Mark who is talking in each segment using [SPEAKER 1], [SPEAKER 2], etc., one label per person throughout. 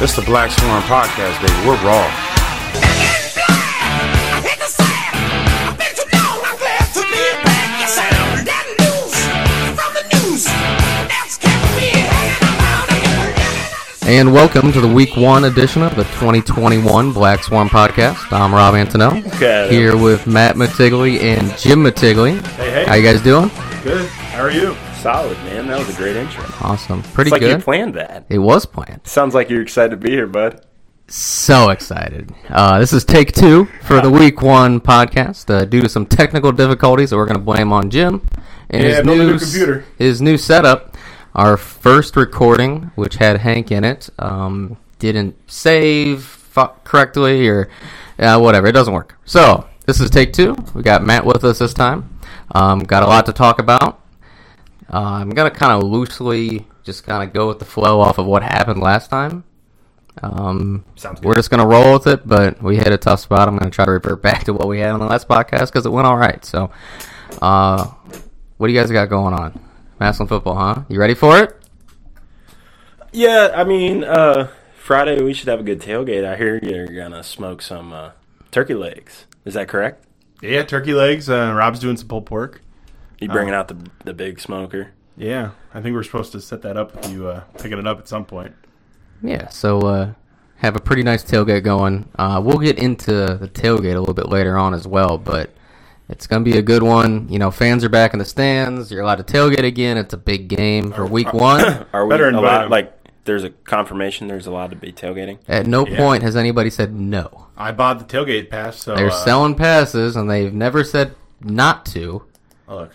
[SPEAKER 1] It's the Black Swan Podcast, baby. We're raw.
[SPEAKER 2] And welcome to the week one edition of the 2021 Black Swan Podcast. I'm Rob Antonell.
[SPEAKER 3] Okay.
[SPEAKER 2] Here with Matt Matigley and Jim Matigley.
[SPEAKER 4] Hey, hey.
[SPEAKER 2] How you guys doing?
[SPEAKER 4] Good. How are you?
[SPEAKER 3] Solid, man. That was a great intro.
[SPEAKER 2] Awesome. Pretty
[SPEAKER 3] It's like you
[SPEAKER 2] good.
[SPEAKER 3] planned that.
[SPEAKER 2] it was planned.
[SPEAKER 3] Sounds like you're excited to be here, bud.
[SPEAKER 2] So excited. Uh, this is take two for the week one podcast. Uh, due to some technical difficulties that we're going to blame on Jim and
[SPEAKER 4] Yeah,
[SPEAKER 2] his,
[SPEAKER 4] build a
[SPEAKER 2] new,
[SPEAKER 4] new
[SPEAKER 2] s-
[SPEAKER 4] computer.
[SPEAKER 2] his new setup, our first recording, which had Hank in it, um, didn't save fu- correctly or uh, whatever. It doesn't work. So this is take two. We got Matt with us this time. Um, got a lot to talk about. Uh, I'm gonna kind of loosely just kind of go with the flow off of what happened last time. Um,
[SPEAKER 4] Sounds
[SPEAKER 2] we're just gonna roll with it, but we hit a tough spot. I'm gonna try to revert back to what we had on the last podcast because it went all right. So, uh, what do you guys got going on? Maslin football, huh? You ready for it?
[SPEAKER 3] Yeah, I mean, uh, Friday we should have a good tailgate. I hear you're gonna smoke some uh, turkey legs. Is that correct?
[SPEAKER 4] Yeah, turkey legs. Uh, Rob's doing some pulled pork.
[SPEAKER 3] You bringing out the the big smoker?
[SPEAKER 4] Yeah, I think we're supposed to set that up with you uh, picking it up at some point.
[SPEAKER 2] Yeah. So, uh, have a pretty nice tailgate going. Uh, we'll get into the tailgate a little bit later on as well, but it's gonna be a good one. You know, fans are back in the stands. You're allowed to tailgate again. It's a big game for week one.
[SPEAKER 3] Are we
[SPEAKER 4] Better
[SPEAKER 3] a
[SPEAKER 4] invite
[SPEAKER 3] lot,
[SPEAKER 4] him.
[SPEAKER 3] like? There's a confirmation. There's allowed to be tailgating.
[SPEAKER 2] At no point has anybody said no.
[SPEAKER 4] I bought the tailgate pass, so
[SPEAKER 2] They're
[SPEAKER 4] uh,
[SPEAKER 2] selling passes, and they've never said not to.
[SPEAKER 4] Look,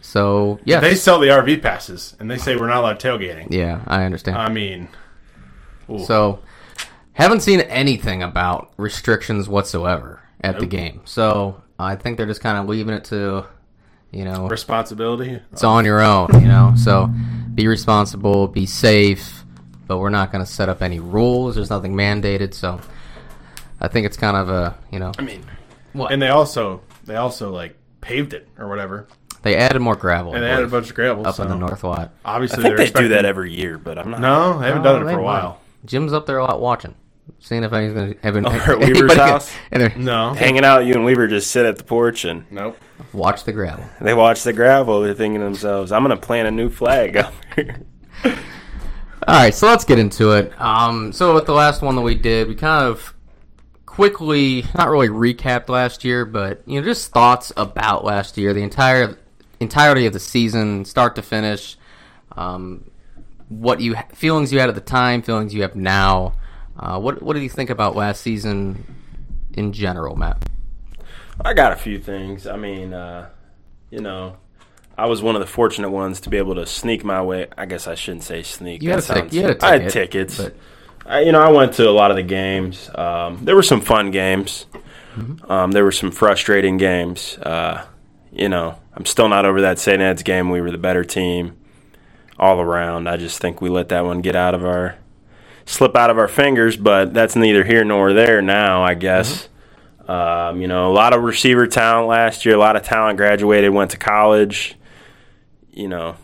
[SPEAKER 2] So yeah,
[SPEAKER 4] they sell the RV passes, and they say we're not allowed tailgating.
[SPEAKER 2] yeah, I understand.
[SPEAKER 4] I mean,
[SPEAKER 2] so haven't seen anything about restrictions whatsoever at the game. So I think they're just kind of leaving it to, you know,
[SPEAKER 4] responsibility.
[SPEAKER 2] it's on your own. You know, so be responsible, be safe. But we're not going to set up any rules. There's nothing mandated. So I think it's kind of a you know
[SPEAKER 4] I mean,
[SPEAKER 2] What?
[SPEAKER 4] and they also they also like paved it or whatever,
[SPEAKER 2] they added more gravel
[SPEAKER 4] and
[SPEAKER 2] I
[SPEAKER 4] they added a
[SPEAKER 2] believe,
[SPEAKER 4] bunch of gravel.
[SPEAKER 2] up
[SPEAKER 4] so
[SPEAKER 2] in the north lot.
[SPEAKER 4] Obviously,
[SPEAKER 3] I think
[SPEAKER 4] they're
[SPEAKER 3] they do
[SPEAKER 4] expecting-
[SPEAKER 3] that every year, but I'm not.
[SPEAKER 4] No, they haven't done it
[SPEAKER 2] Oh,
[SPEAKER 4] for
[SPEAKER 2] they
[SPEAKER 4] a
[SPEAKER 2] might.
[SPEAKER 4] while.
[SPEAKER 2] Jim's up there a lot watching, seeing if anything's gonna have
[SPEAKER 3] Over at
[SPEAKER 2] anybody
[SPEAKER 3] Weaver's
[SPEAKER 2] can-
[SPEAKER 3] house?
[SPEAKER 2] and they're-
[SPEAKER 4] No,
[SPEAKER 3] Hanging out, you and Weaver just sit at the porch and
[SPEAKER 4] nope.
[SPEAKER 2] watch the gravel.
[SPEAKER 3] they watch the gravel. They're thinking to themselves, "I'm gonna plant a new flag up here."
[SPEAKER 2] All right, so let's get into it. Um, so with the last one that we did, we kind of quickly, not really recapped last year, but you know, just thoughts about last year, the entire entirety of the season, start to finish. Um, what you feelings you had at the time, feelings you have now. Uh, what what did you think about last season in general, Matt?
[SPEAKER 3] I got a few things. I mean, uh, you know, I was one of the fortunate ones to be able to sneak my way. I guess I shouldn't say sneak.
[SPEAKER 2] You had
[SPEAKER 3] That
[SPEAKER 2] a tic-
[SPEAKER 3] sounds-
[SPEAKER 2] you had a
[SPEAKER 3] I had
[SPEAKER 2] ticket,
[SPEAKER 3] tickets.
[SPEAKER 2] but-
[SPEAKER 3] I, you know, I went to a lot of the games. Um, there were some fun games. Um, there were some frustrating games. Uh, you know, I'm still not over that St. Ed's game. We were the better team all around. I just think we let that one get out of our slip out of our fingers, but that's neither here nor there now, I guess. Um, you know, a lot of receiver talent last year, a lot of talent graduated, went to college. You know,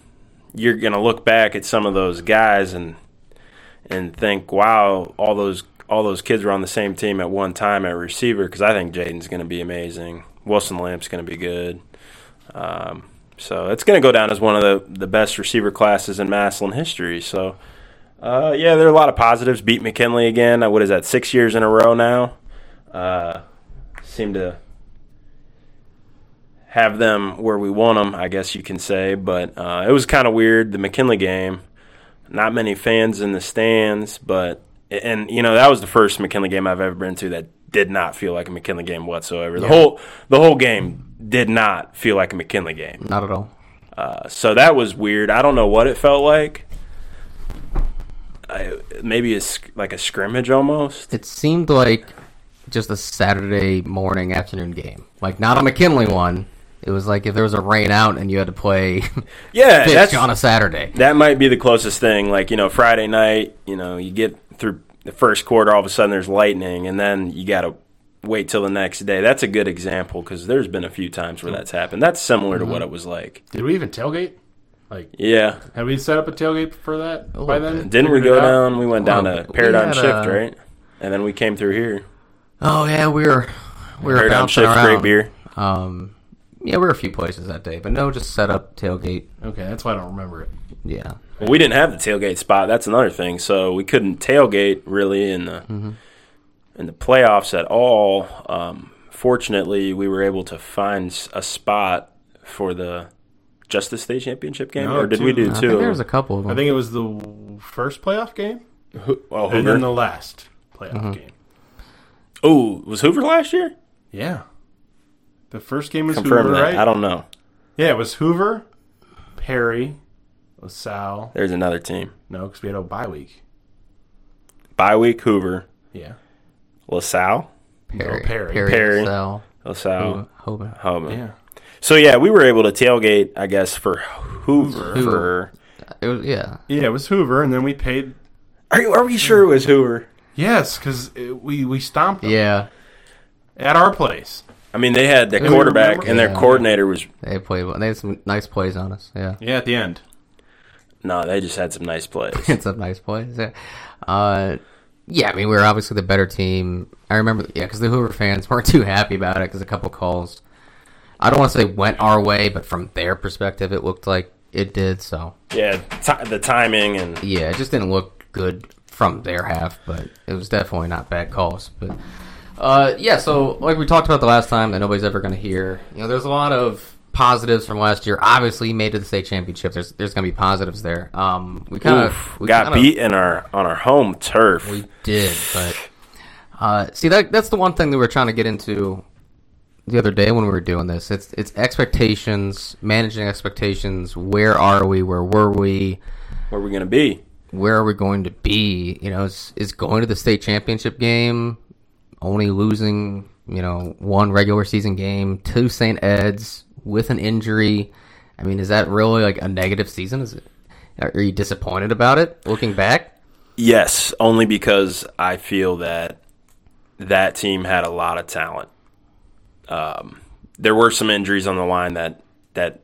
[SPEAKER 3] you're going to look back at some of those guys and and think, "Wow, all those all those kids were on the same team at one time at receiver." Because I think Jaden's going to be amazing. Wilson Lamp's going to be good. Um, so it's going to go down as one of the, the best receiver classes in Maslin history. So, uh, yeah, there are a lot of positives. Beat McKinley again. Uh, What is that? Six years in a row now. Uh, seem to have them where we want them, I guess you can say. But uh, it was kind of weird the McKinley game not many fans in the stands, but and you know that was the first McKinley game I've ever been to that did not feel like a McKinley game whatsoever. The whole the whole game did not feel like a McKinley game.
[SPEAKER 2] Not at all.
[SPEAKER 3] Uh, so that was weird. I don't know what it felt like. I, maybe it's like a scrimmage almost.
[SPEAKER 2] it seemed like just a Saturday morning afternoon game. Like not a McKinley one. It was like if there was a rain out and you had to play
[SPEAKER 3] Yeah,
[SPEAKER 2] pitch
[SPEAKER 3] that's
[SPEAKER 2] on a Saturday.
[SPEAKER 3] that might be the closest thing. Like you know, Friday night, you know, you get through the first quarter, all of a sudden there's lightning, and then you got to wait till the next day. That's a good example because there's been a few times where that's happened. That's similar to what it was like.
[SPEAKER 4] Did we even tailgate? Like,
[SPEAKER 3] Yeah.
[SPEAKER 4] have we set up a tailgate for that
[SPEAKER 2] A
[SPEAKER 4] by
[SPEAKER 2] little
[SPEAKER 4] then?
[SPEAKER 3] Didn't we
[SPEAKER 4] Figured
[SPEAKER 3] go
[SPEAKER 4] it out?
[SPEAKER 3] down? We went down
[SPEAKER 2] Well,
[SPEAKER 3] to
[SPEAKER 2] we
[SPEAKER 3] Paradigm
[SPEAKER 2] had,
[SPEAKER 3] Shift,
[SPEAKER 2] uh,
[SPEAKER 3] right? And then we came through here.
[SPEAKER 2] Oh yeah, we were we were
[SPEAKER 3] Paradigm
[SPEAKER 2] bouncing
[SPEAKER 3] Shift,
[SPEAKER 2] around.
[SPEAKER 3] great beer.
[SPEAKER 2] Um, yeah, we were a few places that day, but no, just set up tailgate.
[SPEAKER 4] Okay, that's why I don't remember it.
[SPEAKER 2] Yeah,
[SPEAKER 3] Well, we didn't have the tailgate spot. That's another thing. So we couldn't tailgate really in the in the playoffs at all. Um, fortunately, we were able to find s- a spot for the Justice State Championship game,
[SPEAKER 4] No,
[SPEAKER 3] or did we
[SPEAKER 4] two.
[SPEAKER 3] do
[SPEAKER 4] I
[SPEAKER 2] I
[SPEAKER 3] two?
[SPEAKER 2] think there was a couple of them.
[SPEAKER 4] I think it was the w- first playoff game
[SPEAKER 3] oh,
[SPEAKER 4] and
[SPEAKER 3] Hoover.
[SPEAKER 4] then the last playoff
[SPEAKER 2] Uh-huh.
[SPEAKER 4] game.
[SPEAKER 3] oh, was Hoover last year?
[SPEAKER 4] Yeah. The first game was
[SPEAKER 3] Confirm
[SPEAKER 4] Hoover,
[SPEAKER 3] that.
[SPEAKER 4] right?
[SPEAKER 3] I don't know.
[SPEAKER 4] Yeah, it was Hoover, Perry, LaSalle.
[SPEAKER 3] There's another team.
[SPEAKER 4] No, because we had a bye week.
[SPEAKER 3] Bye week Hoover,
[SPEAKER 4] Yeah.
[SPEAKER 3] LaSalle,
[SPEAKER 2] Perry,
[SPEAKER 4] No, Perry.
[SPEAKER 2] Perry,
[SPEAKER 3] Perry. Oh.
[SPEAKER 2] Sal,
[SPEAKER 3] LaSalle,
[SPEAKER 2] Hoban.
[SPEAKER 3] Hoban.
[SPEAKER 4] Yeah.
[SPEAKER 3] So yeah, we were able to tailgate, I guess, for Hoover.
[SPEAKER 2] Hoover. It was yeah.
[SPEAKER 4] Yeah, it was Hoover, and then we paid.
[SPEAKER 3] Are you, are we sure it was Hoover?
[SPEAKER 4] Yes, because we, we stomped them
[SPEAKER 2] Yeah,
[SPEAKER 4] at our place.
[SPEAKER 3] I mean, they had their
[SPEAKER 2] we
[SPEAKER 3] quarterback
[SPEAKER 4] remember-
[SPEAKER 3] and their
[SPEAKER 2] Yeah.
[SPEAKER 3] coordinator was
[SPEAKER 2] they played. well. They had some nice plays on us. Yeah,
[SPEAKER 4] Yeah, at the end.
[SPEAKER 3] no. They just had some nice plays.
[SPEAKER 2] had some nice plays. Yeah. Uh, yeah, I mean we were obviously the better team. I remember, yeah, because the Hoover fans weren't too happy about it because a couple calls. I don't want to say went our way, but from their perspective, it looked like it did. So
[SPEAKER 3] yeah, ti the timing and
[SPEAKER 2] yeah, it just didn't look good from their half, but it was definitely not bad calls. But uh, yeah, so like we talked about the last time that nobody's ever going to hear. You know, there's a lot of positives from last year. Obviously, you made it to the state championship. There's there's going to be positives there. Um, we kind
[SPEAKER 3] oof,
[SPEAKER 2] of
[SPEAKER 3] got beat in our on our home turf.
[SPEAKER 2] We did, but uh, see that that's the one thing that we were trying to get into the other day when we were doing this. It's it's expectations, managing expectations. Where are we? Where were we?
[SPEAKER 3] Where are we gonna be?
[SPEAKER 2] where are we going to be? You know, is, is going to the state championship game only losing, you know, one regular season game to St. Ed's with an injury? I mean, is that really like a negative season? Is it? Are you disappointed about it looking back?
[SPEAKER 3] Yes, only because I feel that that team had a lot of talent. Um, there were some injuries on the line that that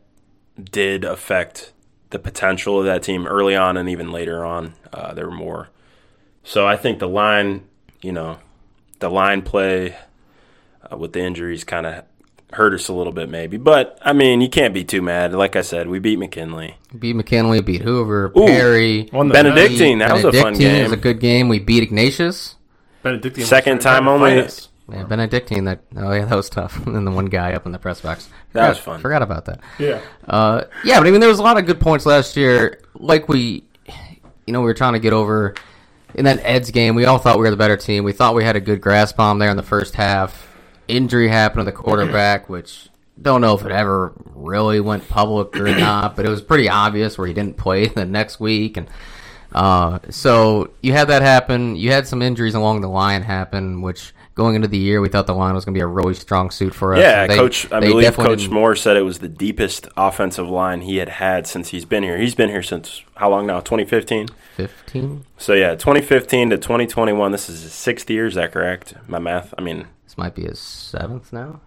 [SPEAKER 3] did affect the potential of that team early on and even later on. Uh, there were more. So I think the line, you know, the line play uh, with the injuries kind of hurt us a little bit, maybe. But I mean, you can't be too mad. Like I said, we beat McKinley.
[SPEAKER 2] Beat McKinley, beat Hoover, Perry.
[SPEAKER 4] Won the
[SPEAKER 3] Benedictine, that was a fun
[SPEAKER 2] Benedictine was
[SPEAKER 3] game.
[SPEAKER 2] a good game. We beat Ignatius.
[SPEAKER 4] Benedictine. was
[SPEAKER 3] Second
[SPEAKER 4] trying to
[SPEAKER 3] time
[SPEAKER 4] fight
[SPEAKER 3] only.
[SPEAKER 4] us.
[SPEAKER 2] Yeah, Benedictine. That oh yeah, that was tough. and then the one guy up in the press box.
[SPEAKER 3] That was
[SPEAKER 2] Forgot-
[SPEAKER 3] fun.
[SPEAKER 2] Forgot about that.
[SPEAKER 4] Yeah.
[SPEAKER 2] Uh, yeah, but I mean, there was a lot of good points last year. Like we, you know, we were trying to get over in that Ed's game. We all thought we were the better team. We thought we had a good grasp on 'em there in the first half. Injury happened to the quarterback, which don't know if it ever really went public or not, but it was pretty obvious where he didn't play the next week and. Uh, so you had that happen. You had some injuries along the line happen, which going into the year we thought the line was going to be a really strong suit for us.
[SPEAKER 3] Yeah,
[SPEAKER 2] and they-
[SPEAKER 3] coach. I
[SPEAKER 2] they
[SPEAKER 3] believe
[SPEAKER 2] definitely
[SPEAKER 3] Coach
[SPEAKER 2] didn't-
[SPEAKER 3] Moore said it was the deepest offensive line he had had since he's been here. He's been here since how long now? 2015.
[SPEAKER 2] 15.
[SPEAKER 3] So yeah, 2015 to 2021. This is his sixth year. Is that correct? My math. I mean,
[SPEAKER 2] This might be his seventh now.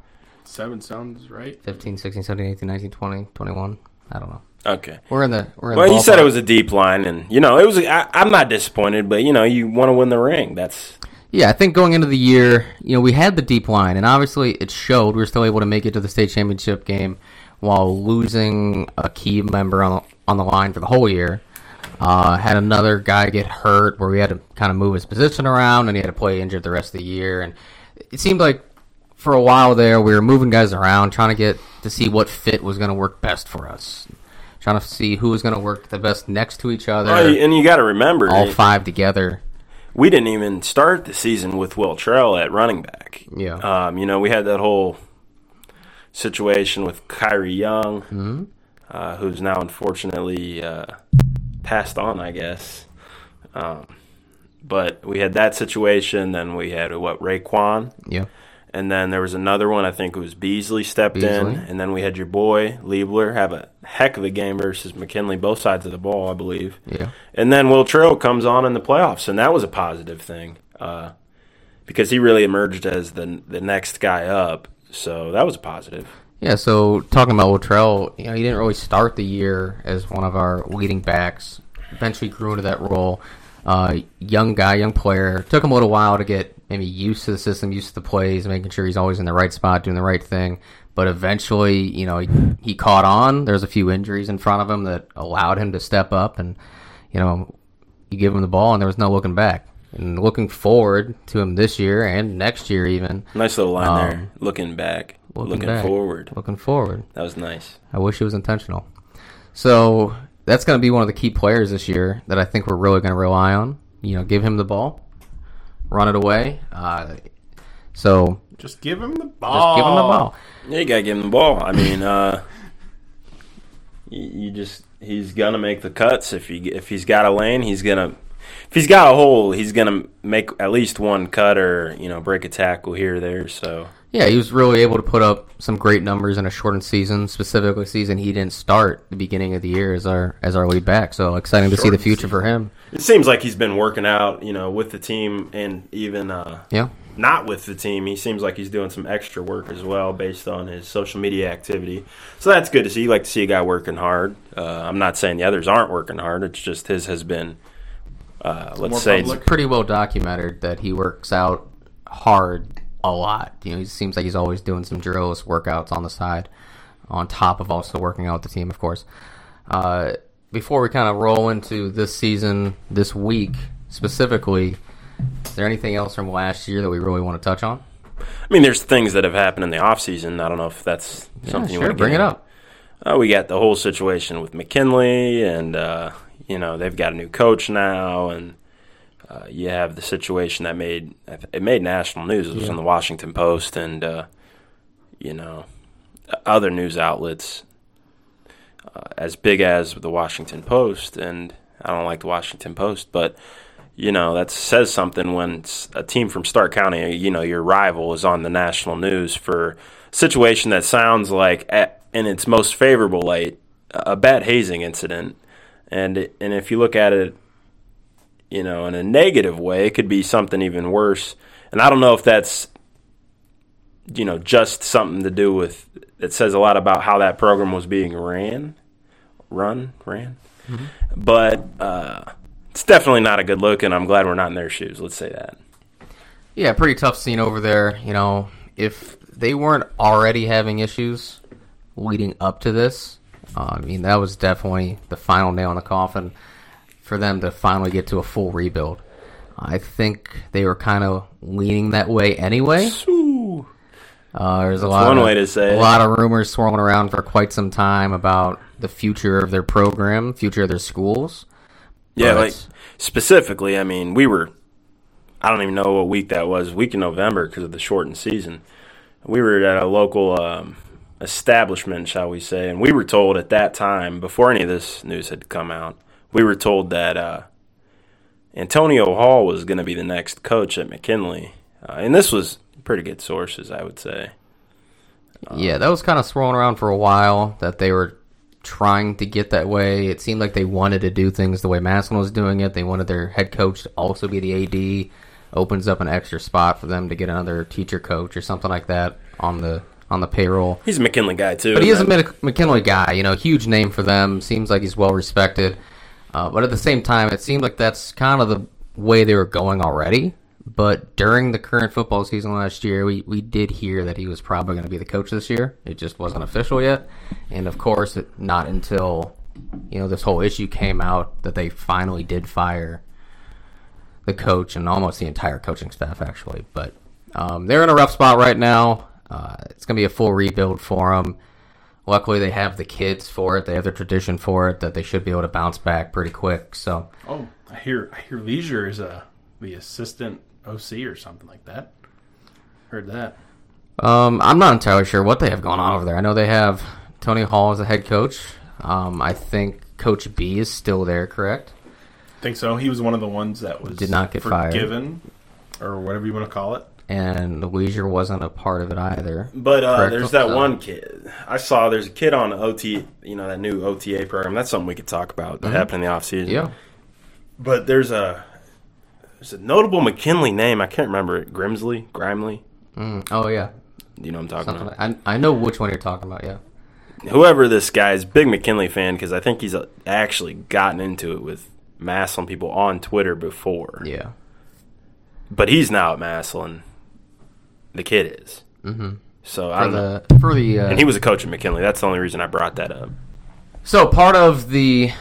[SPEAKER 4] Seven sounds right.
[SPEAKER 2] 15, 16, 17, 18, 19, 20, 21. I don't know.
[SPEAKER 3] okay.
[SPEAKER 2] We're in the. We're in
[SPEAKER 3] Well,
[SPEAKER 2] the
[SPEAKER 3] you said it
[SPEAKER 2] ballpark.
[SPEAKER 3] was a deep line, and you know it was. I, I'm not disappointed, but you know you want to win the ring. That's
[SPEAKER 2] Yeah, I think going into the year, you know, we had the deep line, and obviously it showed. We were still able to make it to the state championship game while losing a key member on on the line for the whole year. Uh, had another guy get hurt where we had to kind of move his position around, and he had to play injured the rest of the year. And it seemed like for a while there, we were moving guys around, trying to get to see what fit was going to work best for us, trying to see who was going to work the best next to each other,
[SPEAKER 3] Well, oh, and you got to remember,
[SPEAKER 2] all five together.
[SPEAKER 3] we didn't even start the season with Will Trell at running back.
[SPEAKER 2] Yeah.
[SPEAKER 3] Um, you know, we had that whole situation with Kyrie Young, uh, who's now unfortunately uh, passed on, I guess. Um, but we had that situation. Then we had what Raquan,
[SPEAKER 2] Yeah,
[SPEAKER 3] and then there was another one. I think it was Beasley stepped in,
[SPEAKER 2] Beasley.
[SPEAKER 3] and then we had your boy Liebler have a heck of a game versus McKinley, both sides of the ball, I believe.
[SPEAKER 2] yeah.
[SPEAKER 3] And then Will Trill comes on in the playoffs, and that was a positive thing uh, because he really emerged as the the next guy up. So that was a positive.
[SPEAKER 2] Yeah, so talking about Luttrell, you know, he didn't really start the year as one of our leading backs. Eventually grew into that role. Uh, young guy, young player. Took him a little while to get maybe used to the system, used to the plays, making sure he's always in the right spot, doing the right thing. But eventually, you know, he, he caught on. There's a few injuries in front of him that allowed him to step up, and you know, you give him the ball, and there was no looking back. And looking forward to him this year and next year, even
[SPEAKER 3] Nice little line
[SPEAKER 2] Um,
[SPEAKER 3] there. Looking back, looking,
[SPEAKER 2] looking, back,
[SPEAKER 3] forward.
[SPEAKER 2] looking forward.
[SPEAKER 3] That was nice.
[SPEAKER 2] I wish it was intentional. So that's going to be one of the key players this year that I think we're really going to rely on. You know, give him the ball, run it away. Uh, so
[SPEAKER 4] Just give him the
[SPEAKER 2] just
[SPEAKER 4] ball.
[SPEAKER 2] give him the ball.
[SPEAKER 3] Yeah, you gotta give him the ball. I mean, uh, you, you just he's gonna make the cuts if he if he's got a lane, he's gonna if he's got a hole, he's gonna make at least one cut or you know break a tackle here or there. So
[SPEAKER 2] Yeah, he was really able to put up some great numbers in a shortened season, specifically a season he didn't start the beginning of the year as our as our lead back. So exciting to see the
[SPEAKER 3] Shortened
[SPEAKER 2] future for him.
[SPEAKER 3] it seems like he's been working out, you know, with the team and even uh,
[SPEAKER 2] Yeah.
[SPEAKER 3] not with the team. He seems like he's doing some extra work as well based on his social media activity. So that's good to see. You like to see a guy working hard. Uh, I'm not saying the others aren't working hard. It's just his has been, uh, let's
[SPEAKER 4] More
[SPEAKER 3] say,
[SPEAKER 4] public.
[SPEAKER 2] pretty well documented that he works out hard a lot. You know, he seems like he's always doing some drills, workouts on the side, on top of also working out with the team, of course. Uh, before we kind of roll into this season, this week specifically, is there anything else from last year that we really want to touch on?
[SPEAKER 3] I mean, there's things that have happened in the offseason. I don't know if that's something you
[SPEAKER 2] sure,
[SPEAKER 3] want to
[SPEAKER 2] bring it up.
[SPEAKER 3] Uh, we got the whole situation with McKinley, and uh, you know they've got a new coach now, and uh, you have the situation that made it made national news. It was in the Washington Post, and uh, you know other news outlets uh, as big as the Washington Post, and I don't like the Washington Post, but you know that says something when it's a team from Stark County, you know your rival, is on the national news for a situation that sounds like at, in its most favorable light a bad hazing incident, and and if you look at it, you know, in a negative way, it could be something even worse, and I don't know if that's you know just something to do with it says a lot about how that program was being ran run ran but uh, it's definitely not a good look and i'm glad we're not in their shoes let's say that
[SPEAKER 2] Yeah, pretty tough scene over there. You know, if they weren't already having issues leading up to this, uh, I mean, that was definitely the final nail in the coffin for them to finally get to a full rebuild. I think they were kind of leaning that way anyway. Uh, there's a lot
[SPEAKER 3] one
[SPEAKER 2] of,
[SPEAKER 3] way to say
[SPEAKER 2] a
[SPEAKER 3] it.
[SPEAKER 2] lot of rumors swirling around for quite some time about the future of their program, future of their schools.
[SPEAKER 3] yeah
[SPEAKER 2] But-
[SPEAKER 3] like specifically i mean we were i don't even know what week that was week in november because of the shortened season we were at a local um, establishment shall we say and we were told at that time before any of this news had come out we were told that uh, Antonio Hall was going to be the next coach at McKinley, uh, and this was pretty good sources, I would say.
[SPEAKER 2] Yeah, that was kind of swirling around for a while that they were trying to get that way. It seemed like they wanted to do things the way Maslin was doing it. They wanted their head coach to also be the AD. Opens up an extra spot for them to get another teacher coach or something like that on the on the payroll.
[SPEAKER 3] He's a McKinley guy too.
[SPEAKER 2] But he is a
[SPEAKER 3] and that-
[SPEAKER 2] Mc- McKinley guy, you know, huge name for them. Seems like he's well respected. Uh, but at the same time, it seemed like that's kind of the way they were going already. But during the current football season last year, we, we did hear that he was probably going to be the coach this year. It just wasn't official yet. And of course, it, not until, you know, this whole issue came out that they finally did fire the coach and almost the entire coaching staff, actually. But um, they're in a rough spot right now. Uh, it's going to be a full rebuild for them. Luckily, they have the kids for it. They have the tradition for it that they should be able to bounce back pretty quick. So,
[SPEAKER 4] Oh, I hear I hear Leisure is uh, the assistant OC or something like that. Heard that.
[SPEAKER 2] um, I'm not entirely sure what they have going on over there. I know they have Tony Hall as the head coach. Um, I think Coach B is still there, correct?
[SPEAKER 4] Think so. He was one of the ones that was
[SPEAKER 2] Did not get fired.
[SPEAKER 4] forgiven, or whatever you want to call it.
[SPEAKER 2] And Leisure wasn't a part of it either.
[SPEAKER 3] But uh,
[SPEAKER 2] Correct.
[SPEAKER 3] there's that
[SPEAKER 2] So-
[SPEAKER 3] one kid I saw. There's a kid on OT, you know, that new OTA program. That's something we could talk about that happened in the offseason.
[SPEAKER 2] Mm-hmm. Yeah.
[SPEAKER 3] But there's a there's a notable McKinley name. I can't remember it. Grimsley, Grimley.
[SPEAKER 2] Oh, yeah.
[SPEAKER 3] You know what I'm talking
[SPEAKER 2] Something
[SPEAKER 3] about.
[SPEAKER 2] like, I, I know which one you're talking about, yeah.
[SPEAKER 3] whoever this guy is, big McKinley fan because I think he's uh, actually gotten into it with Maslin people on Twitter before.
[SPEAKER 2] Yeah.
[SPEAKER 3] But he's now at Maslin. The kid is. Mm-hmm. So I
[SPEAKER 2] For
[SPEAKER 3] don't know.
[SPEAKER 2] the, for the uh,
[SPEAKER 3] And he was a coach at McKinley. That's the only reason I brought that up.
[SPEAKER 2] So part of the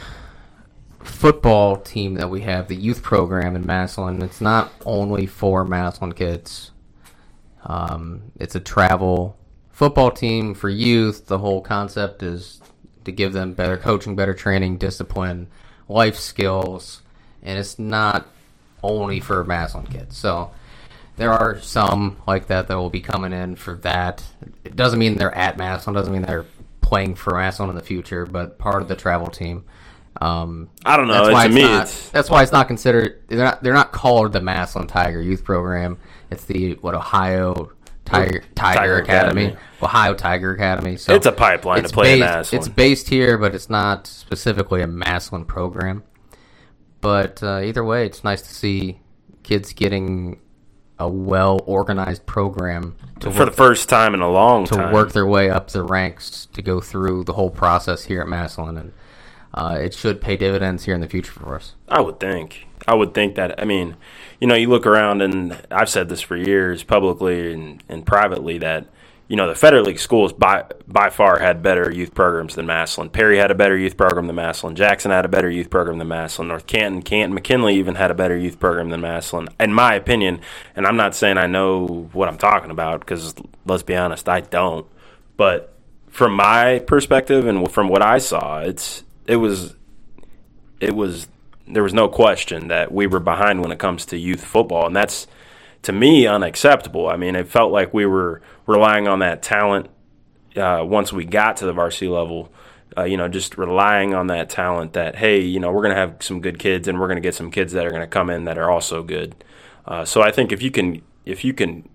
[SPEAKER 2] football team that we have, the youth program in Maslin, it's not only for Maslin kids. Um, it's a travel football team for youth. The whole concept is to give them better coaching, better training, discipline, life skills, and it's not only for Maslin kids. So there are some like that that will be coming in for that. It doesn't mean they're at Maslin, doesn't mean they're playing for Maslin in the future, but part of the travel team. Um,
[SPEAKER 3] I don't know.
[SPEAKER 2] that's why
[SPEAKER 3] to
[SPEAKER 2] it's
[SPEAKER 3] me,
[SPEAKER 2] not,
[SPEAKER 3] it's
[SPEAKER 2] that's why it's not considered. They're not, they're not called the Maslin Tiger Youth Program. It's the what Ohio Tiger Tiger,
[SPEAKER 3] Tiger
[SPEAKER 2] Academy,
[SPEAKER 3] Academy.
[SPEAKER 2] Ohio Tiger Academy. So
[SPEAKER 3] It's a pipeline to
[SPEAKER 2] it's
[SPEAKER 3] play in
[SPEAKER 2] based,
[SPEAKER 3] Maslin.
[SPEAKER 2] It's based here, but it's not specifically a Maslin program. But uh, either way, it's nice to see kids getting a well organized program to
[SPEAKER 3] for the first time in a long
[SPEAKER 2] to
[SPEAKER 3] time.
[SPEAKER 2] work their way up the ranks to go through the whole process here at Maslin, and uh, it should pay dividends here in the future for us.
[SPEAKER 3] I would think. I would think that. I mean, you know, you look around, and I've said this for years, publicly and, and privately, that you know the Federal League schools by by far had better youth programs than Maslin. Perry had a better youth program than Maslin. Jackson had a better youth program than Maslin. North Canton, Canton, McKinley even had a better youth program than Maslin, in my opinion. And I'm not saying I know what I'm talking about because let's be honest, I don't. But from my perspective and from what I saw, it's it was it was there was no question that we were behind when it comes to youth football and that's to me unacceptable i mean it felt like we were relying on that talent uh, once we got to the varsity level uh, you know just relying on that talent that hey you know we're going to have some good kids and we're going to get some kids that are going to come in that are also good uh, so i think if you can if you can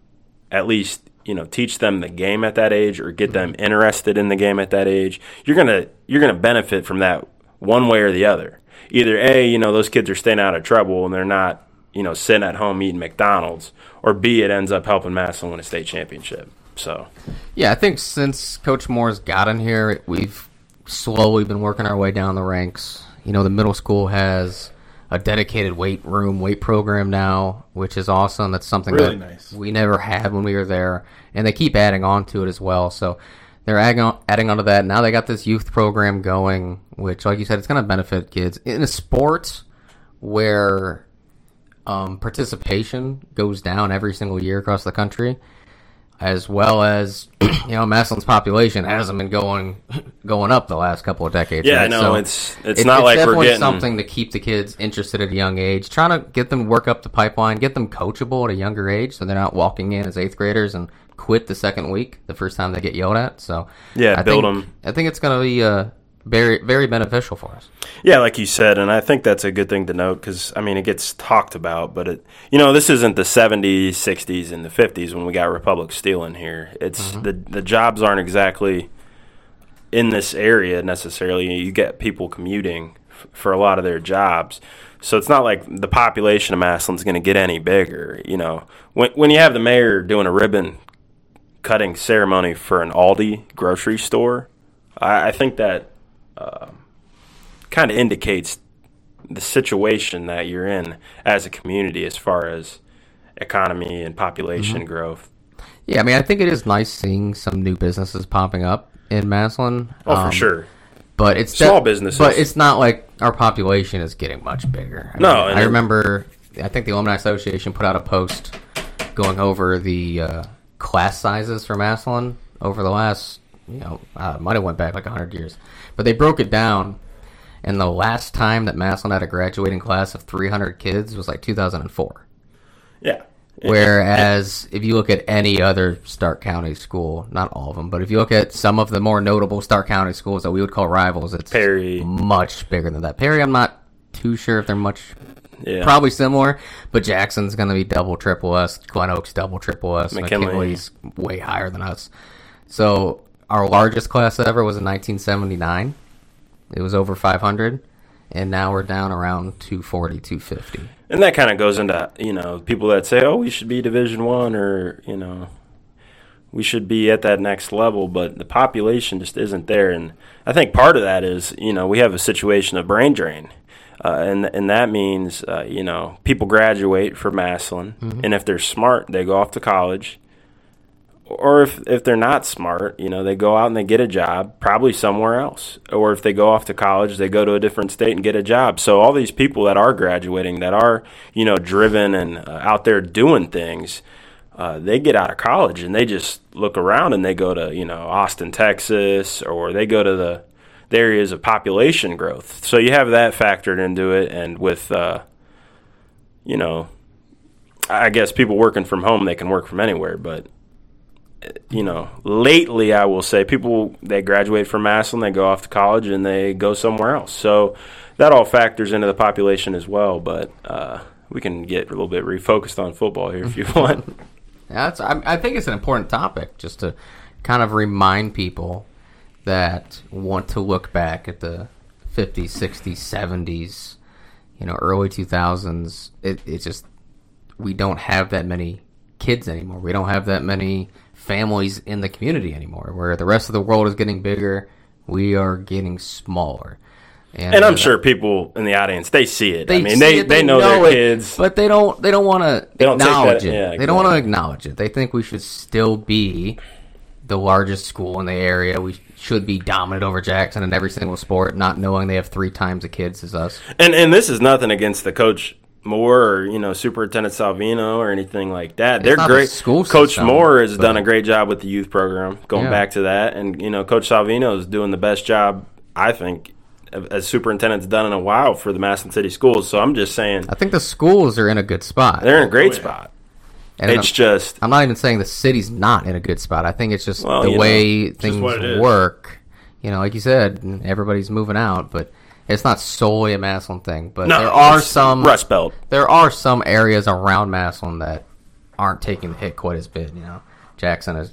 [SPEAKER 3] at least you know teach them the game at that age or get them interested in the game at that age you're gonna you're gonna benefit from that one way or the other either a you know those kids are staying out of trouble and they're not you know sitting at home eating mcdonald's or b it ends up helping maslin win a state championship so
[SPEAKER 2] Yeah, I think since Coach Moore's gotten here, we've slowly been working our way down the ranks. You know, the middle school has a dedicated weight room, weight program now, which is awesome. That's something
[SPEAKER 4] Really
[SPEAKER 2] that
[SPEAKER 4] nice.
[SPEAKER 2] we never had when we were there, and they keep adding on to it as well. So they're adding on, adding on to that. Now they got this youth program going, which, like you said, it's going to benefit kids in a sport where um, participation goes down every single year across the country as well as you know Maslin's population hasn't been going going up the last couple of decades.
[SPEAKER 3] Yeah,
[SPEAKER 2] right?
[SPEAKER 3] no,
[SPEAKER 2] So
[SPEAKER 3] it's- it's not like we're
[SPEAKER 2] definitely
[SPEAKER 3] getting-
[SPEAKER 2] something to keep the kids interested at a young age. Trying to get them to work up the pipeline, get them coachable at a younger age, so they're not walking in as eighth graders and quit the second week the first time they get yelled at. So
[SPEAKER 3] Yeah,
[SPEAKER 2] I
[SPEAKER 3] build
[SPEAKER 2] think,
[SPEAKER 3] 'em.
[SPEAKER 2] I think it's going to be uh, very very beneficial for us.
[SPEAKER 3] Yeah, like you said, and I think that's a good thing to note because I mean it gets talked about, but it you know this isn't the '70s, '60s, and the '50s when we got Republic Steel in here. It's the the jobs aren't exactly in this area necessarily. You get people commuting f- for a lot of their jobs, so it's not like the population of Maslin's going to get any bigger. You know, when when you have the mayor doing a ribbon cutting ceremony for an Aldi grocery store, I, I think that kind of indicates the situation that you're in as a community as far as economy and population growth.
[SPEAKER 2] Yeah, I mean, I think it is nice seeing some new businesses popping up in Maslin.
[SPEAKER 3] Oh,
[SPEAKER 2] Um,
[SPEAKER 3] for sure.
[SPEAKER 2] but it's
[SPEAKER 3] Small businesses.
[SPEAKER 2] But it's not like our population is getting much bigger. I
[SPEAKER 3] No,
[SPEAKER 2] mean,
[SPEAKER 3] and
[SPEAKER 2] I
[SPEAKER 3] it-
[SPEAKER 2] remember. I think the alumni association put out a post going over the uh, class sizes for Maslin over the last, you know, uh, it might have went back like hundred years, but they broke it down. And the last time that Maslin had a graduating class of 300 kids was like 2004.
[SPEAKER 3] Yeah.
[SPEAKER 2] Whereas if you look at any other Stark County school, not all of them, but if you look at some of the more notable Stark County schools that we would call rivals, it's
[SPEAKER 3] Perry.
[SPEAKER 2] much bigger than that. Perry, I'm not too sure if they're much,
[SPEAKER 3] Yeah.
[SPEAKER 2] probably similar, but Jackson's going to be double triple us, Glen Oaks double triple us,
[SPEAKER 3] McKinley.
[SPEAKER 2] McKinley's way higher than us. So our largest class ever was in 1979. It was over 500, and now we're down around 240, 250.
[SPEAKER 3] and that kind of goes into you know people that say, "Oh, we should be Division One," or you know, we should be at that next level, but the population just isn't there. And I think part of that is, you know, we have a situation of brain drain. Uh, and, and that means, uh, you know, people graduate from Maslin. And if they're smart, they go off to college. Or if, if they're not smart, you know, they go out and they get a job, probably somewhere else. Or if they go off to college, they go to a different state and get a job. So all these people that are graduating, that are, you know, driven and uh, out there doing things, uh, they get out of college and they just look around and they go to you know Austin, Texas, or they go to the, the areas of population growth. So you have that factored into it, and with uh, you know, I guess people working from home they can work from anywhere, but eh, you know, lately I will say people they graduate from Maslin, they go off to college and they go somewhere else. So that all factors into the population as well, but. Uh, we can get a little bit refocused on football here if you want.
[SPEAKER 2] Yeah, that's, I, I think it's an important topic just to kind of remind people that want to look back at the 50s, 60s, 70s, you know, early 2000s. It, it's just, we don't have that many kids anymore. We don't have that many families in the community anymore. Where the rest of the world is getting bigger, we are getting smaller.
[SPEAKER 3] And I'm sure people in the audience they see it. I mean,
[SPEAKER 2] see
[SPEAKER 3] they,
[SPEAKER 2] it,
[SPEAKER 3] they, know, their
[SPEAKER 2] it,
[SPEAKER 3] kids.
[SPEAKER 2] but they don't. They don't want to
[SPEAKER 3] don't take that-
[SPEAKER 2] acknowledge it.
[SPEAKER 3] yeah,
[SPEAKER 2] They don't want to
[SPEAKER 3] exactly.
[SPEAKER 2] acknowledge it. They think we should still be the largest school in the area. We should be dominant over Jackson in every single sport, not knowing they have three times the kids as us.
[SPEAKER 3] And and this is nothing against the coach Moore or you know Superintendent Salvino or anything like that. They're
[SPEAKER 2] not the
[SPEAKER 3] great.
[SPEAKER 2] school
[SPEAKER 3] coach
[SPEAKER 2] system,
[SPEAKER 3] Moore has
[SPEAKER 2] but-
[SPEAKER 3] done a great job with the youth program. Going
[SPEAKER 2] Yeah.
[SPEAKER 3] back to that, and you know Coach Salvino is doing the best job I think as superintendent's done in a while for the Madison City schools. So I'm just saying
[SPEAKER 2] I think the schools are in a good spot.
[SPEAKER 3] they're in a great
[SPEAKER 4] Oh, yeah.
[SPEAKER 3] spot.
[SPEAKER 2] And uh, I'm,
[SPEAKER 3] It's just
[SPEAKER 2] I'm not even saying the city's not in a good spot. I think it's just
[SPEAKER 3] Well, you
[SPEAKER 2] the
[SPEAKER 3] know,
[SPEAKER 2] way
[SPEAKER 4] what it
[SPEAKER 2] things
[SPEAKER 4] is.
[SPEAKER 2] work. You know, like you said, everybody's moving out, but it's not solely a Maslin thing. But
[SPEAKER 3] no,
[SPEAKER 2] there are
[SPEAKER 3] it's
[SPEAKER 2] some
[SPEAKER 3] Rust Belt.
[SPEAKER 2] there are some areas around Maslin that aren't taking the hit quite as big. You know, Jackson has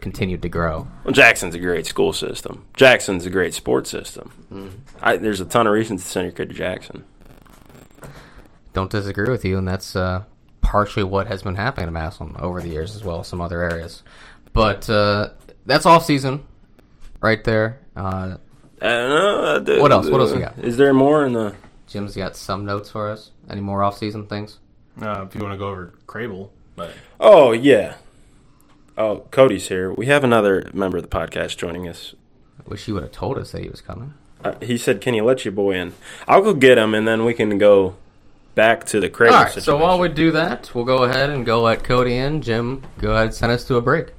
[SPEAKER 2] continued to grow.
[SPEAKER 3] Well, Jackson's a great school system. Jackson's a great sports system.
[SPEAKER 2] Mm-hmm.
[SPEAKER 3] I, there's a ton of reasons to send your kid to Jackson.
[SPEAKER 2] Don't disagree with you, and that's uh, partially what has been happening to Maslin over the years as well as some other areas. But uh, that's off season, right there. Uh,
[SPEAKER 3] I don't know. uh, the-
[SPEAKER 2] What else? What
[SPEAKER 3] the-
[SPEAKER 2] else we got?
[SPEAKER 3] Is there more in the?
[SPEAKER 2] Jim's got some notes for us. Any more off season things?
[SPEAKER 4] Uh, if you want to go over Crable, but
[SPEAKER 3] Oh yeah. Oh, Cody's here. We have another member of the podcast joining us.
[SPEAKER 2] I wish you would have told us that he was coming.
[SPEAKER 3] Uh, he said, "Can you let your boy in?" I'll go get him, and then we can go back to the crazy
[SPEAKER 2] All right. So
[SPEAKER 3] situation.
[SPEAKER 2] while we do that, we'll go ahead and go let Cody in. Jim, go ahead and send us to a break.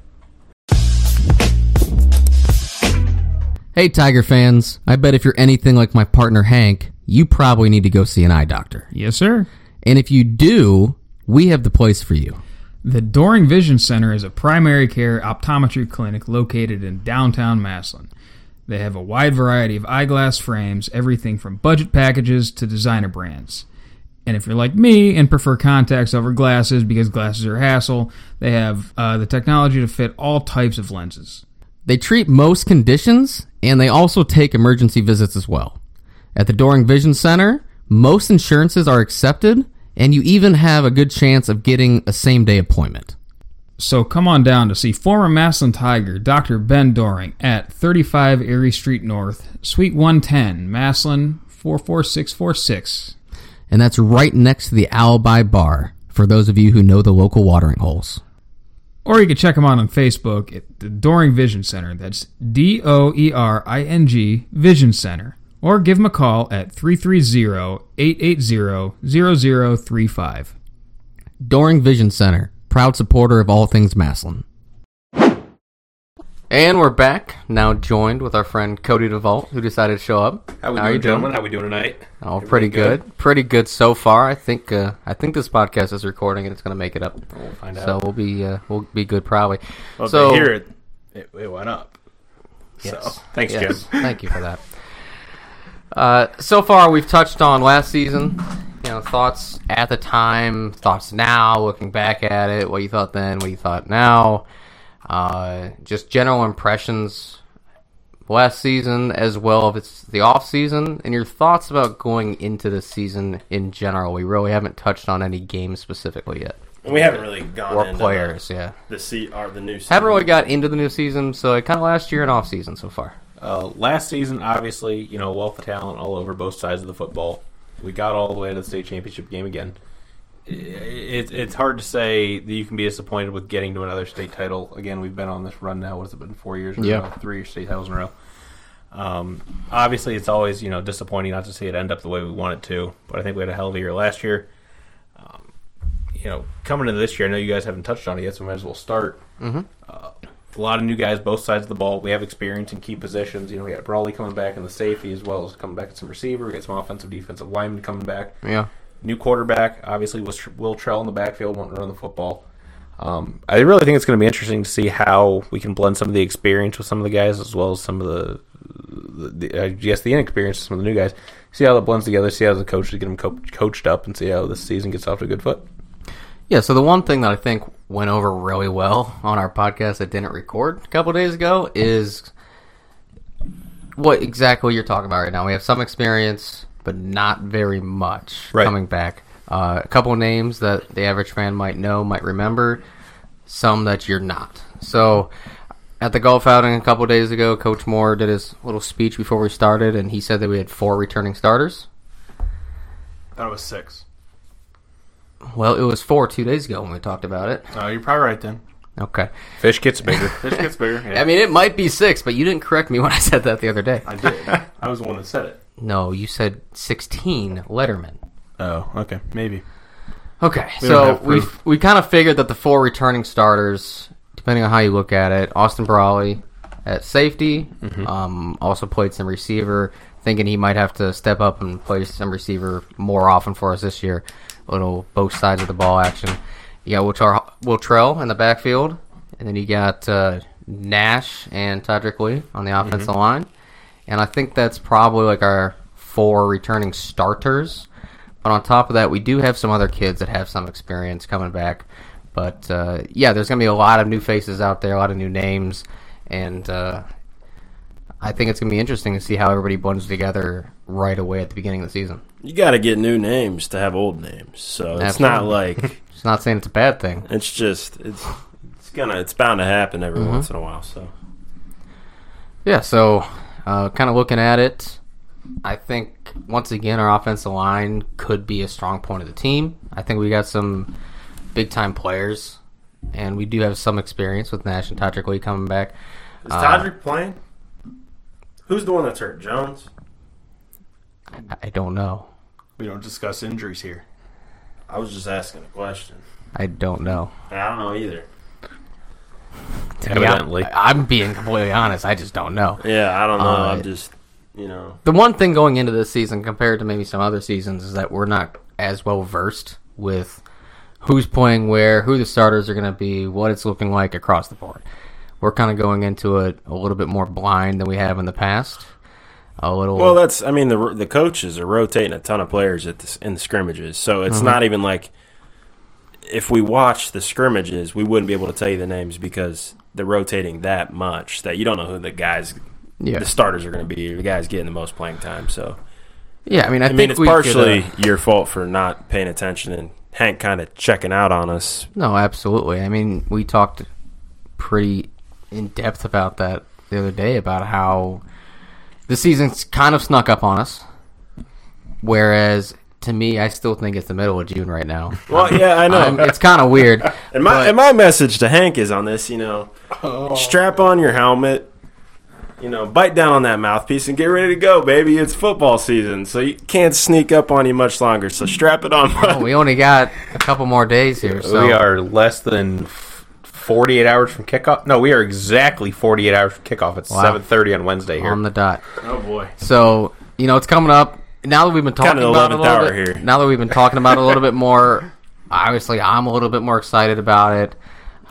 [SPEAKER 2] Hey, Tiger fans. I bet if you're anything like my partner Hank, you probably need to go see an eye doctor.
[SPEAKER 5] Yes, sir.
[SPEAKER 2] And if you do, we have the place for you.
[SPEAKER 5] The Doring Vision Center is a primary care optometry clinic located in downtown Maslin. They have a wide variety of eyeglass frames, everything from budget packages to designer brands. And if you're like me and prefer contacts over glasses because glasses are a hassle, they have uh, the technology to fit all types of lenses.
[SPEAKER 2] They treat most conditions and they also take emergency visits as well. At the Doring Vision Center, most insurances are accepted and you even have a good chance of getting a same day appointment.
[SPEAKER 5] So come on down to see former Maslin Tiger Dr. Ben Doring at 35 Erie Street North, Suite 110, Maslin 44646.
[SPEAKER 2] And that's right next to the Alibi Bar for those of you who know the local watering holes.
[SPEAKER 5] Or you can check them out on Facebook at the Doring Vision Center. That's D O E R I N G Vision Center. Or give them a call at 330 880 0035.
[SPEAKER 2] Doring Vision Center, proud supporter of all things Maslin. And we're back, now joined with our friend Cody DeVault, who decided to show up.
[SPEAKER 6] How we
[SPEAKER 2] How
[SPEAKER 6] doing,
[SPEAKER 2] you
[SPEAKER 6] gentlemen? How we doing tonight?
[SPEAKER 2] Oh, pretty good.
[SPEAKER 6] good?
[SPEAKER 2] pretty good so far. I think uh, I think this podcast is recording and it's going to make it up. We'll find so we'll be uh, we'll be good probably.
[SPEAKER 4] well,
[SPEAKER 2] so
[SPEAKER 4] so here it, it, it went up.
[SPEAKER 2] Yes.
[SPEAKER 4] So
[SPEAKER 6] Thanks, Jim.
[SPEAKER 2] Yes, thank you for that. Uh, so far, we've touched on last season. You know, thoughts at the time, thoughts now, looking back at it, what you thought then, what you thought now. Uh, just general impressions last season as well if it's the off season and your thoughts about going into the season in general. We really haven't touched on any games specifically yet.
[SPEAKER 3] And we haven't really gone
[SPEAKER 2] or
[SPEAKER 3] into
[SPEAKER 2] players. Yeah,
[SPEAKER 3] the, the se- or the new. Season.
[SPEAKER 2] haven't really got into the new season, so it kind of last year and off season so far.
[SPEAKER 4] Uh, last season, obviously, you know, wealth of talent all over both sides of the football. We got all the way to the state championship game again. I- It, it's hard to say that you can be disappointed with getting to another state title. Again, we've been on this run now. What has it been? Four years in
[SPEAKER 2] Yeah.
[SPEAKER 4] a row, three state titles in a row. Um, obviously, it's always you know disappointing not to see it end up the way we want it to. But I think we had a hell of a year last year. Um, you know, coming into this year, I know you guys haven't touched on it yet, so we might as well start Uh, a lot of new guys, both sides of the ball. We have experience in key positions. You know, we got Brawley coming back in the safety as well as coming back at some receiver. We got some offensive, defensive linemen coming back.
[SPEAKER 2] Yeah,
[SPEAKER 4] New quarterback, obviously, was Will Trell in the backfield, won't run the football. Um, I really think it's going to be interesting to see how we can blend some of the experience with some of the guys as well as some of the, the, the I guess, the inexperience of some of the new guys. See how that blends together. See how the coaches get them co- coached up, and see how this season gets off to a good foot.
[SPEAKER 2] yeah. So the one thing that I think went over really well on our podcast that didn't record a couple days ago is what exactly you're talking about right now. We have some experience, but not very much
[SPEAKER 4] Right.
[SPEAKER 2] coming back. Uh, a couple names that the average fan might know, might remember, some that you're not. So, at the golf outing a couple days ago, Coach Moore did his little speech before we started, and he said that we had four returning starters.
[SPEAKER 7] thought it was six.
[SPEAKER 2] Well, it was four two days ago when we talked about it.
[SPEAKER 7] No, you're probably right then.
[SPEAKER 2] Okay.
[SPEAKER 4] Fish gets bigger.
[SPEAKER 7] Fish gets bigger. Yeah,
[SPEAKER 2] I mean, it might be six, but you didn't correct me when I said that the other day.
[SPEAKER 7] I did. I was the one that said it.
[SPEAKER 2] No, you said 16 Letterman.
[SPEAKER 4] oh, okay.
[SPEAKER 7] Maybe.
[SPEAKER 2] Okay,
[SPEAKER 7] don't
[SPEAKER 2] so
[SPEAKER 7] have
[SPEAKER 2] we
[SPEAKER 7] proof.
[SPEAKER 2] we kind of figured that the four returning starters, depending on how you look at it, Austin Brawley at safety,
[SPEAKER 7] Mm-hmm.
[SPEAKER 2] um, also played some receiver, thinking he might have to step up and play some receiver more often for us this year. A little both sides of the ball action. You got Will, Char- Will Trell in the backfield, and then you got uh, Nash and Todrick Lee on the
[SPEAKER 7] Mm-hmm.
[SPEAKER 2] offensive line. And I think that's probably like our four returning starters. But on top of that, we do have some other kids that have some experience coming back. But uh, yeah, there's going to be a lot of new faces out there, a lot of new names, and uh, I think it's going to be interesting to see how everybody blends together right away at the beginning of the season.
[SPEAKER 3] You got to get new names to have old names. So it's not like
[SPEAKER 2] It's not saying it's a bad thing.
[SPEAKER 3] it's just it's it's gonna it's bound to happen every
[SPEAKER 2] Mm-hmm.
[SPEAKER 3] once in a while. So
[SPEAKER 2] Yeah, so uh, kind of looking at it, I think once again our offensive line could be a strong point of the team. I think we got some big time players, and we do have some experience with Nash and Todrick Lee coming back.
[SPEAKER 3] is
[SPEAKER 2] Uh,
[SPEAKER 3] Todrick playing? Who's the one that's hurt? Jones.
[SPEAKER 2] I don't know.
[SPEAKER 7] We don't discuss injuries here.
[SPEAKER 3] I was just asking a question.
[SPEAKER 2] I don't know.
[SPEAKER 3] I don't know either.
[SPEAKER 4] Evidently.
[SPEAKER 2] Yeah, I- I'm being completely honest. I just don't know.
[SPEAKER 3] Yeah, I don't know.
[SPEAKER 2] Uh,
[SPEAKER 3] I'm just you know
[SPEAKER 2] The one thing going into this season compared to maybe some other seasons is that we're not as well versed with who's playing where, who the starters are going to be, what it's looking like across the board. We're kind of going into it a little bit more blind than we have in the past. A little.
[SPEAKER 3] Well, that's I mean the the coaches are rotating a ton of players at this, in the scrimmages, so
[SPEAKER 2] Mm-hmm.
[SPEAKER 3] it's not even like if we watch the scrimmages, we wouldn't be able to tell you the names because they're rotating that much that you don't know who the guys,
[SPEAKER 2] yeah.
[SPEAKER 3] the starters are going to be, or the guys getting the most playing time. So
[SPEAKER 2] yeah, I mean, I,
[SPEAKER 3] I
[SPEAKER 2] think
[SPEAKER 3] mean, it's
[SPEAKER 2] we could, uh,
[SPEAKER 3] partially your fault for not paying attention and Hank kind of checking out on us.
[SPEAKER 2] No, absolutely. I mean, we talked pretty in depth about that the other day about how the season's kind of snuck up on us. Whereas to me, I still think it's the middle of June right now.
[SPEAKER 3] Well, yeah, I know.
[SPEAKER 2] Um, it's kind of weird.
[SPEAKER 3] And my and my message to Hank is on this, you know,
[SPEAKER 2] Oh.
[SPEAKER 3] strap on your helmet, you know, bite down on that mouthpiece and get ready to go, baby. It's football season, so you can't sneak up on you much longer. So strap it on. bud.
[SPEAKER 2] Oh, We only got a couple more days here, so
[SPEAKER 4] we are less than f- 48 hours from kickoff. No, we are exactly 48 hours from kickoff. It's
[SPEAKER 2] Wow.
[SPEAKER 4] 7:30 on Wednesday here.
[SPEAKER 2] on the dot.
[SPEAKER 7] Oh boy.
[SPEAKER 2] So you know, it's coming up. Now that we've been talking
[SPEAKER 3] Kinda the
[SPEAKER 2] about it a
[SPEAKER 3] 11th
[SPEAKER 2] little
[SPEAKER 3] hour
[SPEAKER 2] bit,
[SPEAKER 3] here.
[SPEAKER 2] now that we've been talking about it a little bit more, obviously I'm a little bit more excited about it.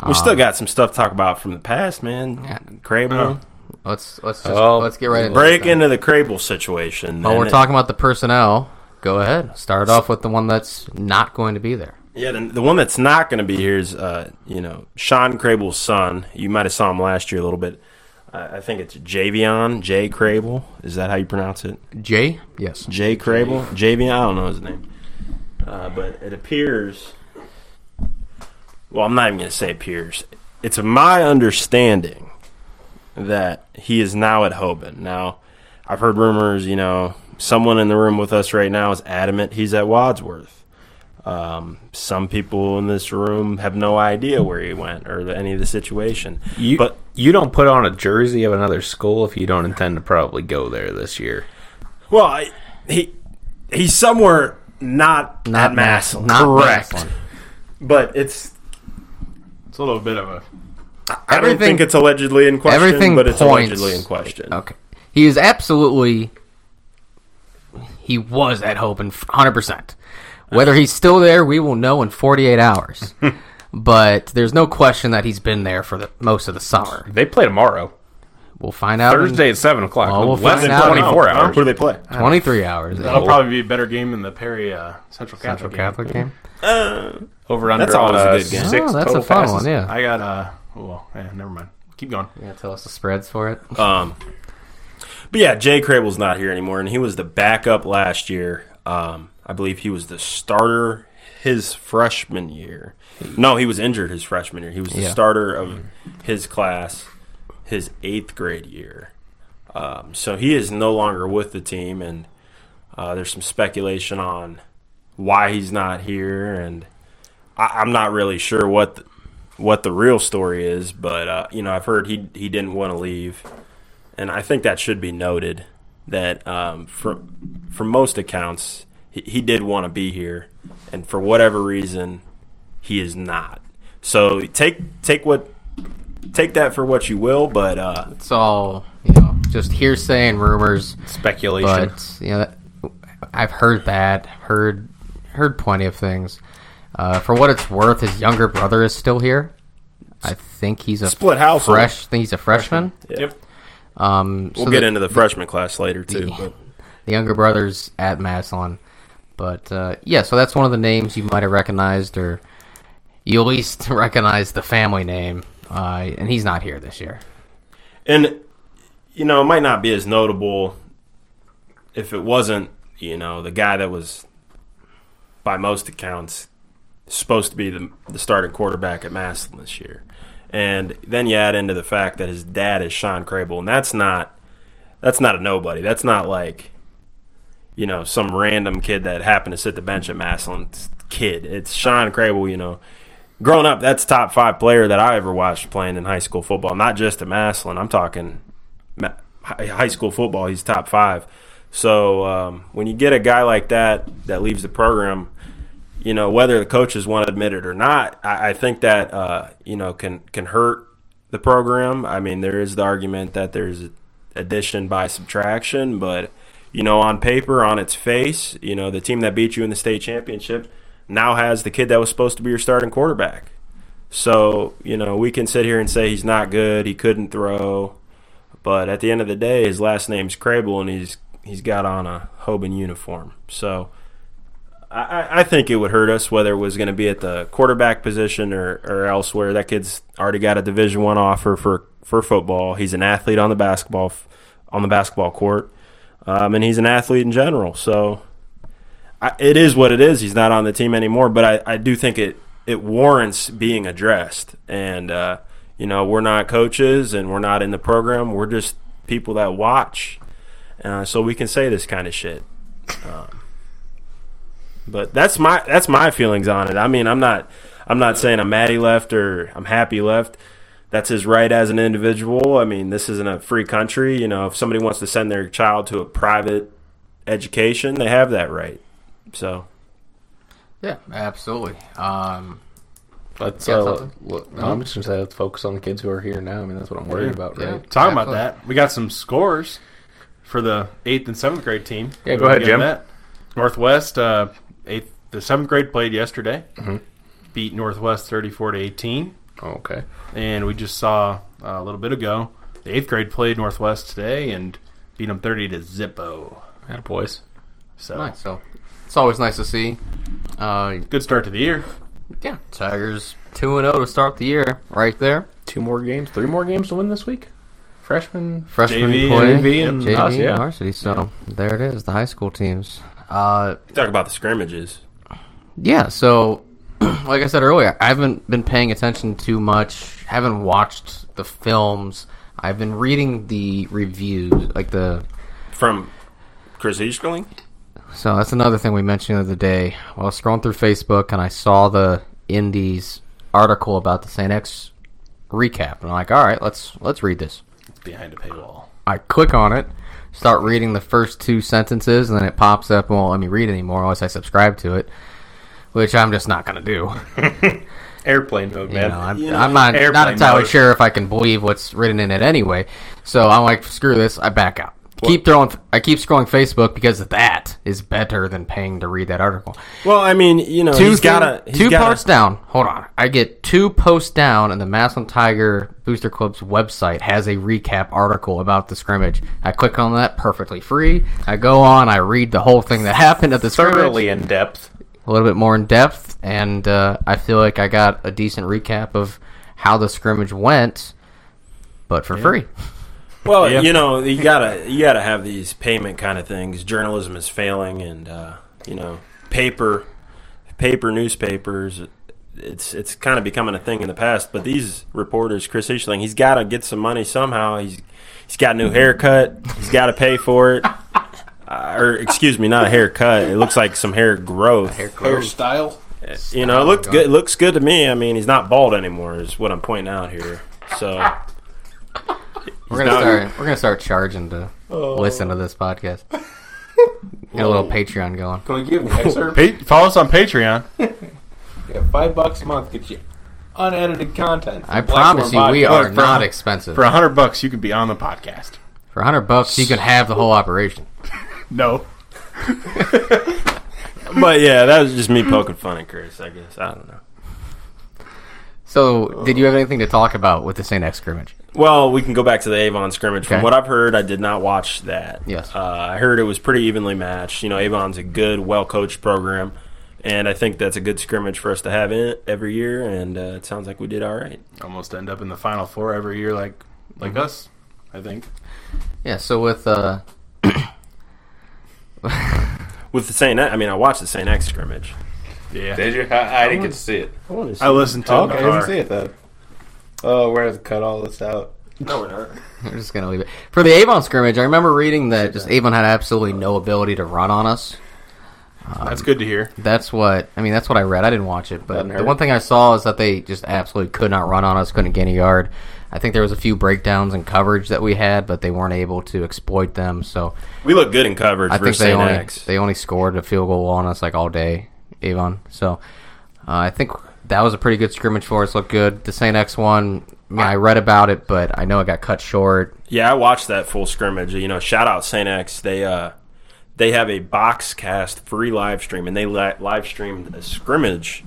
[SPEAKER 2] Um,
[SPEAKER 3] we still got some stuff to talk about from the past, man.
[SPEAKER 2] Oh.
[SPEAKER 3] Crable,
[SPEAKER 2] Let's let's just
[SPEAKER 4] Oh,
[SPEAKER 2] let's get right into
[SPEAKER 3] break
[SPEAKER 2] it.
[SPEAKER 3] into the Crable situation.
[SPEAKER 2] While
[SPEAKER 3] man.
[SPEAKER 2] we're talking about the personnel, go ahead. Start off with the one that's not going to be there.
[SPEAKER 3] Yeah, the, the one that's not going to be here is, uh, you know, Sean Crable's son. You might have saw him last year a little bit. I I think it's Javion Jay Crable. Is that how you pronounce it?
[SPEAKER 2] Jay? Yes.
[SPEAKER 3] Jay Crable, Javion, I don't know his name, uh, but it appears well, I'm not even going to say Pierce. It's my understanding that he is now at Hoban. Now, I've heard rumors, you know, someone in the room with us right now is adamant he's at Wadsworth. Um, some people in this room have no idea where he went or the, any of the situation.
[SPEAKER 6] You,
[SPEAKER 3] but
[SPEAKER 6] you don't put on a jersey of another school if you don't intend to probably go there this year.
[SPEAKER 3] well, I, he he's somewhere not
[SPEAKER 2] Not
[SPEAKER 3] at Massillon.
[SPEAKER 2] Not
[SPEAKER 3] correct.
[SPEAKER 2] Massillon.
[SPEAKER 3] But it's
[SPEAKER 4] It's a little bit of a.
[SPEAKER 3] I don't
[SPEAKER 2] Everything-
[SPEAKER 3] think it's allegedly in question,
[SPEAKER 2] everything
[SPEAKER 3] but it's
[SPEAKER 2] points-
[SPEAKER 3] allegedly in question.
[SPEAKER 2] Okay. He is absolutely. He was at Hoban 100%. Whether he's still there, we will know in 48 hours. but there's no question that he's been there for the most of the summer.
[SPEAKER 6] They play tomorrow,
[SPEAKER 2] We'll find out in
[SPEAKER 6] Thursday at seven o'clock.
[SPEAKER 2] Well, we'll
[SPEAKER 6] Less
[SPEAKER 2] find
[SPEAKER 6] than
[SPEAKER 2] out.
[SPEAKER 6] twenty four
[SPEAKER 3] Huh?
[SPEAKER 6] hours.
[SPEAKER 3] Who do they play?
[SPEAKER 2] 23 hours.
[SPEAKER 4] That'll probably be a better game than the Perry uh, Central Catholic.
[SPEAKER 2] Central Catholic
[SPEAKER 4] game.
[SPEAKER 2] game.
[SPEAKER 6] Over under.
[SPEAKER 3] That's always a
[SPEAKER 6] on, uh,
[SPEAKER 3] good game.
[SPEAKER 6] Six
[SPEAKER 2] oh, that's
[SPEAKER 6] total
[SPEAKER 2] a fun
[SPEAKER 6] passes.
[SPEAKER 2] one, yeah.
[SPEAKER 4] I got uh. Well, yeah, never mind. Keep going.
[SPEAKER 2] Yeah, tell us the spreads for it.
[SPEAKER 3] Um, but yeah, Jay Crable's not here anymore, and he was the backup last year. Um, I believe he was the starter his freshman year. No, he was injured his freshman year. He was the
[SPEAKER 2] Yeah.
[SPEAKER 3] starter of his class his eighth grade year. Um, so he is no longer with the team, and uh, there's some speculation on why he's not here, and I, I'm not really sure what the, what the real story is. But uh, you know, I've heard he he didn't want to leave, and I think that should be noted that um, from from most accounts he, he did want to be here, and for whatever reason he is not. So take take what take that for what you will, but uh,
[SPEAKER 2] It's all, you know, just hearsay and rumors.
[SPEAKER 6] Speculation.
[SPEAKER 2] But you know, that- I've heard that, heard heard plenty of things. Uh, for what it's worth, his younger brother is still here. I think he's a
[SPEAKER 3] Split household.
[SPEAKER 2] Fresh, think he's a freshman.
[SPEAKER 3] Yep.
[SPEAKER 2] Um,
[SPEAKER 3] we'll
[SPEAKER 2] so
[SPEAKER 3] get
[SPEAKER 2] the,
[SPEAKER 3] into the freshman class later too. But.
[SPEAKER 2] the younger brother's at Maslin, but uh, yeah, so that's one of the names you might have recognized, or you at least recognize the family name. Uh, and he's not here this year.
[SPEAKER 3] And you know, it might not be as notable if it wasn't, you know, the guy that was by most accounts supposed to be the, the starting quarterback at Maslin this year. And then you add into the fact that his dad is Sean Crable, and that's not that's not a nobody. That's not like you know, some random kid that happened to sit the bench at Maslin kid. It's Sean Crable, you know growing up, that's top five player that I ever watched playing in high school football. Not just at Maslin. I'm talking ma- hi- high school football. He's top five. So um, when you get a guy like that that leaves the program, you know whether the coaches want to admit it or not, I, I think that uh, you know can can hurt the program. I mean, there is the argument that there's addition by subtraction, but you know, on paper, on its face, you know, the team that beat you in the state championship now has the kid that was supposed to be your starting quarterback. So, you know, we can sit here and say he's not good, he couldn't throw, but at the end of the day, his last name's Crable and he's he's got on a Hoban uniform. So I, I- I think it would hurt us whether it was going to be at the quarterback position or, or elsewhere. That kid's already got a Division One offer for for football. He's an athlete on the basketball f- on the basketball court, um, and he's an athlete in general. So I, it is what it is. He's not on the team anymore, but I, I do think it it warrants being addressed. And uh, you know, we're not coaches and we're not in the program. We're just people that watch, uh, so we can say this kind of shit. But that's my that's my feelings on it. I mean, I'm not I'm not saying I'm mad he left or I'm happy he left. That's his right as an individual. I mean, this isn't a free country. You know, if somebody wants to send their child to a private education, they have that right. So
[SPEAKER 2] Yeah, absolutely. Um,
[SPEAKER 8] Let's,
[SPEAKER 2] Yeah,
[SPEAKER 8] uh,
[SPEAKER 2] something.
[SPEAKER 8] look, no, I'm just gonna say let's focus on the kids who are here now. I mean, that's what I'm worried about,
[SPEAKER 2] yeah.
[SPEAKER 8] right?
[SPEAKER 4] Talking about
[SPEAKER 2] Absolutely.
[SPEAKER 4] that, we got some scores for the eighth and seventh grade team.
[SPEAKER 8] Yeah,
[SPEAKER 4] We
[SPEAKER 8] go ahead,
[SPEAKER 4] can get
[SPEAKER 8] Jim.
[SPEAKER 4] that. Northwest uh, eighth, the seventh grade played yesterday.
[SPEAKER 8] Mm-hmm.
[SPEAKER 4] Beat Northwest thirty-four to eighteen,
[SPEAKER 8] Oh, okay.
[SPEAKER 4] and we just saw uh, a little bit ago the eighth grade played Northwest today and beat them thirty to zippo.
[SPEAKER 8] Yeah, boys.
[SPEAKER 4] So
[SPEAKER 2] nice. So it's always nice to see. Uh,
[SPEAKER 4] good start to the year.
[SPEAKER 2] yeah, Tigers two and zero to start the year, right there.
[SPEAKER 8] Two more games, three more games to win this week. Freshman.
[SPEAKER 2] Freshman
[SPEAKER 4] JV,
[SPEAKER 2] play,
[SPEAKER 8] JV, and
[SPEAKER 2] JV
[SPEAKER 8] us, yeah.
[SPEAKER 2] and varsity. So there it is, the high school teams. Uh,
[SPEAKER 3] talk about the scrimmages.
[SPEAKER 2] Yeah, so like I said earlier, I haven't been paying attention too much. Haven't watched the films. I've been reading the reviews, like the.
[SPEAKER 3] From Chris Easterling?
[SPEAKER 2] So that's another thing we mentioned the other day. While I was scrolling through Facebook, and I saw the Indies article about the Saint X recap, and I'm like, all right, let's let's read this.
[SPEAKER 4] It's behind a paywall.
[SPEAKER 2] I click on it, start reading the first two sentences, and then it pops up and won't let me read anymore unless I subscribe to it, which I'm just not going to do.
[SPEAKER 6] Airplane mode,
[SPEAKER 2] You
[SPEAKER 6] man.
[SPEAKER 2] know, I'm, I'm not not
[SPEAKER 6] airplane
[SPEAKER 2] entirely
[SPEAKER 6] mode.
[SPEAKER 2] sure if I can believe what's written in it anyway. So I'm like, screw this. I back out. Keep throwing. I keep scrolling Facebook because that is better than paying to read that article.
[SPEAKER 3] Well, I mean, you know,
[SPEAKER 2] 2
[SPEAKER 3] he's got
[SPEAKER 2] thing-
[SPEAKER 3] a he's
[SPEAKER 2] two
[SPEAKER 3] gotta-
[SPEAKER 2] parts down. Hold on, I get two posts down, and the Maslin Tiger Booster Club's website has a recap article about the scrimmage. I click on that, perfectly free. I go on, I read the whole thing that happened at the
[SPEAKER 6] Thoroughly
[SPEAKER 2] scrimmage,
[SPEAKER 6] in depth.
[SPEAKER 2] a little bit more in depth, and uh, I feel like I got a decent recap of how the scrimmage went, but for free.
[SPEAKER 3] Well, you know, you gotta you gotta have these payment kind of things. Journalism is failing, and uh, you know, paper paper newspapers. It's it's kind of becoming a thing in the past. But these reporters, Chris Eastling, he's got to get some money somehow. He's he's got a new haircut. He's got to pay for it. Uh, or excuse me, not a haircut. It looks like some hair growth.
[SPEAKER 8] Hairstyle.
[SPEAKER 3] You know, it looked good. It looks good to me. I mean, he's not bald anymore. Is what I'm pointing out here. So.
[SPEAKER 2] We're gonna
[SPEAKER 3] not-
[SPEAKER 2] start. We're gonna start charging to
[SPEAKER 3] Oh.
[SPEAKER 2] listen to this podcast. Get a little Patreon going.
[SPEAKER 8] Can we give an excerpt?
[SPEAKER 4] Pa- follow us on Patreon.
[SPEAKER 8] yeah, five bucks a month gets you unedited content.
[SPEAKER 2] I promise you, we
[SPEAKER 4] Look,
[SPEAKER 2] are
[SPEAKER 4] for-
[SPEAKER 2] not expensive.
[SPEAKER 4] For a hundred bucks, you can be on the podcast.
[SPEAKER 2] For 100 bucks, you can have the whole operation.
[SPEAKER 4] No,
[SPEAKER 3] But yeah, that was just me poking fun at Chris, I guess. I don't know.
[SPEAKER 2] So, did you have anything to talk about with the St. X scrimmage?
[SPEAKER 3] Well, we can go back to the Avon scrimmage. From
[SPEAKER 2] Okay.
[SPEAKER 3] what I've heard, I did not watch that.
[SPEAKER 2] Yes.
[SPEAKER 3] Uh, I heard it was pretty evenly matched. You know, Avon's a good, well coached program, and I think that's a good scrimmage for us to have in every year, and uh, it sounds like we did all right.
[SPEAKER 4] almost end up in the final four every year, like like
[SPEAKER 8] Mm-hmm.
[SPEAKER 4] us. I think.
[SPEAKER 2] Yeah, so with, uh,
[SPEAKER 3] With the St. I mean, I watched the St. X scrimmage.
[SPEAKER 4] Yeah,
[SPEAKER 8] Did you? I, I didn't get to see it.
[SPEAKER 4] I listened to
[SPEAKER 8] Okay, I
[SPEAKER 4] it.
[SPEAKER 8] didn't see it though. Oh, we're gonna cut all this out.
[SPEAKER 3] No, we're not.
[SPEAKER 2] I'm just going to leave it. For the Avon scrimmage, I remember reading that just Avon had absolutely no ability to run on us.
[SPEAKER 4] That's good to hear.
[SPEAKER 8] Oh,
[SPEAKER 2] That's what, I mean, that's what I read. I didn't watch it, but
[SPEAKER 8] Doesn't
[SPEAKER 2] the
[SPEAKER 8] hurt.
[SPEAKER 2] one thing I saw is that they just absolutely could not run on us, couldn't get a yard. I think there was a few breakdowns in coverage that we had, but they weren't able to exploit them, so
[SPEAKER 3] We look good in coverage
[SPEAKER 2] I think
[SPEAKER 3] versus
[SPEAKER 2] they
[SPEAKER 3] St.
[SPEAKER 2] only
[SPEAKER 3] X.
[SPEAKER 2] they only scored a field goal on us like all day, Avon. So uh, I think that was a pretty good scrimmage for us. Looked good. The Saint X one, I, mean, I read about it, but I know it got cut short.
[SPEAKER 3] Yeah, I watched that full scrimmage. You know, shout out Saint X. They uh, they have a Boxcast free live stream, and they li- live streamed a scrimmage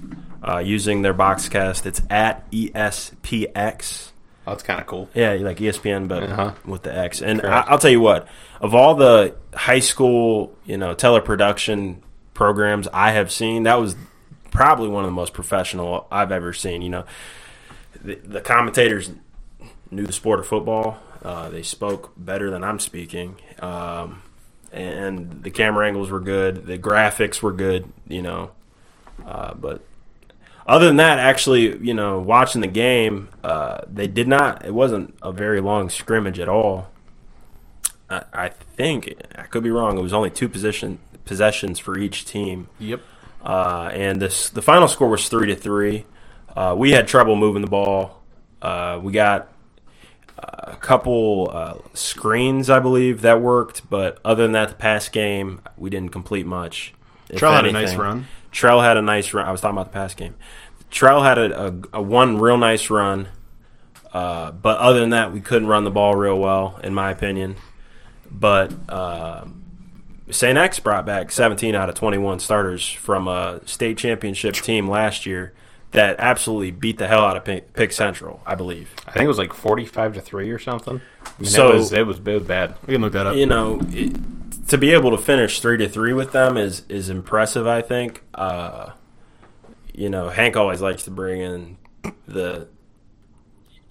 [SPEAKER 3] uh, using their Boxcast. It's at E ESPX.
[SPEAKER 8] Oh, that's kind of cool.
[SPEAKER 3] Yeah, like E ESPN, but with the X. And I, I'll tell you what, of all the high school, you know, teleproduction programs I have seen, that was probably one of the most professional I've ever seen. You know, the, the commentators knew the sport of football. Uh, they spoke better than I'm speaking. Um, and the camera angles were good. The graphics were good, you know. Uh, but other than that, actually, you know, watching the game, uh, they did not. It wasn't a very long scrimmage at all. I, I think I could be wrong. It was only two position possessions for each team.
[SPEAKER 4] Yep.
[SPEAKER 3] Uh, and this the final score was three to three. Uh, we had trouble moving the ball. Uh, we got a couple uh, screens, I believe, that worked, but other than that, the pass game we didn't complete much. if
[SPEAKER 4] Trell had a nice run.
[SPEAKER 3] Trell had a nice run. I was talking about the pass game. Trell had a, a, a one real nice run, uh, but other than that, we couldn't run the ball real well, in my opinion. But uh, St. X brought back 17 out of 21 starters from a state championship team last year that absolutely beat the hell out of Pick, Pick Central, I believe.
[SPEAKER 8] I think it was like forty-five to three or something. I mean,
[SPEAKER 3] So-
[SPEAKER 8] it was, it was it was bad.
[SPEAKER 4] We can look that up.
[SPEAKER 3] you know, it, to be able to finish three to three with them is is impressive. I think. Uh, you know, Hank always likes to bring in the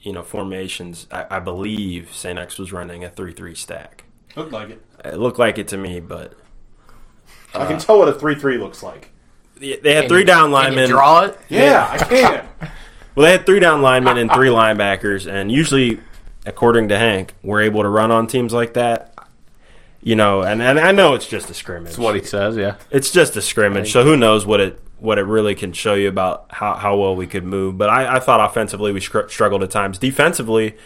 [SPEAKER 3] you know formations. I, I believe Saint X was running a three three stack.
[SPEAKER 4] Looked like it.
[SPEAKER 3] It looked like it to me, but
[SPEAKER 8] Uh,
[SPEAKER 4] I can tell what a three three looks like.
[SPEAKER 3] they had three down linemen.
[SPEAKER 2] draw it.
[SPEAKER 8] Yeah, I can.
[SPEAKER 3] Well, they had three down linemen and three linebackers, and usually, according to Hank, we're able to run on teams like that. You know, and, and I know it's just a scrimmage.
[SPEAKER 4] That's what he says, yeah.
[SPEAKER 3] It's just a scrimmage, so who knows what it what it really can show you about how, how well we could move. But I, I thought offensively we scr- struggled at times. Defensively,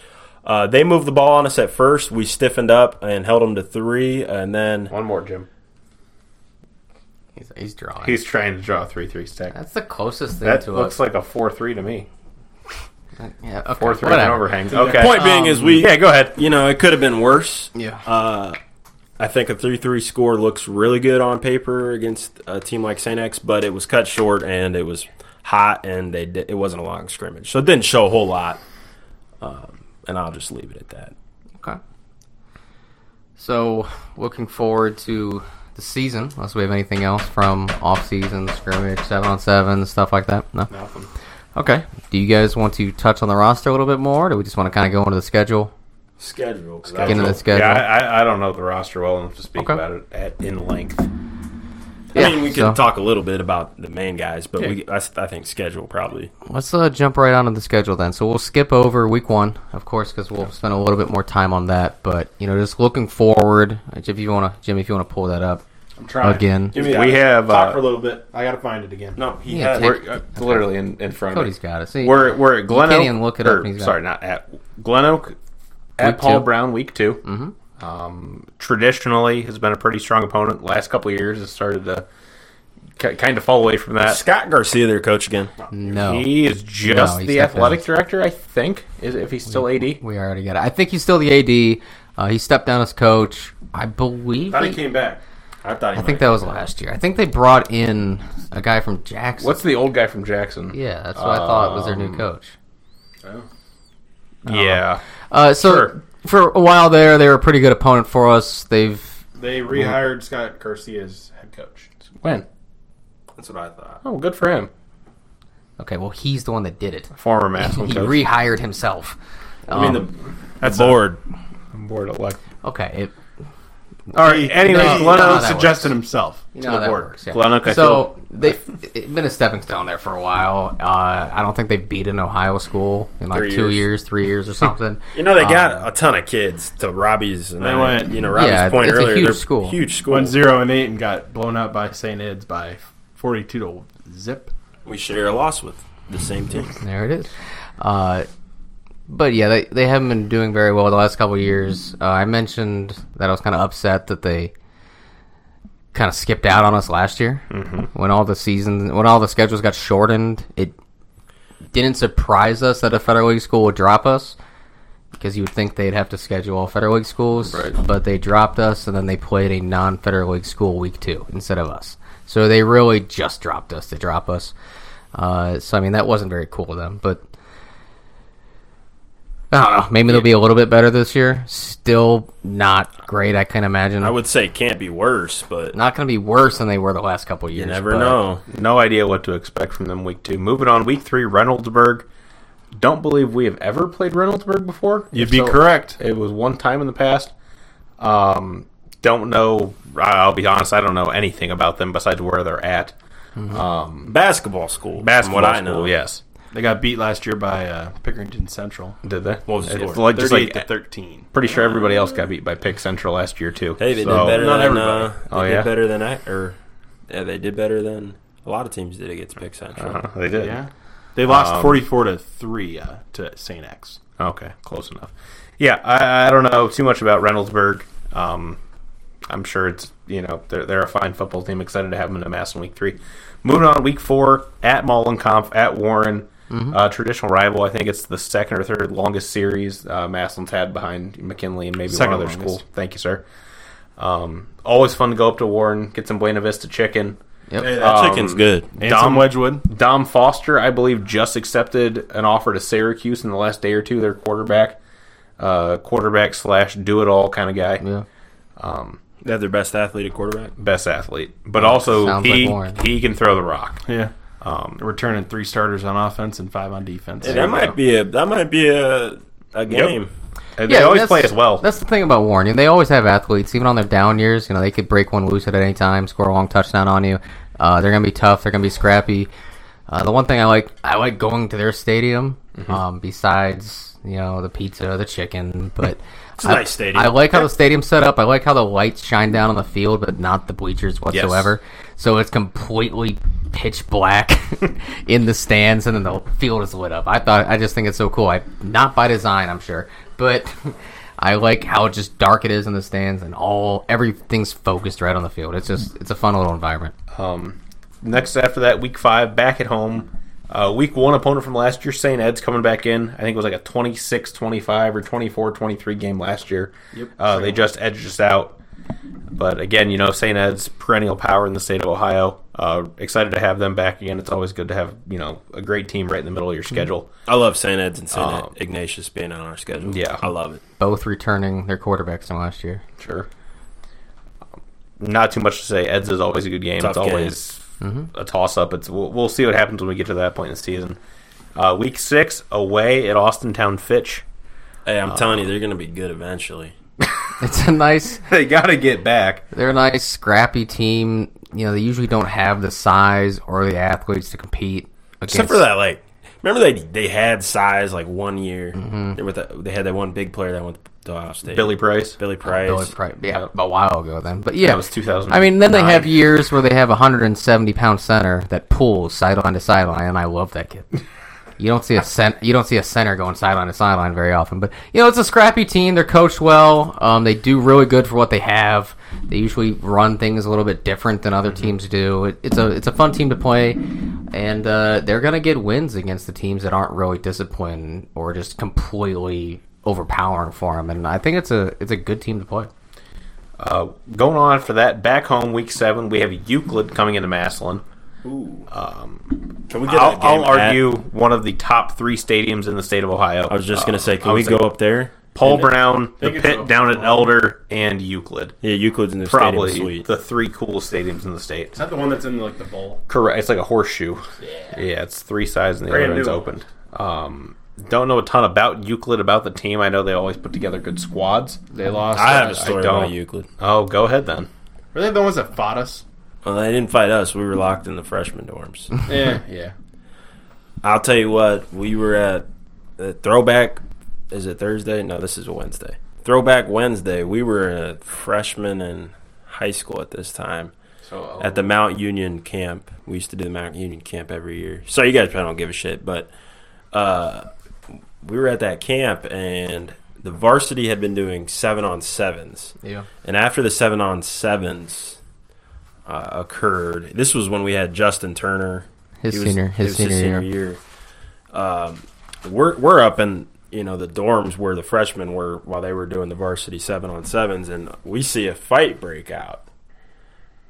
[SPEAKER 3] uh, they moved the ball on us at first. We stiffened up and held them to three, and then
[SPEAKER 4] One more, Jim.
[SPEAKER 2] He's, he's drawing.
[SPEAKER 4] He's trying to draw a 3 3 stack.
[SPEAKER 2] That's the closest thing
[SPEAKER 4] That
[SPEAKER 2] to
[SPEAKER 4] looks
[SPEAKER 2] us.
[SPEAKER 4] like a 4 3 to me.
[SPEAKER 2] yeah, okay,
[SPEAKER 4] 4 3
[SPEAKER 2] whatever.
[SPEAKER 4] overhang. Okay.
[SPEAKER 3] point being is we
[SPEAKER 4] Yeah, go ahead.
[SPEAKER 3] you know it could have been worse.
[SPEAKER 2] Yeah.
[SPEAKER 4] Uh,
[SPEAKER 3] I think a 3 3 score looks really good on paper against a team like St. X, but it was cut short and it was hot and they di- it wasn't a long scrimmage. So it didn't show a whole lot. Um, and I'll just leave it at that.
[SPEAKER 2] Okay. So, looking forward to the season, unless we have anything else from off-season, scrimmage, 7 on 7, stuff like that. No?
[SPEAKER 4] Nothing.
[SPEAKER 2] Okay. Do you guys want to touch on the roster a little bit more? Do we just want to kind of go into the schedule?
[SPEAKER 3] Schedule.
[SPEAKER 2] Get into the schedule?
[SPEAKER 4] Yeah, I, I- I don't know the roster well enough to speak
[SPEAKER 2] Okay.
[SPEAKER 4] about it at, in length.
[SPEAKER 3] I mean, we
[SPEAKER 2] so-
[SPEAKER 3] can talk a little bit about the main guys, but we, I, s- I think schedule probably.
[SPEAKER 2] Let's uh, jump right onto the schedule then. So we'll skip over week one, of course, because we'll spend a little bit more time on that. But you know, just looking forward. If you want to, Jimmy, if you want to pull that up
[SPEAKER 4] I'm trying.
[SPEAKER 2] again,
[SPEAKER 4] We have,
[SPEAKER 3] Talk
[SPEAKER 4] uh,
[SPEAKER 3] for a little bit.
[SPEAKER 4] I got to find it again.
[SPEAKER 3] No, he
[SPEAKER 2] Yeah,
[SPEAKER 3] had.
[SPEAKER 2] take-
[SPEAKER 4] We're, uh, literally in, in front of
[SPEAKER 2] Cody's
[SPEAKER 4] us.
[SPEAKER 2] got it. See,
[SPEAKER 4] We're, we're at Glen
[SPEAKER 2] can't
[SPEAKER 4] Oak.
[SPEAKER 2] even look it up,
[SPEAKER 4] or,
[SPEAKER 2] he's got
[SPEAKER 4] sorry,
[SPEAKER 2] it.
[SPEAKER 4] not at Glen Oak. At
[SPEAKER 2] Week
[SPEAKER 4] Paul
[SPEAKER 2] two.
[SPEAKER 4] Brown, week 2 Mm-hmm. Um, traditionally, has been a pretty strong opponent. Last couple of years, has started to ki kind of fall away from that.
[SPEAKER 3] Scott Garcia, their coach again.
[SPEAKER 2] no,
[SPEAKER 4] He is just
[SPEAKER 2] No, he's
[SPEAKER 4] the
[SPEAKER 2] not
[SPEAKER 4] athletic
[SPEAKER 2] finished.
[SPEAKER 4] director, I think. Is if he's still AD?
[SPEAKER 2] we already got it. I think he's still the AD. Uh, he stepped down as coach, I believe.
[SPEAKER 8] Thought he
[SPEAKER 2] he-
[SPEAKER 8] came back.
[SPEAKER 3] I thought. He
[SPEAKER 2] I think that was last year. I think they brought in a guy from Jackson.
[SPEAKER 4] What's the old guy from Jackson?
[SPEAKER 2] yeah, that's what I thought was their new coach.
[SPEAKER 4] Yeah.
[SPEAKER 2] Uh, so
[SPEAKER 4] Sure.
[SPEAKER 2] for a while there, they were a pretty good opponent for us. They've
[SPEAKER 8] They rehired Scott Garcia as head coach.
[SPEAKER 4] When?
[SPEAKER 3] That's what I thought.
[SPEAKER 4] Oh, good for him.
[SPEAKER 2] okay. Well, he's the one that did it.
[SPEAKER 4] Former Maslin
[SPEAKER 2] He
[SPEAKER 4] coach.
[SPEAKER 2] rehired himself. Um,
[SPEAKER 3] I mean, the, that's board.
[SPEAKER 4] I'm bored of luck.
[SPEAKER 2] Okay, it,
[SPEAKER 4] All right. Anyways,
[SPEAKER 2] No, no,
[SPEAKER 4] Leno
[SPEAKER 2] that
[SPEAKER 4] suggested himself
[SPEAKER 2] you
[SPEAKER 4] to
[SPEAKER 2] know how
[SPEAKER 4] the
[SPEAKER 2] that
[SPEAKER 4] board.
[SPEAKER 2] works, yeah.
[SPEAKER 4] Glen Oak, I
[SPEAKER 2] so they've it's been a stepping stone there for a while. Uh, I don't think they've beaten Ohio school in like
[SPEAKER 3] Three
[SPEAKER 2] two
[SPEAKER 3] years.
[SPEAKER 2] years. three years or something.
[SPEAKER 3] You know they got a ton of kids to Robbie's, and I
[SPEAKER 4] went-
[SPEAKER 3] you know Robbie's
[SPEAKER 2] Uh, Yeah,
[SPEAKER 3] point
[SPEAKER 2] it's a
[SPEAKER 3] earlier.
[SPEAKER 2] huge
[SPEAKER 3] they're
[SPEAKER 2] school.
[SPEAKER 3] huge school.
[SPEAKER 4] went zero and eight and got blown out by St. Ed's by forty-two to zip.
[SPEAKER 3] We share a loss with the same team.
[SPEAKER 2] there it is. Uh, but yeah, they, they haven't been doing very well the last couple of years. Uh, I mentioned that I was kind of upset that they kind of skipped out on us last year when all the seasons when all the schedules got shortened. It didn't surprise us that a federal league school would drop us because you would think they'd have to schedule all federal league schools, but they dropped us and then they played a non federal league school week two instead of us. So they really just dropped us to drop us. Uh, so I mean that wasn't very cool of them, but I don't know. Maybe they'll be a little bit better this year. Still not great, I can imagine
[SPEAKER 3] I would say it can't be worse, but
[SPEAKER 2] not going to be worse than they were the last couple years.
[SPEAKER 3] you never
[SPEAKER 2] but-
[SPEAKER 3] know.
[SPEAKER 4] No idea what to expect from them week two. Moving on, week three, Reynoldsburg. Don't believe we have ever played Reynoldsburg before. You'd
[SPEAKER 8] be
[SPEAKER 4] correct. It was one time in the past. Um, don't know. I'll be honest. I don't know anything about them besides where they're at.
[SPEAKER 3] Basketball school. from
[SPEAKER 4] Basketball
[SPEAKER 3] what I
[SPEAKER 4] school,
[SPEAKER 3] know.
[SPEAKER 4] yes.
[SPEAKER 8] They got beat last year by uh, Pickerington Central.
[SPEAKER 4] Did they?
[SPEAKER 3] What was the
[SPEAKER 4] it's
[SPEAKER 3] score?
[SPEAKER 4] like, just like
[SPEAKER 8] to 13.
[SPEAKER 4] pretty sure everybody else got beat by Pick Central last year too.
[SPEAKER 3] Hey, they
[SPEAKER 4] So-
[SPEAKER 3] did better
[SPEAKER 8] Not
[SPEAKER 3] than
[SPEAKER 8] everybody.
[SPEAKER 3] uh, they
[SPEAKER 4] Oh, yeah?
[SPEAKER 3] did better than I or yeah, they did better than a lot of teams did against Pick Central.
[SPEAKER 4] Uh, they did. Um,
[SPEAKER 8] Yeah. They lost 44 to 3 uh, to St. X.
[SPEAKER 4] Okay, close enough. Yeah, I, I don't know too much about Reynoldsburg. Um, I'm sure it's you know they're, they're a fine football team. Excited to have them in Mass in week three. Moving on, week four at Mullenkampf at Warren,
[SPEAKER 8] Mm-hmm.
[SPEAKER 4] uh, traditional rival. I think it's the second or third longest series uh, Maslin's had behind McKinley and maybe
[SPEAKER 8] Second
[SPEAKER 4] one other
[SPEAKER 8] longest.
[SPEAKER 4] school. Thank you, sir. Um, always fun to go up to Warren, get some Buena Vista chicken.
[SPEAKER 2] Yep.
[SPEAKER 3] that chicken's good.
[SPEAKER 8] And
[SPEAKER 4] Dom-
[SPEAKER 8] some Wedgwood.
[SPEAKER 4] Dom Foster, I believe, just accepted an offer to Syracuse in the last day or two. Their quarterback, uh, quarterback slash do it all kind of guy,
[SPEAKER 2] Yeah.
[SPEAKER 3] They have their best athlete at quarterback.
[SPEAKER 4] best athlete, but also
[SPEAKER 2] Sounds
[SPEAKER 4] he
[SPEAKER 2] like Warren.
[SPEAKER 4] he can throw the rock.
[SPEAKER 8] Yeah. Um, Returning three starters on offense and five on defense.
[SPEAKER 3] that might be a that might be a a game.
[SPEAKER 4] And they always
[SPEAKER 2] that's-
[SPEAKER 4] play as well.
[SPEAKER 2] That's the thing about Warren. They always have athletes, even on their down years. You know, they could break one loose at any time, score a long touchdown on you. Uh, they're gonna be tough. They're gonna be scrappy. Uh, the one thing I like, I like going to their stadium.
[SPEAKER 3] Mm-hmm.
[SPEAKER 2] Um, besides, you know, the pizza, the chicken, but
[SPEAKER 3] It's a nice stadium.
[SPEAKER 2] I like how the stadium's set up. I like how the lights shine down on the field, but not the bleachers whatsoever. So it's completely pitch black in the stands, and then the field is lit up. I thought I just think it's so cool. I not by design, I'm sure, but I like how just dark it is in the stands, and all everything's focused right on the field. It's just it's a fun little environment.
[SPEAKER 4] Um, next after that, week five, back at home. Uh, week one opponent from last year, St. Ed's coming back in. I think it was like a 26 25 or 24 23 game last year. Yep. Uh, they just edged us out. But again, you know, St. Ed's perennial power in the state of Ohio. Uh, excited to have them back again. It's always good to have, you know, a great team right in the middle of your schedule.
[SPEAKER 3] I love St. Ed's and St. Ignatius being on our schedule.
[SPEAKER 4] yeah.
[SPEAKER 3] I love it.
[SPEAKER 2] Both returning their quarterbacks from last year.
[SPEAKER 4] Sure. Not too much to say. Ed's is always a good game.
[SPEAKER 3] Tough Mm-hmm.
[SPEAKER 4] it's always a toss up. It's we'll, we'll see what happens when we get to that point in the season. Uh, week six away at Austin Town Fitch.
[SPEAKER 3] Hey, I'm telling you, they're going to be good eventually.
[SPEAKER 2] It's a nice
[SPEAKER 4] They got to get back.
[SPEAKER 2] They're a nice, scrappy team. You know, they usually don't have the size or the athletes to compete. Against.
[SPEAKER 3] Except for that, like, remember they they had size like one year. They, were the, they had that one big player that went to Ohio State.
[SPEAKER 4] Billy Price.
[SPEAKER 3] Billy Price.
[SPEAKER 2] Billy Price- yeah, a while ago then. But yeah,
[SPEAKER 4] That was 2000.
[SPEAKER 2] I mean, then they have years where they have a 170 pound center that pulls sideline to sideline, and I love that kid. You don't see a cent- you don't see a center going sideline to sideline very often, but you know it's a scrappy team. They're coached well. Um, they do really good for what they have. They usually run things a little bit different than other teams do. It, it's a it's a fun team to play, and uh, they're gonna get wins against the teams that aren't really disciplined or just completely overpowering for them. And I think it's a it's a good team to play.
[SPEAKER 4] Uh, going on for that, back home week seven, we have Euclid coming into Maslin.
[SPEAKER 3] Can we get
[SPEAKER 4] I'll,
[SPEAKER 3] that game
[SPEAKER 4] I'll
[SPEAKER 3] at-
[SPEAKER 4] argue one of the top three stadiums in the state of Ohio.
[SPEAKER 3] I was just going to say, can
[SPEAKER 4] Uh, I
[SPEAKER 3] we
[SPEAKER 4] was
[SPEAKER 3] go
[SPEAKER 4] like-
[SPEAKER 3] up there?
[SPEAKER 4] Paul Brown, the
[SPEAKER 8] could go-
[SPEAKER 4] Pit down at Elder, and Euclid.
[SPEAKER 3] Yeah, Euclid's in the
[SPEAKER 4] Probably
[SPEAKER 3] stadium suite.
[SPEAKER 4] the three coolest stadiums in the state.
[SPEAKER 8] that the one that's in like the bowl?
[SPEAKER 4] Correct. It's like a horseshoe. Yeah. it's three sides and the
[SPEAKER 8] Brand
[SPEAKER 4] other one's
[SPEAKER 8] new.
[SPEAKER 4] opened. Um, don't know a ton about Euclid about the team. I know they always put together good squads.
[SPEAKER 8] They lost.
[SPEAKER 3] I have
[SPEAKER 4] I
[SPEAKER 3] a story
[SPEAKER 4] don't.
[SPEAKER 3] about Euclid.
[SPEAKER 4] Oh, go ahead then.
[SPEAKER 8] Were they the ones that fought us?
[SPEAKER 3] Well, they didn't fight us. We were locked in the freshman dorms.
[SPEAKER 8] Yeah, yeah.
[SPEAKER 3] I'll tell you what, we were at the throwback. Is it Thursday? No, this is a Wednesday. Throwback Wednesday. We were a freshman in high school at this time
[SPEAKER 8] So uh,
[SPEAKER 3] at the Mount Union camp. We used to do the Mount Union camp every year. So you guys probably don't give a shit, but uh, we were at that camp and the varsity had been doing seven on sevens.
[SPEAKER 2] Yeah.
[SPEAKER 3] And after the seven on sevens uh, occurred, this was when we had Justin Turner.
[SPEAKER 2] His
[SPEAKER 3] He
[SPEAKER 2] senior-
[SPEAKER 3] he
[SPEAKER 2] his
[SPEAKER 3] was
[SPEAKER 2] senior year.
[SPEAKER 3] Um, we're we're up in you know the dorms where the freshmen were while they were doing the varsity seven on sevens, and we see a fight break out.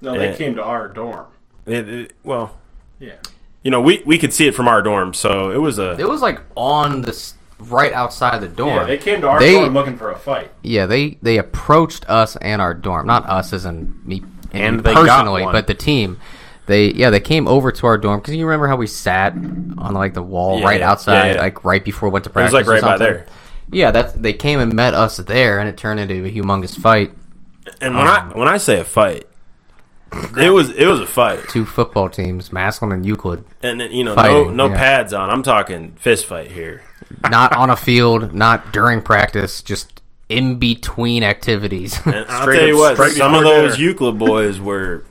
[SPEAKER 8] no, they
[SPEAKER 3] eh.
[SPEAKER 8] came to our dorm.
[SPEAKER 3] It- it- well,
[SPEAKER 8] Yeah.
[SPEAKER 3] you know we we could see it from our dorm, so it was a
[SPEAKER 2] It was like on this right outside the door.
[SPEAKER 8] Yeah, they came to our
[SPEAKER 2] They-
[SPEAKER 8] dorm looking for a fight.
[SPEAKER 2] Yeah, they they approached us and our dorm, not us as in me in
[SPEAKER 4] And
[SPEAKER 2] me
[SPEAKER 4] they got
[SPEAKER 2] personally,
[SPEAKER 4] one.
[SPEAKER 2] but the team. They yeah, they came over to our dorm because you remember how we sat on like the wall
[SPEAKER 3] Yeah,
[SPEAKER 2] right
[SPEAKER 3] yeah,
[SPEAKER 2] outside,
[SPEAKER 3] yeah.
[SPEAKER 2] like right before we went to
[SPEAKER 3] was,
[SPEAKER 2] practice.
[SPEAKER 3] like,
[SPEAKER 2] or
[SPEAKER 3] right by
[SPEAKER 2] something.
[SPEAKER 3] there.
[SPEAKER 2] Yeah, that's they came and met us there, and it turned into a humongous fight.
[SPEAKER 3] and when I when I say a fight, it was it was a fight.
[SPEAKER 2] Two football teams, Maslin and Euclid,
[SPEAKER 3] and then you know
[SPEAKER 2] Fighting,
[SPEAKER 3] no no
[SPEAKER 2] yeah.
[SPEAKER 3] pads on. I'm talking fist fight here.
[SPEAKER 2] not on a field, not during practice, just in between activities.
[SPEAKER 3] And I'll
[SPEAKER 4] Straight
[SPEAKER 3] tell you
[SPEAKER 4] up-
[SPEAKER 3] what,
[SPEAKER 4] straight
[SPEAKER 3] some of
[SPEAKER 4] before
[SPEAKER 3] those
[SPEAKER 4] dinner.
[SPEAKER 3] Euclid boys were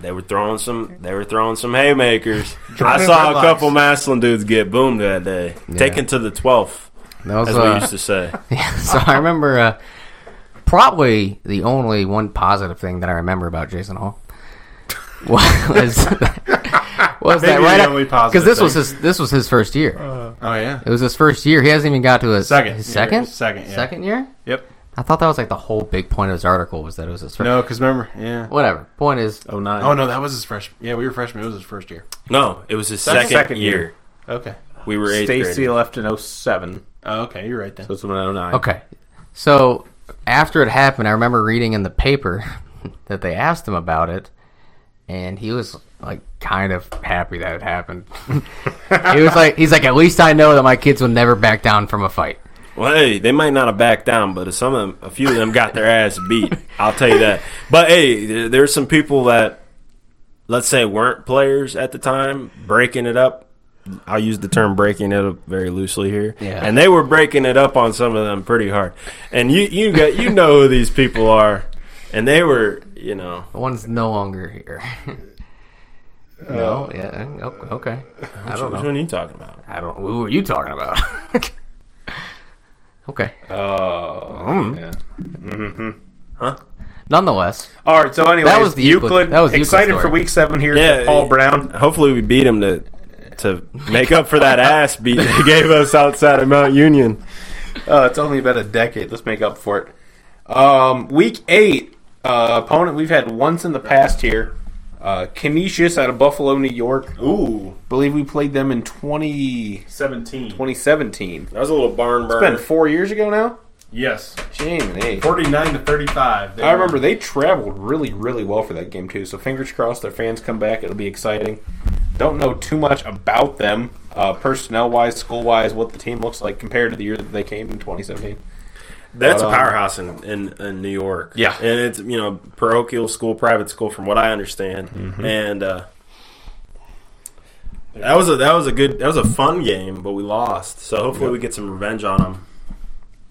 [SPEAKER 3] they were throwing some they were throwing some haymakers. I
[SPEAKER 8] in
[SPEAKER 3] saw a
[SPEAKER 8] dreadlocks.
[SPEAKER 3] couple Maslin dudes get boomed that day, taken to the twelfth,
[SPEAKER 2] That was,
[SPEAKER 3] as
[SPEAKER 2] uh,
[SPEAKER 3] we used to say.
[SPEAKER 2] so I remember uh, probably the only one positive thing that I remember about Jason Hall was was that
[SPEAKER 8] Maybe
[SPEAKER 2] right
[SPEAKER 8] the only positive
[SPEAKER 2] this was
[SPEAKER 8] thing.
[SPEAKER 2] his this was his first year.
[SPEAKER 8] Oh yeah.
[SPEAKER 2] it was his first year. He hasn't even got to his
[SPEAKER 8] Second
[SPEAKER 2] his
[SPEAKER 8] year.
[SPEAKER 2] second
[SPEAKER 8] Second, yeah.
[SPEAKER 2] second year.
[SPEAKER 8] Yep.
[SPEAKER 2] I thought that was like the whole big point of his article was that it was his first.
[SPEAKER 8] No, because remember, yeah.
[SPEAKER 2] Whatever. Point is,
[SPEAKER 4] Oh nine.
[SPEAKER 8] Oh no, that was his freshman. Yeah, we were freshmen. It was his first year.
[SPEAKER 3] No, it was his second,
[SPEAKER 4] second
[SPEAKER 3] year.
[SPEAKER 4] year.
[SPEAKER 8] Okay.
[SPEAKER 3] We were eighth
[SPEAKER 4] Stacy
[SPEAKER 3] grade.
[SPEAKER 4] left in 07.
[SPEAKER 8] Oh, okay, you're right then.
[SPEAKER 4] So it's been 09.
[SPEAKER 2] Okay. So after it happened, I remember reading in the paper that they asked him about it, and he was like kind of happy that it happened. he was like, he's like, at least I know that my kids will never back down from a fight.
[SPEAKER 3] Well, hey, they might not have backed down, but some of them, a few of them got their ass beat. I'll tell you that. But hey, there, there's some people that let's say weren't players at the time breaking it up. I'll use the term breaking it up very loosely here.
[SPEAKER 2] Yeah.
[SPEAKER 3] And they were breaking it up on some of them pretty hard. And you you got you know who these people are. And they were, you know,
[SPEAKER 2] The one's no longer here. no, yeah, o- okay. I
[SPEAKER 3] which
[SPEAKER 2] don't know.
[SPEAKER 3] one are you talking about?
[SPEAKER 2] I don't. Who are you talking about? okay.
[SPEAKER 4] Oh,
[SPEAKER 3] Huh?
[SPEAKER 2] Nonetheless,
[SPEAKER 4] All right, so anyway,
[SPEAKER 2] That was the Euclid- that was the Euclid
[SPEAKER 4] excited for
[SPEAKER 2] story.
[SPEAKER 4] week seven here.
[SPEAKER 3] Yeah,
[SPEAKER 4] Paul
[SPEAKER 3] yeah.
[SPEAKER 4] Brown.
[SPEAKER 3] Hopefully we beat them to to make up for that ass beat they gave us outside of Mount Union.
[SPEAKER 4] Uh, it's only about a decade. Let's make up for it. Um, week eight uh, opponent we've had once in the past here. Uh, Canisius out of Buffalo, New York.
[SPEAKER 3] Ooh.
[SPEAKER 4] believe we played them in 20,
[SPEAKER 6] Seventeen.
[SPEAKER 4] 2017.
[SPEAKER 3] That was a little barn burner.
[SPEAKER 4] It's been four years ago now.
[SPEAKER 6] Yes.
[SPEAKER 4] Jamie.
[SPEAKER 6] Forty-nine to thirty-five. They
[SPEAKER 4] I
[SPEAKER 6] were-
[SPEAKER 4] remember they traveled really, really well for that game too. So fingers crossed, their fans come back. It'll be exciting. Don't know too much about them, uh, personnel wise, school wise, what the team looks like compared to the year that they came in 2017.
[SPEAKER 3] That's a
[SPEAKER 4] But, um,
[SPEAKER 3] powerhouse in, in, in New York.
[SPEAKER 4] Yeah.
[SPEAKER 3] And it's, you know, parochial school, private school, from what I understand. And uh, that was a that was a good that was a fun game, but we lost. So hopefully we get some revenge on them.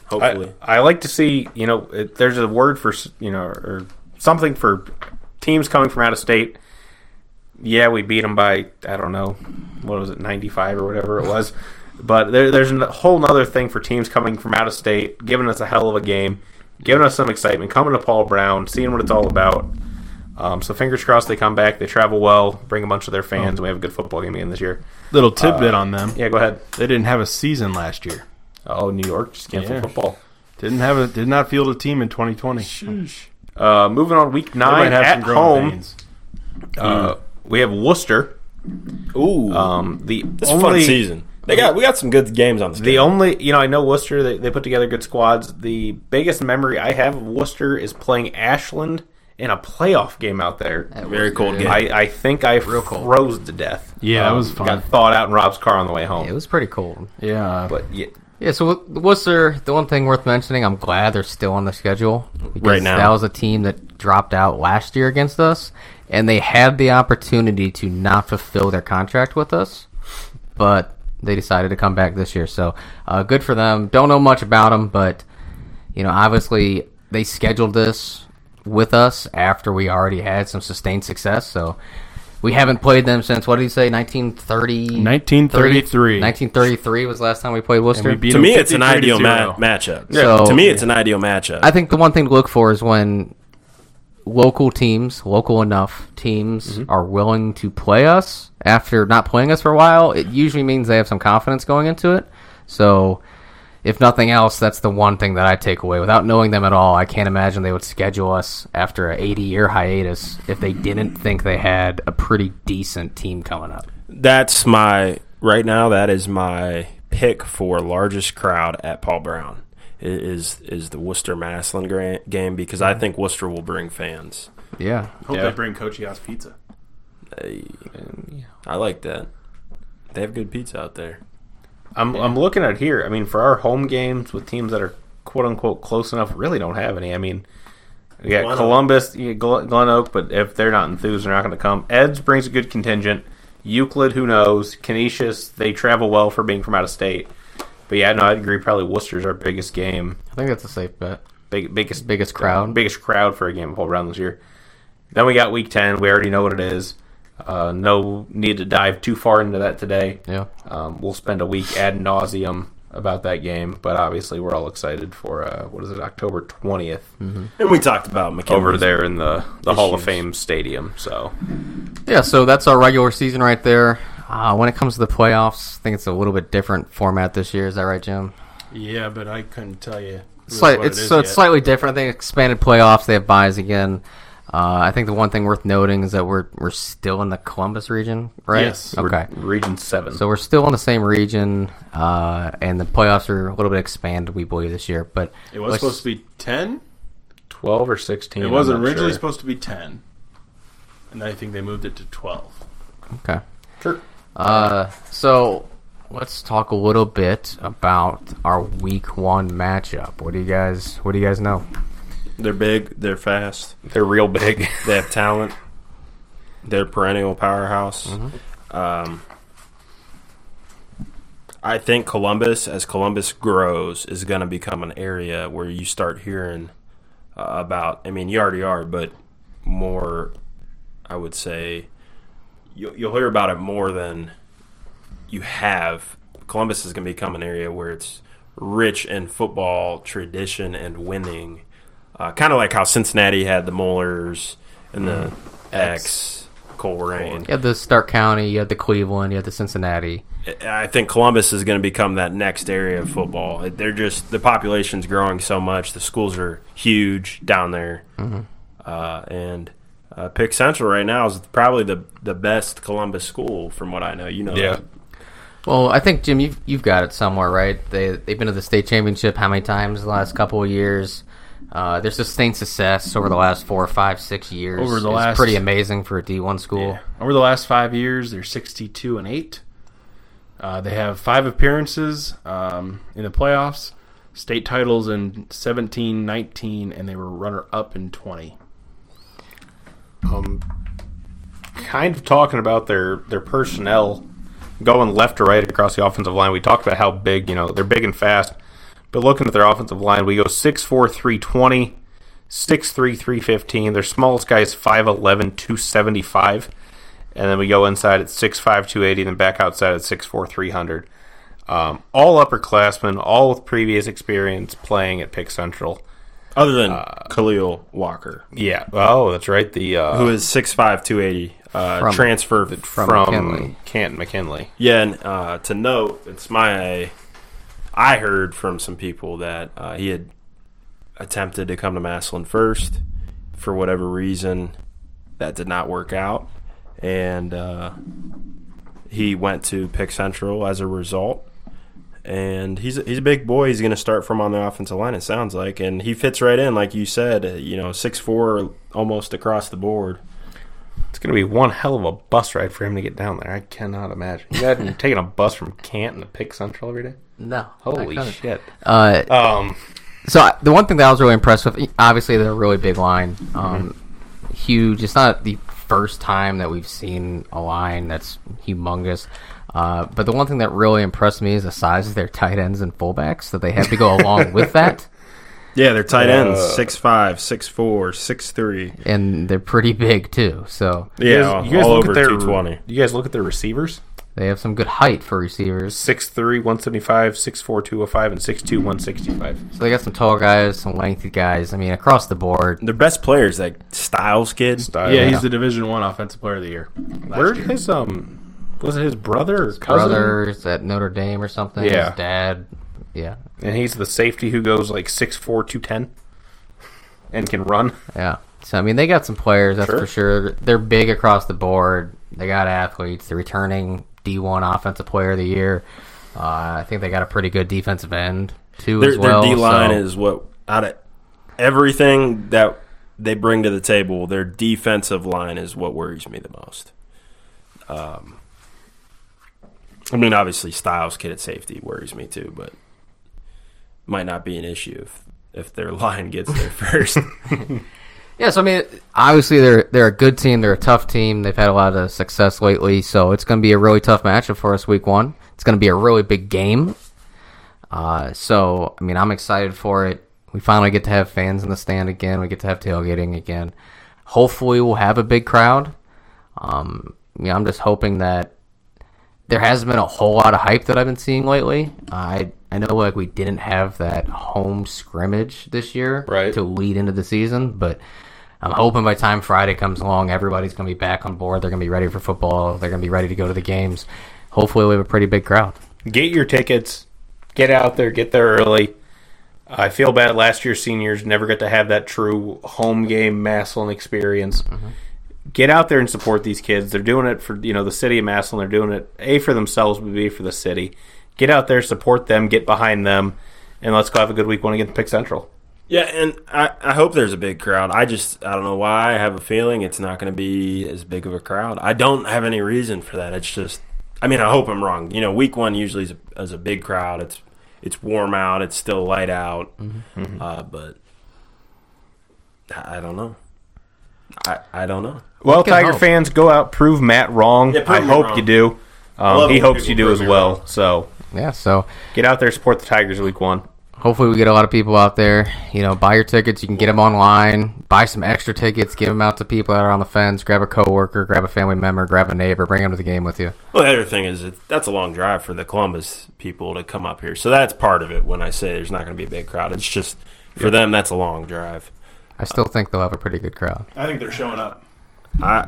[SPEAKER 3] Hopefully.
[SPEAKER 4] I, I like to see, you know, it, there's a word for, s- you know, or something for teams coming from out of state. Yeah, we beat them by, I don't know, what was it, 95 or whatever it was. But there, there's a whole other thing for teams coming from out of state, giving us a hell of a game, giving us some excitement, coming to Paul Brown, seeing what it's all about. Um, so fingers crossed they come back, they travel well, bring a bunch of their fans, and we have a good football game again this year.
[SPEAKER 6] little tidbit on them.
[SPEAKER 4] Yeah, go ahead.
[SPEAKER 6] They didn't have a season last year.
[SPEAKER 4] Oh, New York just canceled
[SPEAKER 6] Yeah.
[SPEAKER 4] football.
[SPEAKER 6] Didn't have a did not field a team in 2020.
[SPEAKER 4] Uh, moving on, week
[SPEAKER 6] They
[SPEAKER 4] nine
[SPEAKER 6] might have
[SPEAKER 4] at
[SPEAKER 6] some growing
[SPEAKER 4] home.
[SPEAKER 6] pains.
[SPEAKER 4] Uh, we have Worcester.
[SPEAKER 3] Ooh.
[SPEAKER 4] Um, the
[SPEAKER 3] it's a fun
[SPEAKER 4] only
[SPEAKER 3] season. They got we got some good games on the
[SPEAKER 4] the only you know I know Worcester they, they put together good squads. The biggest memory I have of Worcester is playing Ashland in a playoff game out there.
[SPEAKER 3] Very cold game.
[SPEAKER 4] I, I think I
[SPEAKER 2] cold.
[SPEAKER 4] froze to death. Um,
[SPEAKER 9] Yeah, that was fun.
[SPEAKER 4] Got thawed out in Rob's car on the way home.
[SPEAKER 2] it was pretty cold.
[SPEAKER 9] Yeah.
[SPEAKER 4] but yeah,
[SPEAKER 2] Yeah, so what- Worcester, the one thing worth mentioning, I'm glad they're still on the schedule. Because
[SPEAKER 3] Right now.
[SPEAKER 2] That was a team that dropped out last year against us, and they had the opportunity to not fulfill their contract with us, but they decided to come back this year. So uh, good for them. Don't know much about them, but, you know, obviously they scheduled this with us after we already had some sustained success. So we haven't played them since, what did he say, 1930?
[SPEAKER 9] 1933.
[SPEAKER 2] 1933 was the last time we played Worcester.
[SPEAKER 9] we beat
[SPEAKER 3] to
[SPEAKER 9] them
[SPEAKER 3] me it's an
[SPEAKER 9] 53 to
[SPEAKER 3] ideal ma-
[SPEAKER 9] zero.
[SPEAKER 3] matchup.
[SPEAKER 2] So-
[SPEAKER 3] to me it's an ideal matchup.
[SPEAKER 2] I think the one thing to look for is when local teams, local enough teams, are willing to play us after not playing us for a while. It usually means they have some confidence going into it. So, if nothing else, that's the one thing that I take away. Without knowing them at all, I can't imagine they would schedule us after an 80 year hiatus if they didn't think they had a pretty decent team coming up.
[SPEAKER 3] That's my right now. That is my pick for largest crowd at Paul Brown i- is is the Worcester Maslin gra- game because I think Worcester will bring fans.
[SPEAKER 2] Yeah.
[SPEAKER 6] Hope they bring Cochias pizza.
[SPEAKER 3] I like that. They have good pizza out there.
[SPEAKER 4] I'm I'm looking at here. I mean, for our home games with teams that are quote unquote close enough, really don't have any. I mean, we got
[SPEAKER 3] Glen Oak.
[SPEAKER 4] Columbus, you got Glen, Glen Oak, but if they're not enthused, they're not going to come. Eds brings a good contingent. Euclid, who knows? Canisius, they travel well for being from out of state. But yeah, no, I'd agree. Probably Worcester's our biggest game,
[SPEAKER 2] I think that's a safe bet.
[SPEAKER 4] big, biggest
[SPEAKER 2] Biggest crowd.
[SPEAKER 4] biggest crowd for a game of whole round this year. Then we got Week Ten. We already know what it is. Uh, no need to dive too far into that today.
[SPEAKER 2] Yeah.
[SPEAKER 4] Um, we'll spend a week ad nauseum about that game, but obviously we're all excited for uh, what is it, October 20th
[SPEAKER 2] Mm-hmm.
[SPEAKER 3] And we talked about McKinley.
[SPEAKER 4] over there in the, the Hall of Fame stadium. So
[SPEAKER 2] Yeah, so that's our regular season right there. Uh, when it comes to the playoffs, I think it's a little bit different format this year. Is that right, Jim?
[SPEAKER 6] Yeah, but I couldn't tell you.
[SPEAKER 2] Slight, it's so it's slightly different. I think expanded playoffs. They have buys again. Uh, I think the one thing worth noting is that we're we're still in the Columbus region, right?
[SPEAKER 6] Yes.
[SPEAKER 2] Okay.
[SPEAKER 4] Region Seven.
[SPEAKER 2] So we're still in the same region, uh, and the playoffs are a little bit expanded, we believe, this year. But
[SPEAKER 6] It was supposed to be ten.
[SPEAKER 4] 12 or 16.
[SPEAKER 6] It was
[SPEAKER 4] I'm not
[SPEAKER 6] originally
[SPEAKER 4] sure.
[SPEAKER 6] supposed to be ten, and I think they moved it to twelve.
[SPEAKER 2] okay.
[SPEAKER 4] Sure.
[SPEAKER 2] Uh, so let's talk a little bit about our Week One matchup. What do you guys What do you guys know?
[SPEAKER 3] They're big. They're fast.
[SPEAKER 4] They're real big.
[SPEAKER 3] They have talent. their perennial powerhouse. Um, I think Columbus, as Columbus grows, is going to become an area where you start hearing uh, about. I mean, you already are, but more. I would say you'll, you'll hear about it more than you have. Columbus is going to become an area where it's rich in football tradition and winning, uh, kind of like how Cincinnati had the Mullers and the X, Mm-hmm. Cole Rain.
[SPEAKER 2] You have the Stark County, you have the Cleveland, you have the Cincinnati.
[SPEAKER 3] I think Columbus is going to become that next area of football. They're just the population's growing so much. The schools are huge down there, uh, and uh, Pick Central right now is probably the the best Columbus school from what I know. You know, that.
[SPEAKER 2] Well, I think Jim, you've you've got it somewhere, right? They they've been to the state championship how many times the last couple of years? Uh, their sustained success over the last four, five, six years
[SPEAKER 6] Over the
[SPEAKER 2] is
[SPEAKER 6] last-
[SPEAKER 2] pretty amazing for a D one school.
[SPEAKER 6] Over the last five years, they're 62 and 8. Uh, they have five appearances um, in the playoffs, state titles in 17, 19, and they were runner up in 20.
[SPEAKER 4] um, kind of talking about their their personnel going left to right across the offensive line. We talked about how big, you know, they're big and fast. But looking at their offensive line, we go 6'4", 320, 6'3", 315. Their smallest guy is 5'11", 275. And then we go inside at 6'5", 280, and then back outside at 6'4", 300. Um, all upperclassmen, all with previous experience playing at Pick Central.
[SPEAKER 3] other than Khalil Walker,
[SPEAKER 4] Yeah. Oh, that's right. The uh,
[SPEAKER 3] who is 6'5", 280, uh,
[SPEAKER 2] From-
[SPEAKER 3] transfer
[SPEAKER 2] from McKinley.
[SPEAKER 4] Canton McKinley.
[SPEAKER 3] Yeah, and uh, to note, it's my. I heard from some people that uh, he had attempted to come to Maslin first. For whatever reason, that did not work out, and uh, he went to Pick Central as a result. And he's he's a big boy. He's going to start from on the offensive line. It sounds like, and he fits right in, like you said. uh, You know, six four, almost across the board.
[SPEAKER 4] It's going to be one hell of a bus ride for him to get down there. I cannot imagine. You had him taking a bus from Canton to Pick Central every day?
[SPEAKER 2] No,
[SPEAKER 4] Holy
[SPEAKER 2] I kinda-
[SPEAKER 4] shit.
[SPEAKER 2] Uh,
[SPEAKER 4] Um,
[SPEAKER 2] So I- the one thing that I was really impressed with, obviously, they're a really big line,
[SPEAKER 3] Mm-hmm.
[SPEAKER 2] um, huge. It's not the first time that we've seen a line that's humongous. Uh, but the one thing that really impressed me is the size of their tight ends and fullbacks that they have to go along with that,
[SPEAKER 3] Yeah, they're tight ends six five, six four, six three.
[SPEAKER 2] and they're pretty big too. So
[SPEAKER 3] Yeah,
[SPEAKER 4] you guys
[SPEAKER 3] all
[SPEAKER 4] look
[SPEAKER 3] over
[SPEAKER 4] at their
[SPEAKER 3] 220.
[SPEAKER 4] You guys look at their receivers
[SPEAKER 2] they have some good height for receivers.
[SPEAKER 4] 6'3, 175, 6'4, 205, and 6'2, 165.
[SPEAKER 2] So they got some tall guys, some lengthy guys. I mean, across the board.
[SPEAKER 3] Their best players, like Styles kid.
[SPEAKER 4] Style.
[SPEAKER 6] Yeah, he's the Division One Offensive Player of the Year.
[SPEAKER 4] Where'd his, um, was it his brother or cousin?
[SPEAKER 2] Brothers at Notre Dame or something.
[SPEAKER 4] Yeah.
[SPEAKER 2] His dad. Yeah.
[SPEAKER 4] And he's the safety who goes like 6'4, 210 and can run.
[SPEAKER 2] Yeah. So I mean, they got some players, that's for sure. They're big across the board. They got athletes. They're returning D1 Offensive Player of the Year. Uh, I think they got a pretty good defensive end too
[SPEAKER 3] Their,
[SPEAKER 2] as well.
[SPEAKER 3] their D line
[SPEAKER 2] so-
[SPEAKER 3] is what out of everything that they bring to the table. Their defensive line is what worries me the most. Um, I mean, obviously Styles kid at safety worries me too, but might not be an issue if if their line gets there first.
[SPEAKER 2] yeah. So I mean, obviously they're they're a good team. They're a tough team. They've had a lot of success lately. So it's going to be a really tough matchup for us week one. It's going to be a really big game. Uh, so I mean, I'm excited for it. We finally get to have fans in the stand again. We get to have tailgating again. Hopefully, we'll have a big crowd. Um, yeah, I'm just hoping that there hasn't been a whole lot of hype that I've been seeing lately. I I know like we didn't have that home scrimmage this year
[SPEAKER 4] Right.
[SPEAKER 2] to lead into the season, but I'm hoping by the time Friday comes along, everybody's gonna be back on board. They're gonna be ready for football. They're gonna be ready to go to the games. Hopefully, we have a pretty big crowd.
[SPEAKER 4] get your tickets, get out there, get there early. I feel bad last year seniors never got to have that true home game Maslin experience. Get out there and support these kids. They're doing it for you know the city of Maslin. They're doing it a for themselves, but b for the city. Get out there, support them, get behind them, and let's go have a good week one against Pick Central.
[SPEAKER 3] Yeah, and I, I hope there's a big crowd. I just I don't know why I have a feeling it's not going to be as big of a crowd. I don't have any reason for that. It's just I mean I hope I'm wrong. You know, week one usually is a, is a big crowd. It's it's warm out. It's still light out. Uh, but I I don't know. I, I don't know.
[SPEAKER 4] Well,
[SPEAKER 2] can
[SPEAKER 4] Tiger
[SPEAKER 2] hope.
[SPEAKER 4] fans, go out, prove Matt wrong.
[SPEAKER 3] Yeah, prove
[SPEAKER 4] I
[SPEAKER 3] me
[SPEAKER 4] hope
[SPEAKER 3] wrong.
[SPEAKER 4] you do.
[SPEAKER 3] love
[SPEAKER 4] Um, he
[SPEAKER 3] when
[SPEAKER 4] hopes
[SPEAKER 3] people
[SPEAKER 4] you do
[SPEAKER 3] prove
[SPEAKER 4] as
[SPEAKER 3] me
[SPEAKER 4] well.
[SPEAKER 3] wrong.
[SPEAKER 4] So
[SPEAKER 2] Yeah, so
[SPEAKER 4] get out there, support the Tigers week one.
[SPEAKER 2] hopefully we get a lot of people out there. You know, buy your tickets. You can get them online. Buy some extra tickets. Give them out to people that are on the fence. Grab a coworker. Grab a family member. Grab a neighbor. Bring them to the game with you.
[SPEAKER 3] Well, the other thing is it, that's a long drive for the Columbus people to come up here. So that's part of it when I say there's not going to be a big crowd. It's just for them, that's a long drive.
[SPEAKER 2] I still think they'll have a pretty good crowd.
[SPEAKER 6] I think they're showing up.
[SPEAKER 3] I,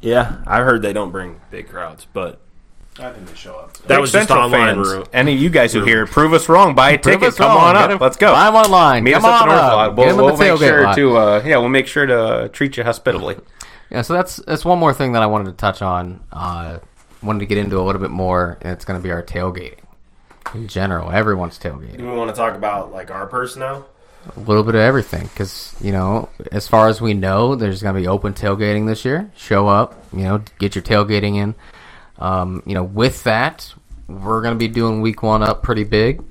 [SPEAKER 3] yeah, I heard they don't bring big crowds, but
[SPEAKER 6] I think they show up.
[SPEAKER 3] that was just
[SPEAKER 4] Central
[SPEAKER 3] online.
[SPEAKER 4] fans,
[SPEAKER 3] ru-
[SPEAKER 4] any of you guys who hear, prove us wrong. Buy a
[SPEAKER 2] Prove
[SPEAKER 4] ticket.
[SPEAKER 2] us
[SPEAKER 4] Come
[SPEAKER 2] wrong.
[SPEAKER 4] on
[SPEAKER 2] Get
[SPEAKER 4] up.
[SPEAKER 2] them-
[SPEAKER 4] Let's go.
[SPEAKER 2] Buy them online.
[SPEAKER 4] Meet
[SPEAKER 2] Come
[SPEAKER 4] us at
[SPEAKER 2] on
[SPEAKER 4] the North
[SPEAKER 2] up.
[SPEAKER 4] Lot.
[SPEAKER 2] Get
[SPEAKER 4] We'll,
[SPEAKER 2] 'em at
[SPEAKER 4] we'll
[SPEAKER 2] the
[SPEAKER 4] make
[SPEAKER 2] tailgate
[SPEAKER 4] sure
[SPEAKER 2] lot.
[SPEAKER 4] to uh, yeah, we'll make sure to uh, treat you hospitably.
[SPEAKER 2] Yeah, so that's that's one more thing that I wanted to touch on. Uh, wanted to get into a little bit more, and it's going to be our tailgating in general. Everyone's tailgating.
[SPEAKER 3] we want to talk about like our personnel?
[SPEAKER 2] a little bit of everything because you know as far as we know there's going to be open tailgating this year show up you know get your tailgating in um, you know with that we're going to be doing week one up pretty big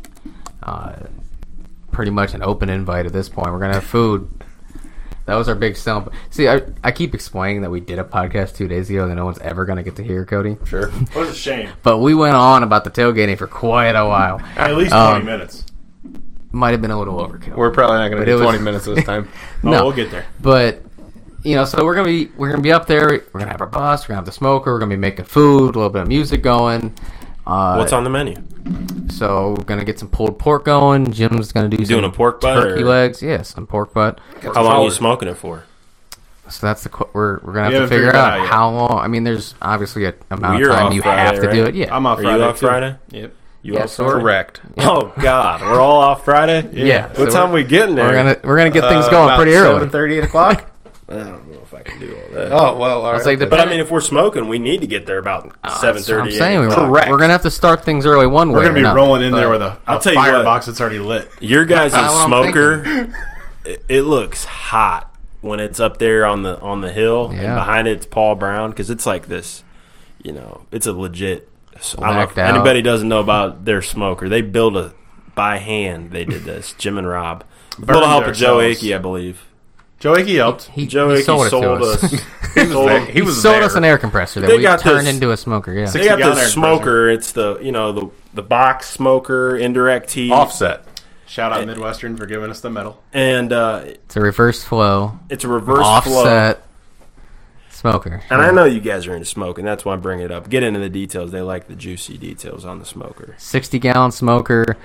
[SPEAKER 2] uh, pretty much an open invite at this point we're going to have food that was our big sell see I, I keep explaining that we did a podcast two days ago that no one's ever going to get to hear cody
[SPEAKER 4] Sure.
[SPEAKER 6] What a shame.
[SPEAKER 2] but we went on about the tailgating for quite a while
[SPEAKER 6] At least 20
[SPEAKER 2] Um,
[SPEAKER 6] minutes.
[SPEAKER 2] might have been a little overkill
[SPEAKER 4] We're probably not going
[SPEAKER 2] But
[SPEAKER 4] to
[SPEAKER 2] it
[SPEAKER 4] do
[SPEAKER 2] was-
[SPEAKER 4] 20 minutes this time.
[SPEAKER 6] Oh,
[SPEAKER 2] No.
[SPEAKER 6] we'll get there.
[SPEAKER 2] But you know, so we're gonna be we're gonna be up there. We're gonna have our bus. We're gonna have the smoker. We're gonna be making food. A little bit of music going. Uh,
[SPEAKER 3] What's on the menu?
[SPEAKER 2] So we're gonna get some pulled pork going. Jim's gonna do some
[SPEAKER 3] Doing a pork butt?
[SPEAKER 2] turkey
[SPEAKER 3] or-
[SPEAKER 2] legs. Yeah, some pork butt.
[SPEAKER 3] How long are you smoking it for?
[SPEAKER 2] So that's the qu- we're we're gonna have to
[SPEAKER 6] haven't
[SPEAKER 2] figure
[SPEAKER 6] figured that
[SPEAKER 2] out
[SPEAKER 6] out yet.
[SPEAKER 2] how long. I mean, there's obviously a amount
[SPEAKER 3] You're
[SPEAKER 2] of time
[SPEAKER 3] off
[SPEAKER 2] you
[SPEAKER 3] Friday,
[SPEAKER 2] have to do
[SPEAKER 3] right?
[SPEAKER 2] it. Yeah,
[SPEAKER 6] I'm off
[SPEAKER 3] Are
[SPEAKER 6] Friday.
[SPEAKER 3] you off
[SPEAKER 6] too.
[SPEAKER 3] Friday?
[SPEAKER 6] Yep.
[SPEAKER 3] You
[SPEAKER 2] Yeah,
[SPEAKER 3] off
[SPEAKER 2] so we're-
[SPEAKER 3] Friday?
[SPEAKER 4] Correct.
[SPEAKER 3] Oh God, we're all off Friday.
[SPEAKER 2] Yeah, so
[SPEAKER 3] what time we getting there? Uh,
[SPEAKER 2] we're gonna we're gonna get things
[SPEAKER 4] Uh,
[SPEAKER 2] going pretty early.
[SPEAKER 4] 7:30, 8 o'clock.
[SPEAKER 3] I don't know if I can do all that.
[SPEAKER 4] oh well, all
[SPEAKER 2] It's like the
[SPEAKER 3] But I mean, if we're smoking, we need to get there about seven
[SPEAKER 2] That's what I'm
[SPEAKER 3] thirty.
[SPEAKER 2] saying we're,
[SPEAKER 4] Correct.
[SPEAKER 2] we're gonna have to start things early one way.
[SPEAKER 6] We're going
[SPEAKER 2] or
[SPEAKER 6] to be
[SPEAKER 2] another,
[SPEAKER 6] rolling in
[SPEAKER 2] but-
[SPEAKER 6] there with a,
[SPEAKER 3] I'll
[SPEAKER 6] a
[SPEAKER 3] tell you what.
[SPEAKER 6] firebox that's already lit.
[SPEAKER 3] Your guys'
[SPEAKER 2] That's what I'm
[SPEAKER 3] smoker, it, it looks hot when it's up there on the on the hill, and
[SPEAKER 2] Yeah.
[SPEAKER 3] behind it's Paul Brown because it's like this. You know, it's a legit. I don't know if
[SPEAKER 2] Blacked out.
[SPEAKER 3] anybody doesn't know about their smoker. They build a by hand. They did this. Jim and Rob, with a little help of Joe
[SPEAKER 6] ourselves.
[SPEAKER 3] Akey, I believe.
[SPEAKER 6] Joe Icky helped.
[SPEAKER 2] He,
[SPEAKER 3] Joe
[SPEAKER 2] he
[SPEAKER 3] Akey
[SPEAKER 2] sold
[SPEAKER 3] sold,
[SPEAKER 2] it to us.
[SPEAKER 3] us. Sold us-
[SPEAKER 4] he
[SPEAKER 2] He
[SPEAKER 4] was
[SPEAKER 2] sold
[SPEAKER 4] there.
[SPEAKER 2] us an air compressor that
[SPEAKER 3] They
[SPEAKER 2] we
[SPEAKER 3] got
[SPEAKER 2] turned
[SPEAKER 3] this-
[SPEAKER 2] into a smoker. Yeah,
[SPEAKER 3] They got
[SPEAKER 6] 60 gallon
[SPEAKER 3] the
[SPEAKER 6] air
[SPEAKER 3] smoker. It's the you know the the box smoker, indirect heat,
[SPEAKER 4] offset.
[SPEAKER 6] Shout out Midwestern for giving us the medal.
[SPEAKER 3] and uh,
[SPEAKER 2] it's a reverse flow,
[SPEAKER 3] it's a reverse flow.
[SPEAKER 2] offset smoker.
[SPEAKER 3] And I know you guys are into smoking. That's why I'm bringing it up. Get into the details. They like the juicy details on the smoker.
[SPEAKER 2] Sixty gallon smoker,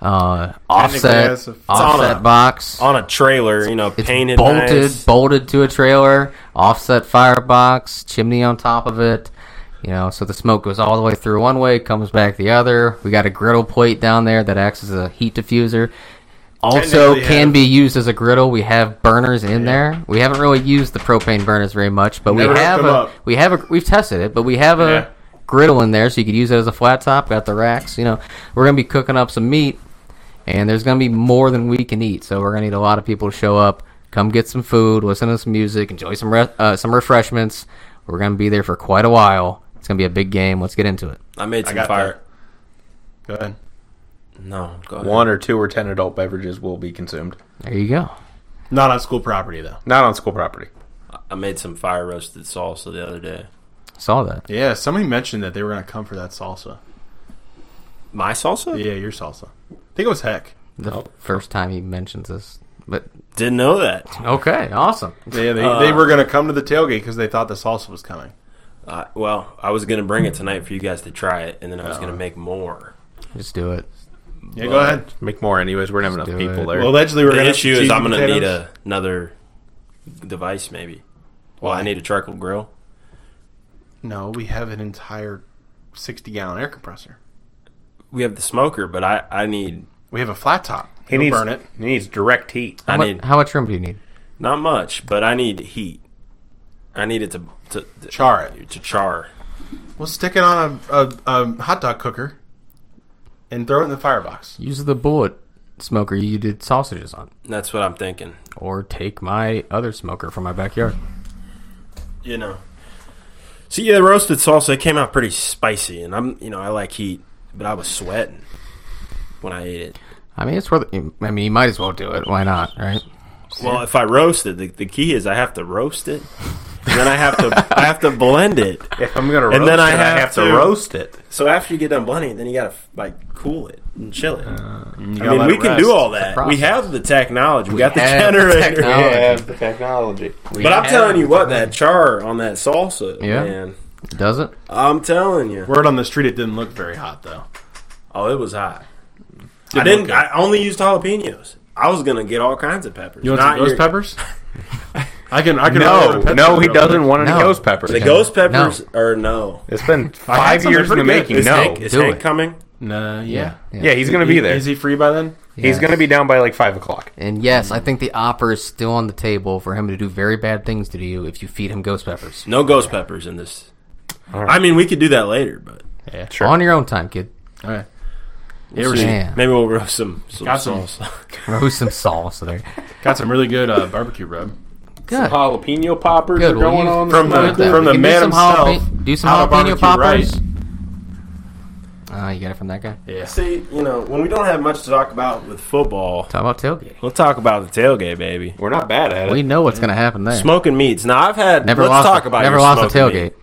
[SPEAKER 2] uh,
[SPEAKER 6] it's
[SPEAKER 2] offset
[SPEAKER 6] a- it's
[SPEAKER 2] offset
[SPEAKER 3] on a-
[SPEAKER 2] box.
[SPEAKER 3] On a trailer, you know,
[SPEAKER 2] It's
[SPEAKER 3] painted
[SPEAKER 2] bolted
[SPEAKER 3] nice.
[SPEAKER 2] bolted to a trailer, offset firebox, chimney on top of it. You know, so the smoke goes all the way through one way, comes back the other. We got a griddle plate down there that acts as a heat diffuser. Also,
[SPEAKER 6] Technically, yeah.
[SPEAKER 2] can be used as a griddle. We have burners in there. We haven't really used the propane burners very much, but we
[SPEAKER 6] Never hooked
[SPEAKER 2] have
[SPEAKER 6] them
[SPEAKER 2] a
[SPEAKER 6] up.
[SPEAKER 2] we have a we've tested it, but we have a
[SPEAKER 6] Yeah.
[SPEAKER 2] griddle in there, so you could use it as a flat top. Got the racks. You know, we're gonna be cooking up some meat and there's going to be more than we can eat. So we're going to need a lot of people to show up, come get some food, listen to some music, enjoy some re- uh, some refreshments. We're going to be there for quite a while. It's going to be a big game. Let's get into it.
[SPEAKER 3] I made some
[SPEAKER 6] got
[SPEAKER 3] fire.
[SPEAKER 6] Go ahead.
[SPEAKER 3] No, go ahead.
[SPEAKER 4] One or two or ten adult beverages will be consumed.
[SPEAKER 2] There you go.
[SPEAKER 6] Not on school property, though.
[SPEAKER 4] Not on school property.
[SPEAKER 3] I made some fire roasted salsa the other day.
[SPEAKER 2] Saw that.
[SPEAKER 6] Yeah, somebody mentioned that they were going to come for that salsa.
[SPEAKER 3] My salsa?
[SPEAKER 6] Yeah, your salsa. I think it was Heck.
[SPEAKER 2] The first time he mentions this. But
[SPEAKER 3] Didn't know that.
[SPEAKER 2] okay, awesome.
[SPEAKER 6] Yeah, they, they were going to come to the tailgate because they thought the salsa was coming.
[SPEAKER 3] Uh, well, I was gonna bring it tonight for you guys to try it, and then I was gonna make more.
[SPEAKER 2] Just do it.
[SPEAKER 6] Yeah, go ahead.
[SPEAKER 4] Make more, anyways. We're not enough
[SPEAKER 2] do
[SPEAKER 4] people
[SPEAKER 2] it.
[SPEAKER 4] there.
[SPEAKER 6] Well, allegedly, we're
[SPEAKER 3] The
[SPEAKER 6] going to
[SPEAKER 3] issue is I'm gonna need a, another device, maybe. Well, I need a charcoal grill.
[SPEAKER 6] No, we have an entire 60 gallon air compressor.
[SPEAKER 3] We have the smoker, but I, I need
[SPEAKER 6] We have a flat top.
[SPEAKER 4] he
[SPEAKER 6] It'll
[SPEAKER 4] needs
[SPEAKER 6] burn it.
[SPEAKER 4] He needs direct heat.
[SPEAKER 3] I
[SPEAKER 2] What-
[SPEAKER 3] need
[SPEAKER 2] how much room do you need?
[SPEAKER 3] Not much, but I need heat. I need it to to, to,
[SPEAKER 6] Char it.
[SPEAKER 3] to char.
[SPEAKER 6] We'll stick it on a, a, a hot dog cooker and throw it in the firebox.
[SPEAKER 2] Use the bullet smoker you did sausages on,
[SPEAKER 3] That's what I'm thinking.
[SPEAKER 2] or take my other smoker from my backyard.
[SPEAKER 3] You know. So yeah, the roasted salsa it came out pretty spicy, and I'm you know I like heat, but I was sweating when I ate it.
[SPEAKER 2] I mean, it's worth. I mean, you might as well do it. Why not? Right?
[SPEAKER 3] Well, if I roast it, the, the key is I have to roast it. And then I have to I have to blend it.
[SPEAKER 4] If I'm gonna roast
[SPEAKER 3] And then I
[SPEAKER 4] it,
[SPEAKER 3] have
[SPEAKER 4] have to,
[SPEAKER 3] to-
[SPEAKER 4] roast it.
[SPEAKER 3] So after you get done blending, it, then you gotta like cool it and chill it. I
[SPEAKER 4] gotta
[SPEAKER 3] mean,
[SPEAKER 4] let
[SPEAKER 3] we
[SPEAKER 4] it
[SPEAKER 3] can
[SPEAKER 4] rest.
[SPEAKER 3] do all that. We
[SPEAKER 2] process.
[SPEAKER 3] have the technology. We, got the
[SPEAKER 2] have the
[SPEAKER 3] generator.
[SPEAKER 2] technology. Yeah,
[SPEAKER 8] Yeah, the technology.
[SPEAKER 2] We
[SPEAKER 3] But I'm
[SPEAKER 2] have-
[SPEAKER 3] telling you what, that char on that salsa,
[SPEAKER 2] Yeah.
[SPEAKER 3] man.
[SPEAKER 2] does it.
[SPEAKER 3] I'm telling you.
[SPEAKER 4] Word on the street, it didn't look very hot though.
[SPEAKER 3] Oh, it was hot. I didn't. I only used jalapenos. I was gonna get all kinds of peppers.
[SPEAKER 4] You want some
[SPEAKER 3] Not
[SPEAKER 4] ghost
[SPEAKER 3] your-
[SPEAKER 4] peppers? I can. I can.
[SPEAKER 6] No, no, he doesn't want any
[SPEAKER 2] No.
[SPEAKER 6] ghost peppers.
[SPEAKER 3] The ghost peppers are no.
[SPEAKER 6] It's been five
[SPEAKER 4] something
[SPEAKER 6] years in the
[SPEAKER 4] pretty good.
[SPEAKER 6] making.
[SPEAKER 3] Is
[SPEAKER 6] No,
[SPEAKER 3] Hank, is
[SPEAKER 2] do
[SPEAKER 3] Hank
[SPEAKER 2] it.
[SPEAKER 3] coming?
[SPEAKER 4] No. Yeah. E-,
[SPEAKER 6] yeah, he's gonna be there.
[SPEAKER 4] Is he free by then?
[SPEAKER 6] He's gonna be down by like five o'clock.
[SPEAKER 2] And yes, I think the offer is still on the table for him to do very bad things to you if you feed him ghost peppers.
[SPEAKER 3] No ghost peppers in this.
[SPEAKER 6] right.
[SPEAKER 3] I mean, we could do that later, but
[SPEAKER 6] Sure.
[SPEAKER 2] On your own time, kid.
[SPEAKER 4] All right.
[SPEAKER 3] Yeah, we're-
[SPEAKER 2] Yeah.
[SPEAKER 3] maybe we'll roast some, some
[SPEAKER 4] Got some-
[SPEAKER 3] sauce.
[SPEAKER 2] Roast some sauce there.
[SPEAKER 4] Got some really good uh, barbecue rub.
[SPEAKER 2] Good.
[SPEAKER 8] Jalapeno poppers
[SPEAKER 2] Good.
[SPEAKER 8] are going
[SPEAKER 2] Well, you-
[SPEAKER 8] on.
[SPEAKER 4] From the
[SPEAKER 2] Look at that.
[SPEAKER 4] from the
[SPEAKER 2] We can
[SPEAKER 4] man
[SPEAKER 2] do some jalap-
[SPEAKER 4] himself.
[SPEAKER 2] do some
[SPEAKER 4] how to
[SPEAKER 2] jalapeno
[SPEAKER 4] barbecue
[SPEAKER 2] poppers. Ah, you got it from that guy.
[SPEAKER 4] Yeah.
[SPEAKER 3] See, you know, when we don't have much to talk about with football,
[SPEAKER 2] Talk about tailgate.
[SPEAKER 3] we'll talk about the tailgate, baby.
[SPEAKER 6] We're not bad at it.
[SPEAKER 2] We know what's going to happen there.
[SPEAKER 3] Smoking meats. Now I've had.
[SPEAKER 2] never
[SPEAKER 3] let's
[SPEAKER 2] lost.
[SPEAKER 3] talk
[SPEAKER 2] a,
[SPEAKER 3] about
[SPEAKER 2] never
[SPEAKER 3] your
[SPEAKER 2] lost a
[SPEAKER 3] smoking
[SPEAKER 2] tailgate.
[SPEAKER 3] meat.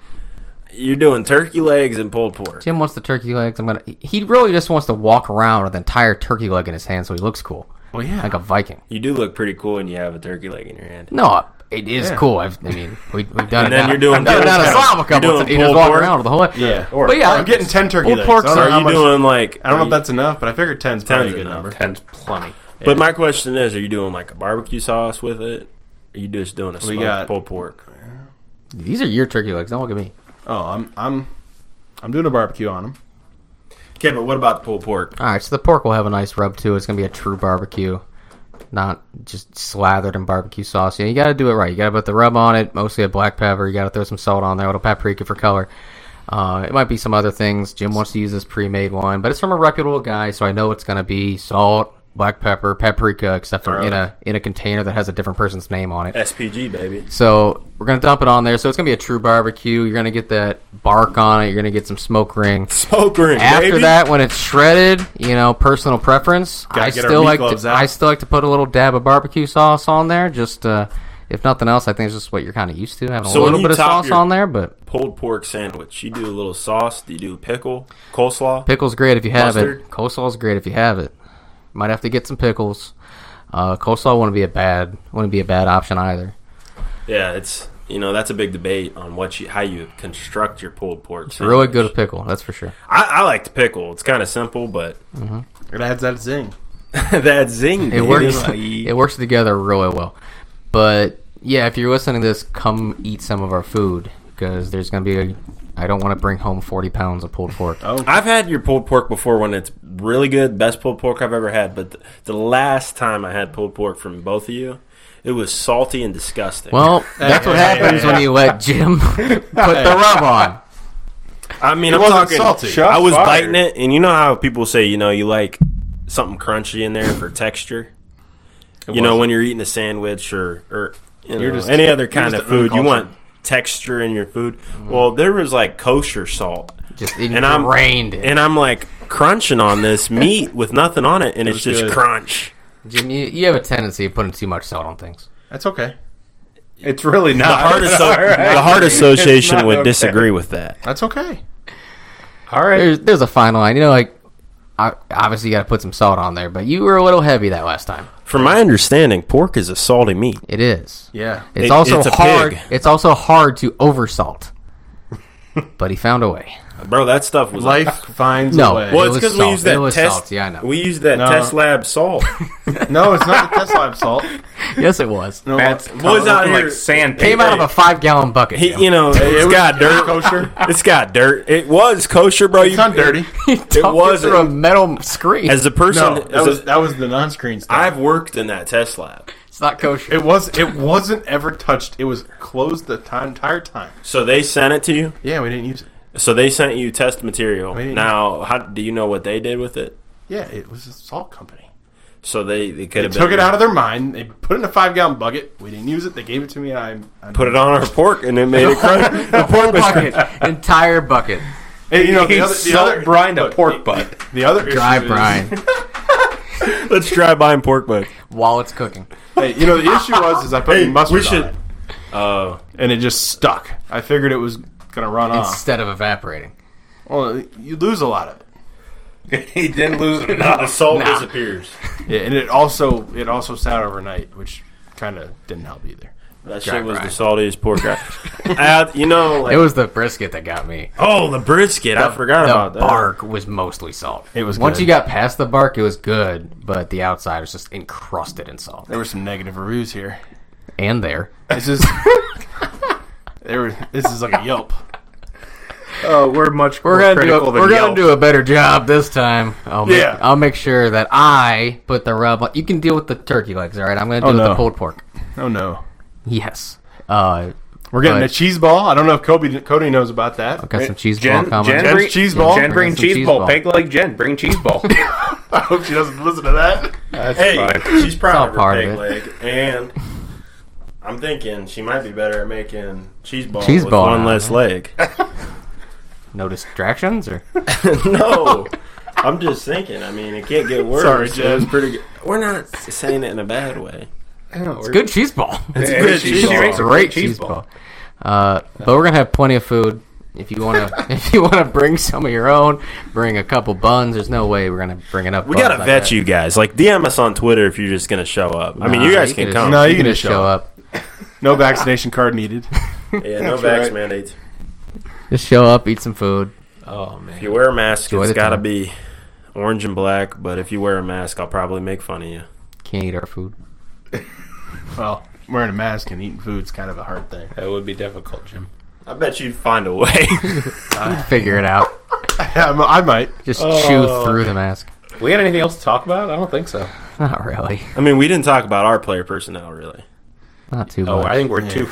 [SPEAKER 3] You're doing turkey legs and pulled pork.
[SPEAKER 2] Jim wants the turkey legs. I'm gonna. He really just wants to walk around with an entire turkey leg in his hand, so he looks cool,
[SPEAKER 4] Well, yeah.
[SPEAKER 2] like a Viking.
[SPEAKER 3] You do look pretty cool when you have a turkey leg in your hand.
[SPEAKER 2] No, it is cool. I've, I mean, we, we've done it.
[SPEAKER 3] then
[SPEAKER 2] now.
[SPEAKER 3] you're doing
[SPEAKER 2] I've done it
[SPEAKER 3] pulled
[SPEAKER 2] down in
[SPEAKER 3] pork.
[SPEAKER 2] Islam a couple
[SPEAKER 3] You're
[SPEAKER 2] times.
[SPEAKER 3] doing
[SPEAKER 2] You just
[SPEAKER 3] pulled
[SPEAKER 2] walk
[SPEAKER 3] pork.
[SPEAKER 2] around with the whole.
[SPEAKER 4] Yeah.
[SPEAKER 6] Or-
[SPEAKER 2] But yeah,
[SPEAKER 4] I'm getting ten turkey
[SPEAKER 2] Pulled
[SPEAKER 4] legs.
[SPEAKER 2] pork's
[SPEAKER 4] I don't
[SPEAKER 2] not
[SPEAKER 4] know
[SPEAKER 3] Are
[SPEAKER 4] how
[SPEAKER 3] you
[SPEAKER 4] much-
[SPEAKER 3] doing like?
[SPEAKER 4] I don't know
[SPEAKER 3] are
[SPEAKER 4] if that's enough, but I figured 10's probably a
[SPEAKER 3] Ten's
[SPEAKER 4] good
[SPEAKER 3] enough.
[SPEAKER 4] number.
[SPEAKER 6] Ten's plenty.
[SPEAKER 3] you- But my question is: Are you doing like a barbecue sauce with it? Are you just doing a smoked
[SPEAKER 4] got-
[SPEAKER 3] pulled pork?
[SPEAKER 2] These are your turkey legs. Don't look at me.
[SPEAKER 4] Oh, I'm I'm I'm doing a barbecue on them.
[SPEAKER 3] Okay, but what about the pulled pork?
[SPEAKER 2] All right, so the pork will have a nice rub too. It's gonna be a true barbecue, not just slathered in barbecue sauce. Yeah, you gotta do it right. You gotta put the rub on it, mostly a black pepper. You gotta throw some salt on there, a little paprika for color. Uh, it might be some other things. Jim wants to use this pre-made one, but it's from a reputable guy, so I know it's gonna be salt, black pepper, paprika, except for in a in a container that has a different person's name on it.
[SPEAKER 3] SPG baby.
[SPEAKER 2] So we're gonna dump it on there. So it's gonna be a true barbecue. You're gonna get that bark on it. You're gonna get some smoke ring.
[SPEAKER 3] Smoke ring.
[SPEAKER 2] After
[SPEAKER 3] baby.
[SPEAKER 2] that, when it's shredded, you know, personal preference. I
[SPEAKER 4] get our
[SPEAKER 2] still like
[SPEAKER 4] meatloaves
[SPEAKER 2] to,
[SPEAKER 4] out.
[SPEAKER 2] I still like to put a little dab of barbecue sauce on there. Just uh, if nothing else, I think it's just what you're kind of used to having
[SPEAKER 3] So
[SPEAKER 2] a
[SPEAKER 3] when
[SPEAKER 2] little
[SPEAKER 3] you
[SPEAKER 2] bit of
[SPEAKER 3] top
[SPEAKER 2] sauce
[SPEAKER 3] your-
[SPEAKER 2] on there. But
[SPEAKER 3] pulled pork sandwich. You do a little sauce. Do you do pickle, coleslaw?
[SPEAKER 2] pickles great if you have
[SPEAKER 3] Mustard?
[SPEAKER 2] it. Coleslaw's great if you have it. Might have to get some pickles. Uh, coleslaw wouldn't be a bad wouldn't be a bad option either.
[SPEAKER 3] Yeah, it's you know that's a big debate on what you how you construct your pulled pork.
[SPEAKER 2] It's really
[SPEAKER 3] sandwich.
[SPEAKER 2] good with pickle, that's for sure.
[SPEAKER 3] I, I like the pickle. It's kind of simple, but
[SPEAKER 4] It adds that zing.
[SPEAKER 3] that zing.
[SPEAKER 2] It
[SPEAKER 3] baby.
[SPEAKER 2] works. it works together really well. But yeah, if you're listening to this, come eat some of our food because there's gonna be. a I don't want to bring home 40 pounds of pulled pork.
[SPEAKER 3] I've had your pulled pork before when it's really good, best pulled pork I've ever had. But the, the last time I had pulled pork from both of you, it was salty and disgusting.
[SPEAKER 2] Well, that's what happens when you let Jim put the rub on.
[SPEAKER 3] I mean, I'm
[SPEAKER 4] wasn't
[SPEAKER 3] talking
[SPEAKER 4] salty.
[SPEAKER 3] I was
[SPEAKER 6] fired.
[SPEAKER 3] biting it, and you know how people say, you know, you like something crunchy in there for texture. you know, when you're eating a sandwich or or you know,
[SPEAKER 4] just-
[SPEAKER 3] any other kind
[SPEAKER 4] just
[SPEAKER 3] of food, you
[SPEAKER 4] uncultured. Mm-hmm.
[SPEAKER 3] want texture in your food. Well, there was like kosher salt,
[SPEAKER 2] Just it
[SPEAKER 3] and I'm
[SPEAKER 2] drained it.
[SPEAKER 3] and I'm like crunching on this meat with nothing on it, and it's just
[SPEAKER 4] good.
[SPEAKER 3] crunch.
[SPEAKER 2] Jim, you, you have a tendency of putting too much salt on things.
[SPEAKER 4] That's okay.
[SPEAKER 6] It's really not.
[SPEAKER 3] The heart, asso- the heart association would disagree with that.
[SPEAKER 4] That's okay.
[SPEAKER 6] All right.
[SPEAKER 2] There's there's a fine line, you know. Like, I, obviously, you got to put some salt on there, but you were a little heavy that last time.
[SPEAKER 3] From my understanding, pork is a salty meat.
[SPEAKER 2] It is.
[SPEAKER 4] Yeah.
[SPEAKER 2] It's
[SPEAKER 3] It-
[SPEAKER 2] also
[SPEAKER 3] it's a
[SPEAKER 2] hard.
[SPEAKER 3] pig.
[SPEAKER 2] It's also hard to oversalt. but he found a way.
[SPEAKER 3] Bro, that stuff was
[SPEAKER 4] Life finds
[SPEAKER 2] No.
[SPEAKER 4] a way.
[SPEAKER 3] Well,
[SPEAKER 2] It
[SPEAKER 3] it's
[SPEAKER 2] was
[SPEAKER 3] because we
[SPEAKER 2] salt.
[SPEAKER 3] use
[SPEAKER 2] It
[SPEAKER 3] that
[SPEAKER 2] was
[SPEAKER 3] test.
[SPEAKER 2] salty, I know.
[SPEAKER 3] We use that
[SPEAKER 4] No.
[SPEAKER 3] test lab salt.
[SPEAKER 4] no, it's not the Tesla salt.
[SPEAKER 2] Yes, it was.
[SPEAKER 4] No,
[SPEAKER 6] Matt's
[SPEAKER 3] Boys out
[SPEAKER 6] like
[SPEAKER 3] here-
[SPEAKER 6] sandpaper.
[SPEAKER 2] Came out of a five gallon bucket.
[SPEAKER 3] He-
[SPEAKER 2] Jim.
[SPEAKER 3] you know, it's got dirt.
[SPEAKER 4] kosher.
[SPEAKER 3] It's got dirt. It was kosher, bro.
[SPEAKER 4] It's not dirty.
[SPEAKER 2] Talking
[SPEAKER 3] was-
[SPEAKER 2] through a metal screen.
[SPEAKER 3] As a person,
[SPEAKER 4] No, that
[SPEAKER 3] as
[SPEAKER 4] was
[SPEAKER 3] a,
[SPEAKER 4] that was the non-screen stuff.
[SPEAKER 3] I've worked in that test lab,
[SPEAKER 2] it's not kosher.
[SPEAKER 4] it was it wasn't ever touched. It was closed the time, entire time.
[SPEAKER 3] so they sent it to you.
[SPEAKER 4] Yeah, we didn't use it.
[SPEAKER 3] So they sent you test material.
[SPEAKER 4] didn't-
[SPEAKER 3] Now, how do you know what they did with it?
[SPEAKER 4] Yeah, it was a salt company.
[SPEAKER 3] So they, they could
[SPEAKER 4] They
[SPEAKER 3] have
[SPEAKER 4] took
[SPEAKER 3] been-
[SPEAKER 4] it out of their mind. They put it in a five-gallon bucket. We didn't use it. They gave it to me. and I, I
[SPEAKER 3] put it on our pork, and it made it crunch. the pork was
[SPEAKER 2] Bucket. Entire bucket.
[SPEAKER 4] Hey, you know the
[SPEAKER 6] He
[SPEAKER 4] other, the
[SPEAKER 6] salt
[SPEAKER 4] other
[SPEAKER 6] brined a
[SPEAKER 4] look,
[SPEAKER 6] pork
[SPEAKER 4] the-
[SPEAKER 6] butt.
[SPEAKER 4] The other
[SPEAKER 2] Dry
[SPEAKER 4] issue is-
[SPEAKER 2] brine.
[SPEAKER 3] Let's try buying pork butt.
[SPEAKER 2] while it's cooking.
[SPEAKER 4] Hey, you know the issue was is I put
[SPEAKER 3] Hey,
[SPEAKER 4] mustard
[SPEAKER 3] we should-
[SPEAKER 4] on it,
[SPEAKER 3] Oh,
[SPEAKER 4] and it just stuck. I figured it was gonna run off.
[SPEAKER 2] Instead of evaporating.
[SPEAKER 4] Well, you lose a lot of it.
[SPEAKER 6] he didn't lose it.
[SPEAKER 3] the salt
[SPEAKER 2] Nah.
[SPEAKER 3] disappears.
[SPEAKER 4] Yeah, and it also it also sat overnight, which kind of didn't help either.
[SPEAKER 3] That shit was the saltiest pork. I, you know, like,
[SPEAKER 2] It was the brisket that got me.
[SPEAKER 3] oh, the brisket. I forgot
[SPEAKER 2] the
[SPEAKER 3] about that.
[SPEAKER 2] bark was mostly salt.
[SPEAKER 4] It was
[SPEAKER 2] once
[SPEAKER 4] good.
[SPEAKER 2] you got past the bark, it was good, but the outside was just encrusted in salt.
[SPEAKER 4] There were some negative reviews here.
[SPEAKER 2] And there,
[SPEAKER 4] This is there. were- This is like a Yelp. Oh, we're much
[SPEAKER 2] we're
[SPEAKER 4] more
[SPEAKER 2] gonna do
[SPEAKER 4] critical
[SPEAKER 2] a,
[SPEAKER 4] than
[SPEAKER 2] we're gonna
[SPEAKER 4] Yelp.
[SPEAKER 2] do a better job this time. I'll make,
[SPEAKER 4] Yeah.
[SPEAKER 2] I'll make sure that I put the rub. on. You can deal with the turkey legs, all right? I'm gonna deal with
[SPEAKER 4] no.
[SPEAKER 2] the pulled pork.
[SPEAKER 4] Oh no,
[SPEAKER 2] Yes. Uh,
[SPEAKER 4] we're getting
[SPEAKER 2] But-
[SPEAKER 4] a cheese ball. I don't know if Kobe Cody knows about that.
[SPEAKER 2] got some cheese
[SPEAKER 6] Jen-
[SPEAKER 2] ball coming.
[SPEAKER 6] Jen-
[SPEAKER 4] Jen's cheese ball.
[SPEAKER 6] Jen, bring
[SPEAKER 2] Some
[SPEAKER 6] cheese,
[SPEAKER 2] cheese
[SPEAKER 6] ball.
[SPEAKER 2] ball.
[SPEAKER 6] Peg leg Jen, bring cheese ball.
[SPEAKER 4] I hope she doesn't listen to that.
[SPEAKER 6] That's
[SPEAKER 3] Hey,
[SPEAKER 6] fine.
[SPEAKER 3] she's proud of
[SPEAKER 2] It's all
[SPEAKER 3] her pig
[SPEAKER 2] part
[SPEAKER 3] leg, and I'm thinking she might be better at making cheese balls
[SPEAKER 2] Cheese
[SPEAKER 3] with
[SPEAKER 2] ball
[SPEAKER 3] one
[SPEAKER 2] now.
[SPEAKER 3] less leg.
[SPEAKER 2] No distractions, or
[SPEAKER 3] no, I'm just thinking. I mean, it can't get worse.
[SPEAKER 4] Sorry,
[SPEAKER 3] It
[SPEAKER 4] Jen.
[SPEAKER 3] was pretty good. We're not saying it in a bad way.
[SPEAKER 2] it's good cheese ball. It's
[SPEAKER 6] Hey,
[SPEAKER 3] good cheese ball.
[SPEAKER 6] makes a
[SPEAKER 2] great cheese ball. Uh, but we're gonna have plenty of food. If you wanna, if you wanna bring some of your own, bring a couple buns. There's no way we're gonna bring it up.
[SPEAKER 3] We gotta vet you guys. Like DM us on Twitter if you're just gonna show up. I mean, you guys can come.
[SPEAKER 4] No,
[SPEAKER 2] you,
[SPEAKER 4] you
[SPEAKER 2] can
[SPEAKER 4] can
[SPEAKER 2] just
[SPEAKER 4] show
[SPEAKER 2] show up.
[SPEAKER 4] No vaccination card needed.
[SPEAKER 3] Yeah, no vax
[SPEAKER 6] right.
[SPEAKER 3] mandates.
[SPEAKER 2] Just show up, eat some food.
[SPEAKER 6] Oh man.
[SPEAKER 3] If you wear a mask,
[SPEAKER 2] Enjoy
[SPEAKER 3] it's
[SPEAKER 2] the
[SPEAKER 3] gotta
[SPEAKER 2] time.
[SPEAKER 3] be orange and black. But if you wear a mask, I'll probably make fun of you.
[SPEAKER 2] Can't eat our food.
[SPEAKER 4] Well, wearing a mask and eating food's kind of a hard thing.
[SPEAKER 6] That would be difficult, Jim.
[SPEAKER 3] I bet you'd find a way.
[SPEAKER 2] Figure it out.
[SPEAKER 4] I, I might.
[SPEAKER 2] Just chew through the mask.
[SPEAKER 6] Oh. We had anything else to talk about? I don't think so.
[SPEAKER 2] Not really.
[SPEAKER 3] I mean, we didn't talk about our player personnel really.
[SPEAKER 2] Not too
[SPEAKER 6] Oh,
[SPEAKER 2] much.
[SPEAKER 6] I think we're two.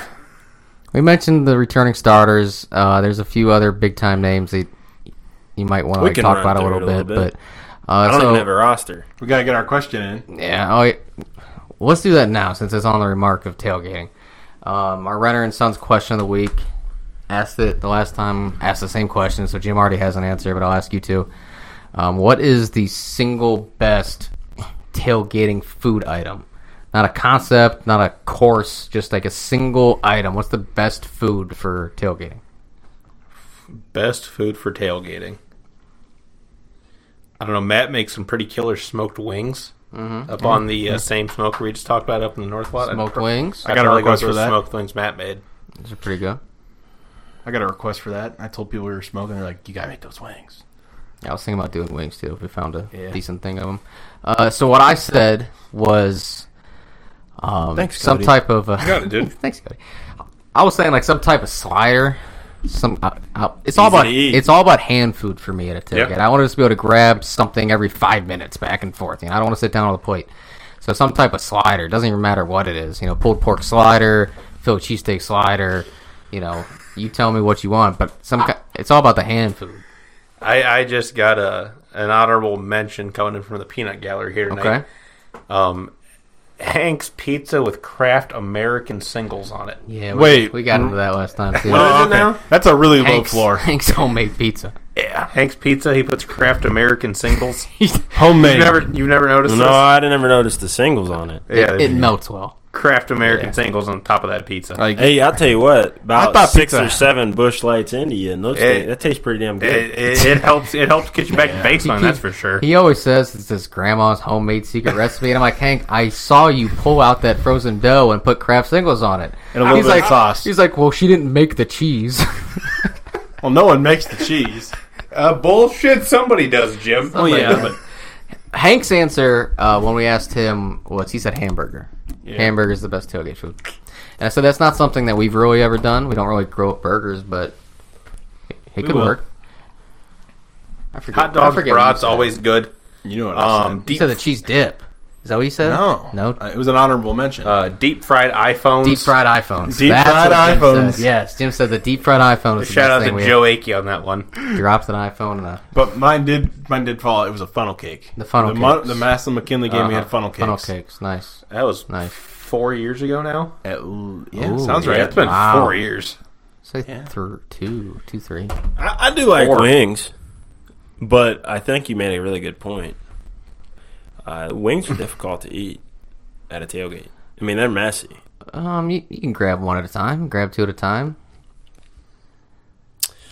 [SPEAKER 2] We mentioned the returning starters. Uh, there's a few other big time names that you might want to
[SPEAKER 3] We
[SPEAKER 2] like,
[SPEAKER 3] can
[SPEAKER 2] talk
[SPEAKER 3] run
[SPEAKER 2] about a
[SPEAKER 3] through
[SPEAKER 2] little,
[SPEAKER 3] it a little
[SPEAKER 2] bit,
[SPEAKER 3] bit.
[SPEAKER 2] But uh,
[SPEAKER 3] I don't
[SPEAKER 2] so
[SPEAKER 3] even have a roster.
[SPEAKER 4] We gotta get our question in.
[SPEAKER 2] yeah, oh, yeah. let's do that now since it's on the remark of tailgating. Um, our runner and sons question of the week asked it the last time. Asked the same question, so Jim already has an answer, but I'll ask you too. Um, what is the single best tailgating food item? Not a concept, not a course, just like a single item. What's the best food for tailgating?
[SPEAKER 6] Best food for tailgating. I don't know. Matt makes some pretty killer smoked wings up on the uh, same smoker we just talked about up in the north lot. I'd
[SPEAKER 2] Smoked
[SPEAKER 6] pro-
[SPEAKER 2] wings.
[SPEAKER 4] I got a
[SPEAKER 6] probably go
[SPEAKER 4] request for
[SPEAKER 6] those
[SPEAKER 4] that.
[SPEAKER 6] Smoked wings Matt made.
[SPEAKER 2] Those are pretty good.
[SPEAKER 4] I got a request for that. I told people we were smoking. They're like, "You gotta make those wings."
[SPEAKER 2] Yeah, I was thinking about doing wings too if we found a
[SPEAKER 4] Yeah.
[SPEAKER 2] decent thing of them. Uh, so what I said was um,
[SPEAKER 3] Thanks,
[SPEAKER 2] some
[SPEAKER 3] Cody.
[SPEAKER 2] type of uh,
[SPEAKER 6] got it, Oh, dude.
[SPEAKER 2] thanks, Cody. I was saying like some type of slider. Some uh, uh, it's all
[SPEAKER 3] Easy
[SPEAKER 2] about
[SPEAKER 3] to eat.
[SPEAKER 2] it's all about hand food for me at a ticket.
[SPEAKER 6] Yep.
[SPEAKER 2] I want to just be able to grab something every five minutes back and forth. You know, I don't want to sit down on the plate. So some type of slider doesn't even matter what it is. You know, pulled pork slider, Philly cheesesteak slider. You know, you tell me what you want, but some ki- it's all about the hand food.
[SPEAKER 6] I, I just got a an honorable mention coming in from the peanut gallery here tonight.
[SPEAKER 2] Okay.
[SPEAKER 6] Um, Hank's Pizza with Kraft American singles on it.
[SPEAKER 2] Yeah, we,
[SPEAKER 4] Wait.
[SPEAKER 2] we got into that last time too.
[SPEAKER 6] What is it now?
[SPEAKER 4] That's a really
[SPEAKER 2] Hank's,
[SPEAKER 4] low floor.
[SPEAKER 2] Hank's homemade pizza.
[SPEAKER 6] Yeah, Hank's Pizza. He puts Kraft American singles.
[SPEAKER 4] Homemade.
[SPEAKER 6] You've never, you've never noticed
[SPEAKER 3] No, I didn't ever notice the singles on it.
[SPEAKER 6] this? Yeah,
[SPEAKER 2] It melts well.
[SPEAKER 6] Kraft American singles on top of that pizza.
[SPEAKER 4] like,
[SPEAKER 3] Hey, I'll tell you what.
[SPEAKER 4] I
[SPEAKER 3] About
[SPEAKER 4] thought
[SPEAKER 3] six
[SPEAKER 4] pizza-
[SPEAKER 3] or seven Bush Lights Indian. Those
[SPEAKER 6] Hey.
[SPEAKER 3] things- that tastes pretty damn good.
[SPEAKER 6] it, it, it helps. It helps get you back to baseline. That's for sure.
[SPEAKER 2] He always says it's his grandma's homemade secret recipe, and I'm like, Hank, I saw you pull out that frozen dough and put Kraft singles on it.
[SPEAKER 4] And a little
[SPEAKER 2] he's
[SPEAKER 4] bit of
[SPEAKER 2] like,
[SPEAKER 4] sauce.
[SPEAKER 2] He's like, well, she didn't make the cheese.
[SPEAKER 4] well, no one makes the cheese.
[SPEAKER 6] Uh, bullshit. Somebody does, Jim. Oh
[SPEAKER 2] yeah, does. Hank's answer uh, when we asked him was he said hamburger. Hamburger is the best tailgate food. And I said that's not something that we've really ever done. We don't really grow up burgers, but it, it could
[SPEAKER 6] will.
[SPEAKER 2] work. I forget.
[SPEAKER 6] hot
[SPEAKER 2] I
[SPEAKER 6] dog
[SPEAKER 2] forget what you
[SPEAKER 6] brats
[SPEAKER 2] said.
[SPEAKER 6] always good.
[SPEAKER 4] You know what
[SPEAKER 6] Um,
[SPEAKER 4] I
[SPEAKER 2] You
[SPEAKER 6] deep,
[SPEAKER 2] said the cheese dip. Is that what you said?
[SPEAKER 4] said? No,
[SPEAKER 2] No.
[SPEAKER 4] Uh, It was an honorable mention.
[SPEAKER 6] uh, deep fried iPhones.
[SPEAKER 2] Deep fried iPhones.
[SPEAKER 4] Deep fried
[SPEAKER 2] what Jim
[SPEAKER 4] iPhones.
[SPEAKER 2] said. Yes, Jim said the deep fried iPhone is the
[SPEAKER 6] Shout
[SPEAKER 2] best
[SPEAKER 6] out
[SPEAKER 2] thing
[SPEAKER 6] to
[SPEAKER 2] we
[SPEAKER 6] Joe Akey on that one.
[SPEAKER 2] dropped an iPhone and a
[SPEAKER 4] but mine did. Mine did fall. It was a funnel cake.
[SPEAKER 2] The funnel
[SPEAKER 4] The, mon-
[SPEAKER 2] cakes.
[SPEAKER 4] the Maslin McKinley game. We had funnel cakes.
[SPEAKER 2] Funnel cakes. Nice.
[SPEAKER 6] That was
[SPEAKER 2] Nice.
[SPEAKER 6] four years ago now.
[SPEAKER 4] At l- yeah,
[SPEAKER 2] Ooh,
[SPEAKER 4] sounds
[SPEAKER 2] yeah.
[SPEAKER 4] right.
[SPEAKER 6] It's been
[SPEAKER 2] Wow.
[SPEAKER 6] four years.
[SPEAKER 2] Say thr- two, two, three.
[SPEAKER 3] I, I do like
[SPEAKER 6] Or-
[SPEAKER 3] wings, but I think you made a really good point. Uh, wings are difficult to eat. at a tailgate. I mean, they're messy.
[SPEAKER 2] Um, you, you can grab one at a time, grab two at a time.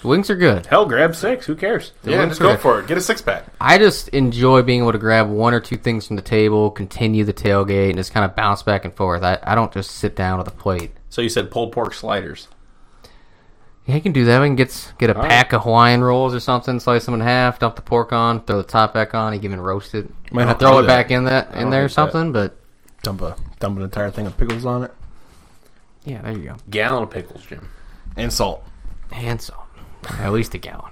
[SPEAKER 2] Wings are good.
[SPEAKER 4] Hell, grab six. Who cares?
[SPEAKER 2] The
[SPEAKER 8] Yeah,
[SPEAKER 2] wings
[SPEAKER 8] just
[SPEAKER 2] are
[SPEAKER 8] go
[SPEAKER 2] good.
[SPEAKER 8] for it. Get a six pack.
[SPEAKER 2] I just enjoy being able to grab one or two things from the table, continue the tailgate, and just kind of bounce back and forth. I, I don't just sit down with a plate.
[SPEAKER 6] So you said pulled pork sliders.
[SPEAKER 2] Yeah, you can do that. We can get s- get a pack of Hawaiian rolls or something, slice them in half, dump the pork on, throw the top back on, and even roast it.
[SPEAKER 6] Might have to
[SPEAKER 2] throw
[SPEAKER 6] do
[SPEAKER 2] it
[SPEAKER 6] that.
[SPEAKER 2] back in that in there or
[SPEAKER 6] like that.
[SPEAKER 2] something. But
[SPEAKER 6] Dump a dump an entire thing of pickles on it
[SPEAKER 2] yeah, there you go.
[SPEAKER 4] Gallon of pickles, Jim.
[SPEAKER 6] and salt.
[SPEAKER 2] And so, at least a gallon.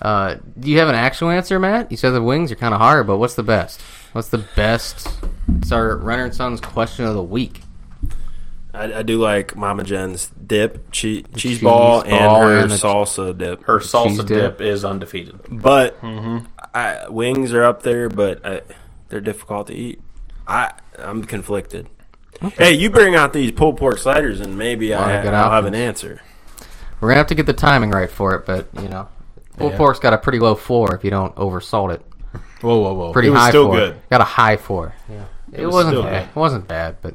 [SPEAKER 2] Uh, do you have an actual answer, Matt? You said the wings are kind of hard, but what's the best? What's the best? It's our Renner and Sons question of the week.
[SPEAKER 3] I, I do like Mama Jen's dip, che- cheese,
[SPEAKER 2] cheese ball
[SPEAKER 3] ball, and her
[SPEAKER 2] and the-
[SPEAKER 3] salsa dip.
[SPEAKER 4] Her
[SPEAKER 2] cheese
[SPEAKER 4] salsa
[SPEAKER 2] dip.
[SPEAKER 4] dip. is undefeated.
[SPEAKER 3] But
[SPEAKER 2] Mm-hmm.
[SPEAKER 3] I, wings are up there, but I, they're difficult to eat. I I'm conflicted. Hey, you bring out these pulled pork sliders, and maybe I,
[SPEAKER 2] Wanna get
[SPEAKER 3] I'll
[SPEAKER 2] out
[SPEAKER 3] have an
[SPEAKER 2] and-
[SPEAKER 3] answer.
[SPEAKER 2] We're gonna have to get the timing right for it, but you know, pulled
[SPEAKER 6] Yeah.
[SPEAKER 2] pork's got a pretty low floor if you don't oversalt it.
[SPEAKER 6] Whoa, whoa, whoa!
[SPEAKER 2] Pretty
[SPEAKER 6] it was
[SPEAKER 2] high
[SPEAKER 6] still
[SPEAKER 2] floor.
[SPEAKER 6] good.
[SPEAKER 2] Got a high four. Yeah, it,
[SPEAKER 6] was
[SPEAKER 2] wasn't
[SPEAKER 6] still
[SPEAKER 2] bad.
[SPEAKER 6] good.
[SPEAKER 2] It wasn't bad, but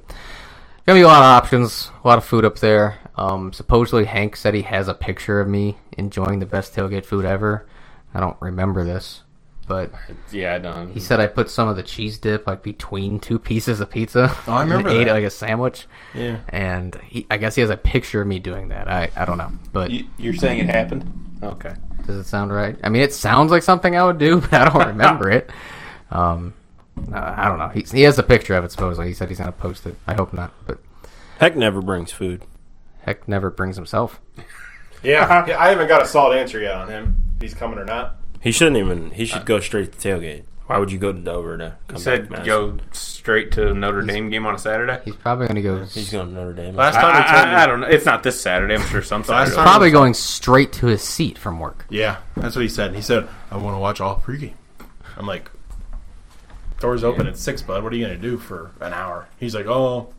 [SPEAKER 2] gonna be a lot of options, a lot of food up there. Um, supposedly Hank said he has a picture of me enjoying the best tailgate food ever. I don't remember this, but
[SPEAKER 8] Yeah, I don't.
[SPEAKER 2] he said I put some of the cheese dip like between two pieces of pizza.
[SPEAKER 6] Oh, I remember
[SPEAKER 2] and ate it
[SPEAKER 6] that.
[SPEAKER 2] like a sandwich.
[SPEAKER 3] Yeah.
[SPEAKER 2] and he, I guess he has a picture of me doing that. I, I don't know, but
[SPEAKER 8] You, you're saying it happened? Okay.
[SPEAKER 2] does it sound right? I mean, it sounds like something I would do, but I don't remember it. Um, uh, I don't know. He, he has a picture of it, supposedly. He said he's going to post it. I hope not, but
[SPEAKER 3] Heck never brings food.
[SPEAKER 2] heck never brings himself.
[SPEAKER 4] Yeah, I haven't got a solid answer yet on him. If he's coming or not.
[SPEAKER 3] He shouldn't even. He
[SPEAKER 2] Uh,
[SPEAKER 3] should go straight to tailgate. Why would you go to Dover to come back?
[SPEAKER 4] He
[SPEAKER 3] to
[SPEAKER 4] said
[SPEAKER 3] Madison?
[SPEAKER 4] go straight to Notre Dame game on a Saturday.
[SPEAKER 2] He's probably going to go.
[SPEAKER 3] He's
[SPEAKER 2] He's
[SPEAKER 3] going to Notre Dame.
[SPEAKER 4] I, I, I, I don't know. It's not this Saturday. I'm sure some Saturday.
[SPEAKER 8] time-
[SPEAKER 2] probably going straight to his seat from work.
[SPEAKER 8] Yeah, that's what he said. He said, I want to watch all pregame. I'm like, doors open at six, bud. What are you going to do for an hour? He's like, oh,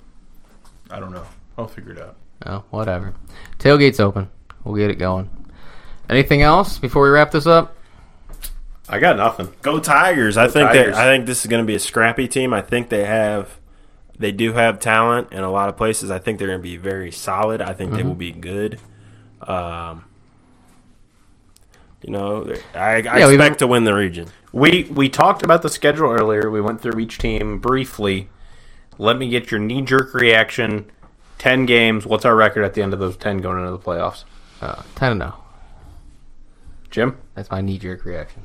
[SPEAKER 8] I don't know. I'll figure it out.
[SPEAKER 2] Oh, whatever. Tailgate's open. We'll get it going. Anything else before we wrap this up?
[SPEAKER 4] I got nothing.
[SPEAKER 3] Go Tigers! I think
[SPEAKER 4] Tigers.
[SPEAKER 3] that I think this is going to be a scrappy team. I think they have, they do have talent in a lot of places. I think they're going to be very solid. I think
[SPEAKER 2] Mm-hmm.
[SPEAKER 3] they will be good. Um, you know, I, I
[SPEAKER 2] we've-
[SPEAKER 3] expect to win the region.
[SPEAKER 4] We we talked about the schedule earlier. We went through each team briefly. Let me get your knee jerk reaction. Ten games. What's our record at the end of those ten going into the playoffs?
[SPEAKER 2] Uh, I don't know.
[SPEAKER 4] Jim,
[SPEAKER 2] That's my knee jerk reaction.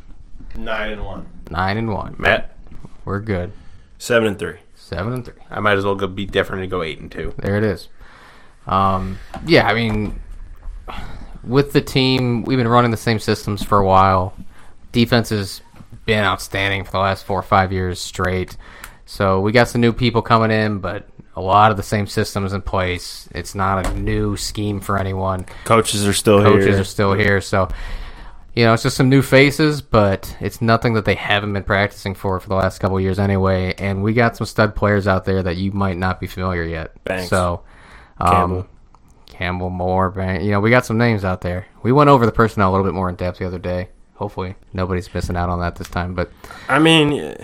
[SPEAKER 8] Nine and one.
[SPEAKER 2] Nine and one.
[SPEAKER 4] Matt,
[SPEAKER 2] We're good.
[SPEAKER 3] Seven and three.
[SPEAKER 2] Seven and three.
[SPEAKER 4] I might as well go be different and go eight and two.
[SPEAKER 2] There it is. Um, yeah, I mean, with the team, we've been running the same systems for a while. Defense has been outstanding for the last four or five years straight. So we got some new people coming in, but a lot of the same systems in place. It's not a new scheme for anyone.
[SPEAKER 3] Coaches are still
[SPEAKER 2] Coaches
[SPEAKER 3] here.
[SPEAKER 2] are still here, so you know it's just some new faces, but it's nothing that they haven't been practicing for for the last couple of years anyway. And we got some stud players out there that you might not be familiar yet.
[SPEAKER 3] Banks.
[SPEAKER 2] So
[SPEAKER 3] Campbell.
[SPEAKER 2] um, Campbell Moore, Ban- you know, we got some names out there. We went over the personnel a little bit more in depth the other day. Hopefully, nobody's missing out on that this time. But
[SPEAKER 3] I mean,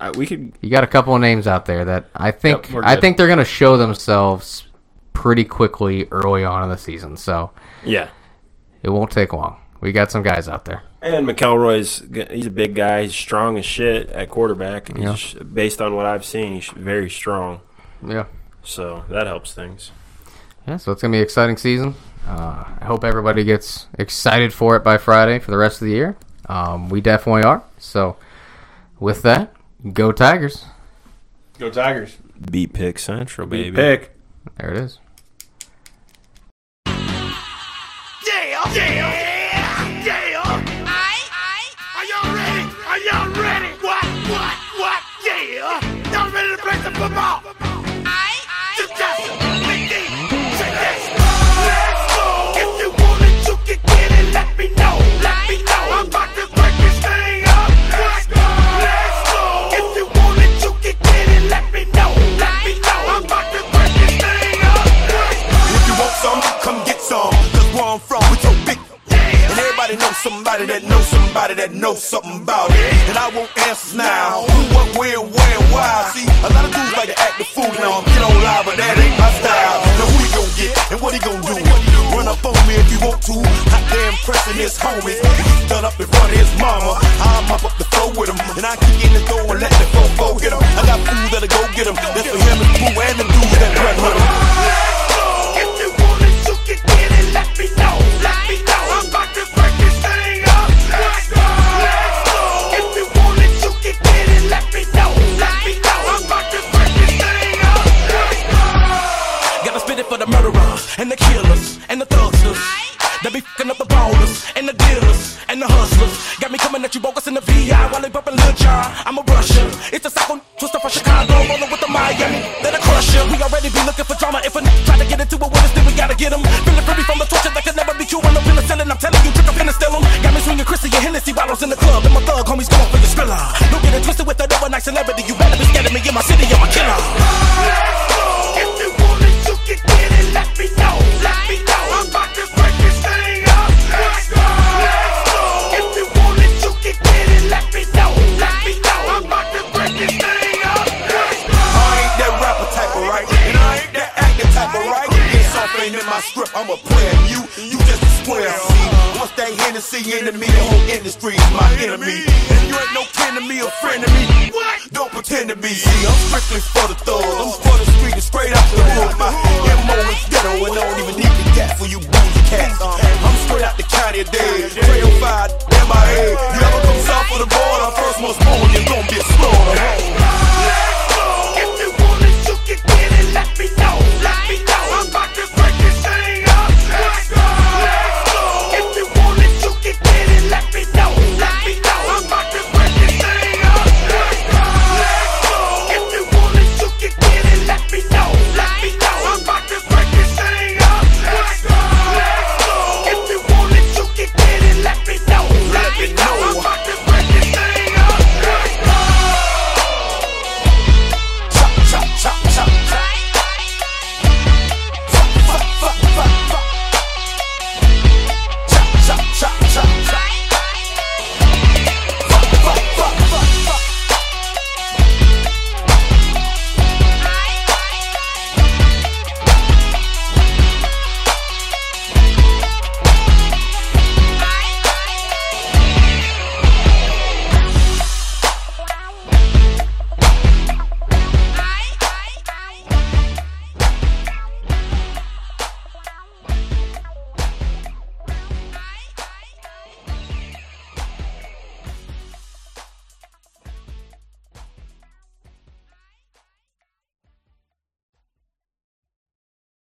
[SPEAKER 3] I, we could.
[SPEAKER 2] you got a couple of names out there that I think
[SPEAKER 4] Yep, we're
[SPEAKER 2] I
[SPEAKER 4] good.
[SPEAKER 2] think they're going to show themselves pretty quickly early on in the season. So
[SPEAKER 3] Yeah.
[SPEAKER 2] it won't take long. We got some guys out there.
[SPEAKER 3] And McElroy's g- he's a big guy. He's strong as shit at quarterback. He's
[SPEAKER 2] Yeah.
[SPEAKER 3] sh- Based on what I've seen, he's very strong.
[SPEAKER 2] Yeah.
[SPEAKER 3] So that helps things.
[SPEAKER 2] Yeah, so it's gonna be an exciting season. Uh, I hope everybody gets excited for it by Friday for the rest of the year. Um, we definitely are. So, with that, go Tigers!
[SPEAKER 8] Go Tigers.
[SPEAKER 3] Beat pick central, baby.
[SPEAKER 4] Pick.
[SPEAKER 2] There it is.
[SPEAKER 9] Yeah, yeah, yeah. I, I. Are y'all ready? Are y'all ready? What, what, what? Yeah. Y'all ready to play some football? I, I. Just just Big D, say yes. Let's go. If you want it, you can get it. Let me know. Let me know. I'm about to break this thing up. Let's go. Let's go. If you want it, you can get it. Let me know. Let me know. I'm about to break this thing up. Let's go.
[SPEAKER 10] If you want some, come get some. Cause where I'm from, we so big. And everybody knows somebody that knows somebody that know something about it. And I want answers now. Who, what, where, where, why? See, a lot of dudes like to act the fool now. Get on live, but that ain't my style. Now who he gon' get and what he gon' do? Run up on me if you want to. Hot damn pressing his homies. Done up in front of his mama. I mop up the floor with him. And I kick in the door and let the fofo hit him. I got food that'll go get him. That's for him and crew and the dudes that run with him.
[SPEAKER 9] If you want it, you can get it. Let me know. Let me know. I'm about to break this thing up. Let's go. Let's go. If you want it, you can get it. Let me know. Let me know. I'm about to break this thing up. Let's go.
[SPEAKER 10] Gotta spit it for the murderers and the killers and the thugsters. They be fucking up the ballers and the dealers and the hustlers. Got me coming at you bogus in the VI while they bumping Lil Jon. I'm a rusher. It's a psycho twister from Chicago rolling with the Miami. Then a crusher. We already be looking for drama. If a n- try to get into it with us, then we gotta get 'em. Feeling free from the torture that could never be cured. No penicillin. I'm telling you, trick up in the stillum. Got me swinging Chrissy and Hennessy bottles in the club. And my thug homies going for the spiller. Don't get it twisted with the double night celebrity. You better be scared of me in my city. I'm a killer.
[SPEAKER 9] Let's go. If you want it, you can get it. Let me know. Let me know. I'm about to break this thing up. Let's go. Let's go. If you want it, you can get it. Let me know. Let me know. I'm about to break this thing up. Let's go.
[SPEAKER 10] I ain't that rapper type, alright? And I ain't that actor type, alright? This off ain't in my script, I'm a player. and You, you just a square. See, once that Hennessy into me, the whole industry is my enemy. And you ain't no kin to me or friend to me. Don't pretend to be. See, I'm strictly for the thugs. I'm for the street and straight out the hood. My MO is ghetto and I don't even need the gap for you bougie cats. I'm straight out the county of dead. Trail fired, MIA. You ever come south of the border? First most born.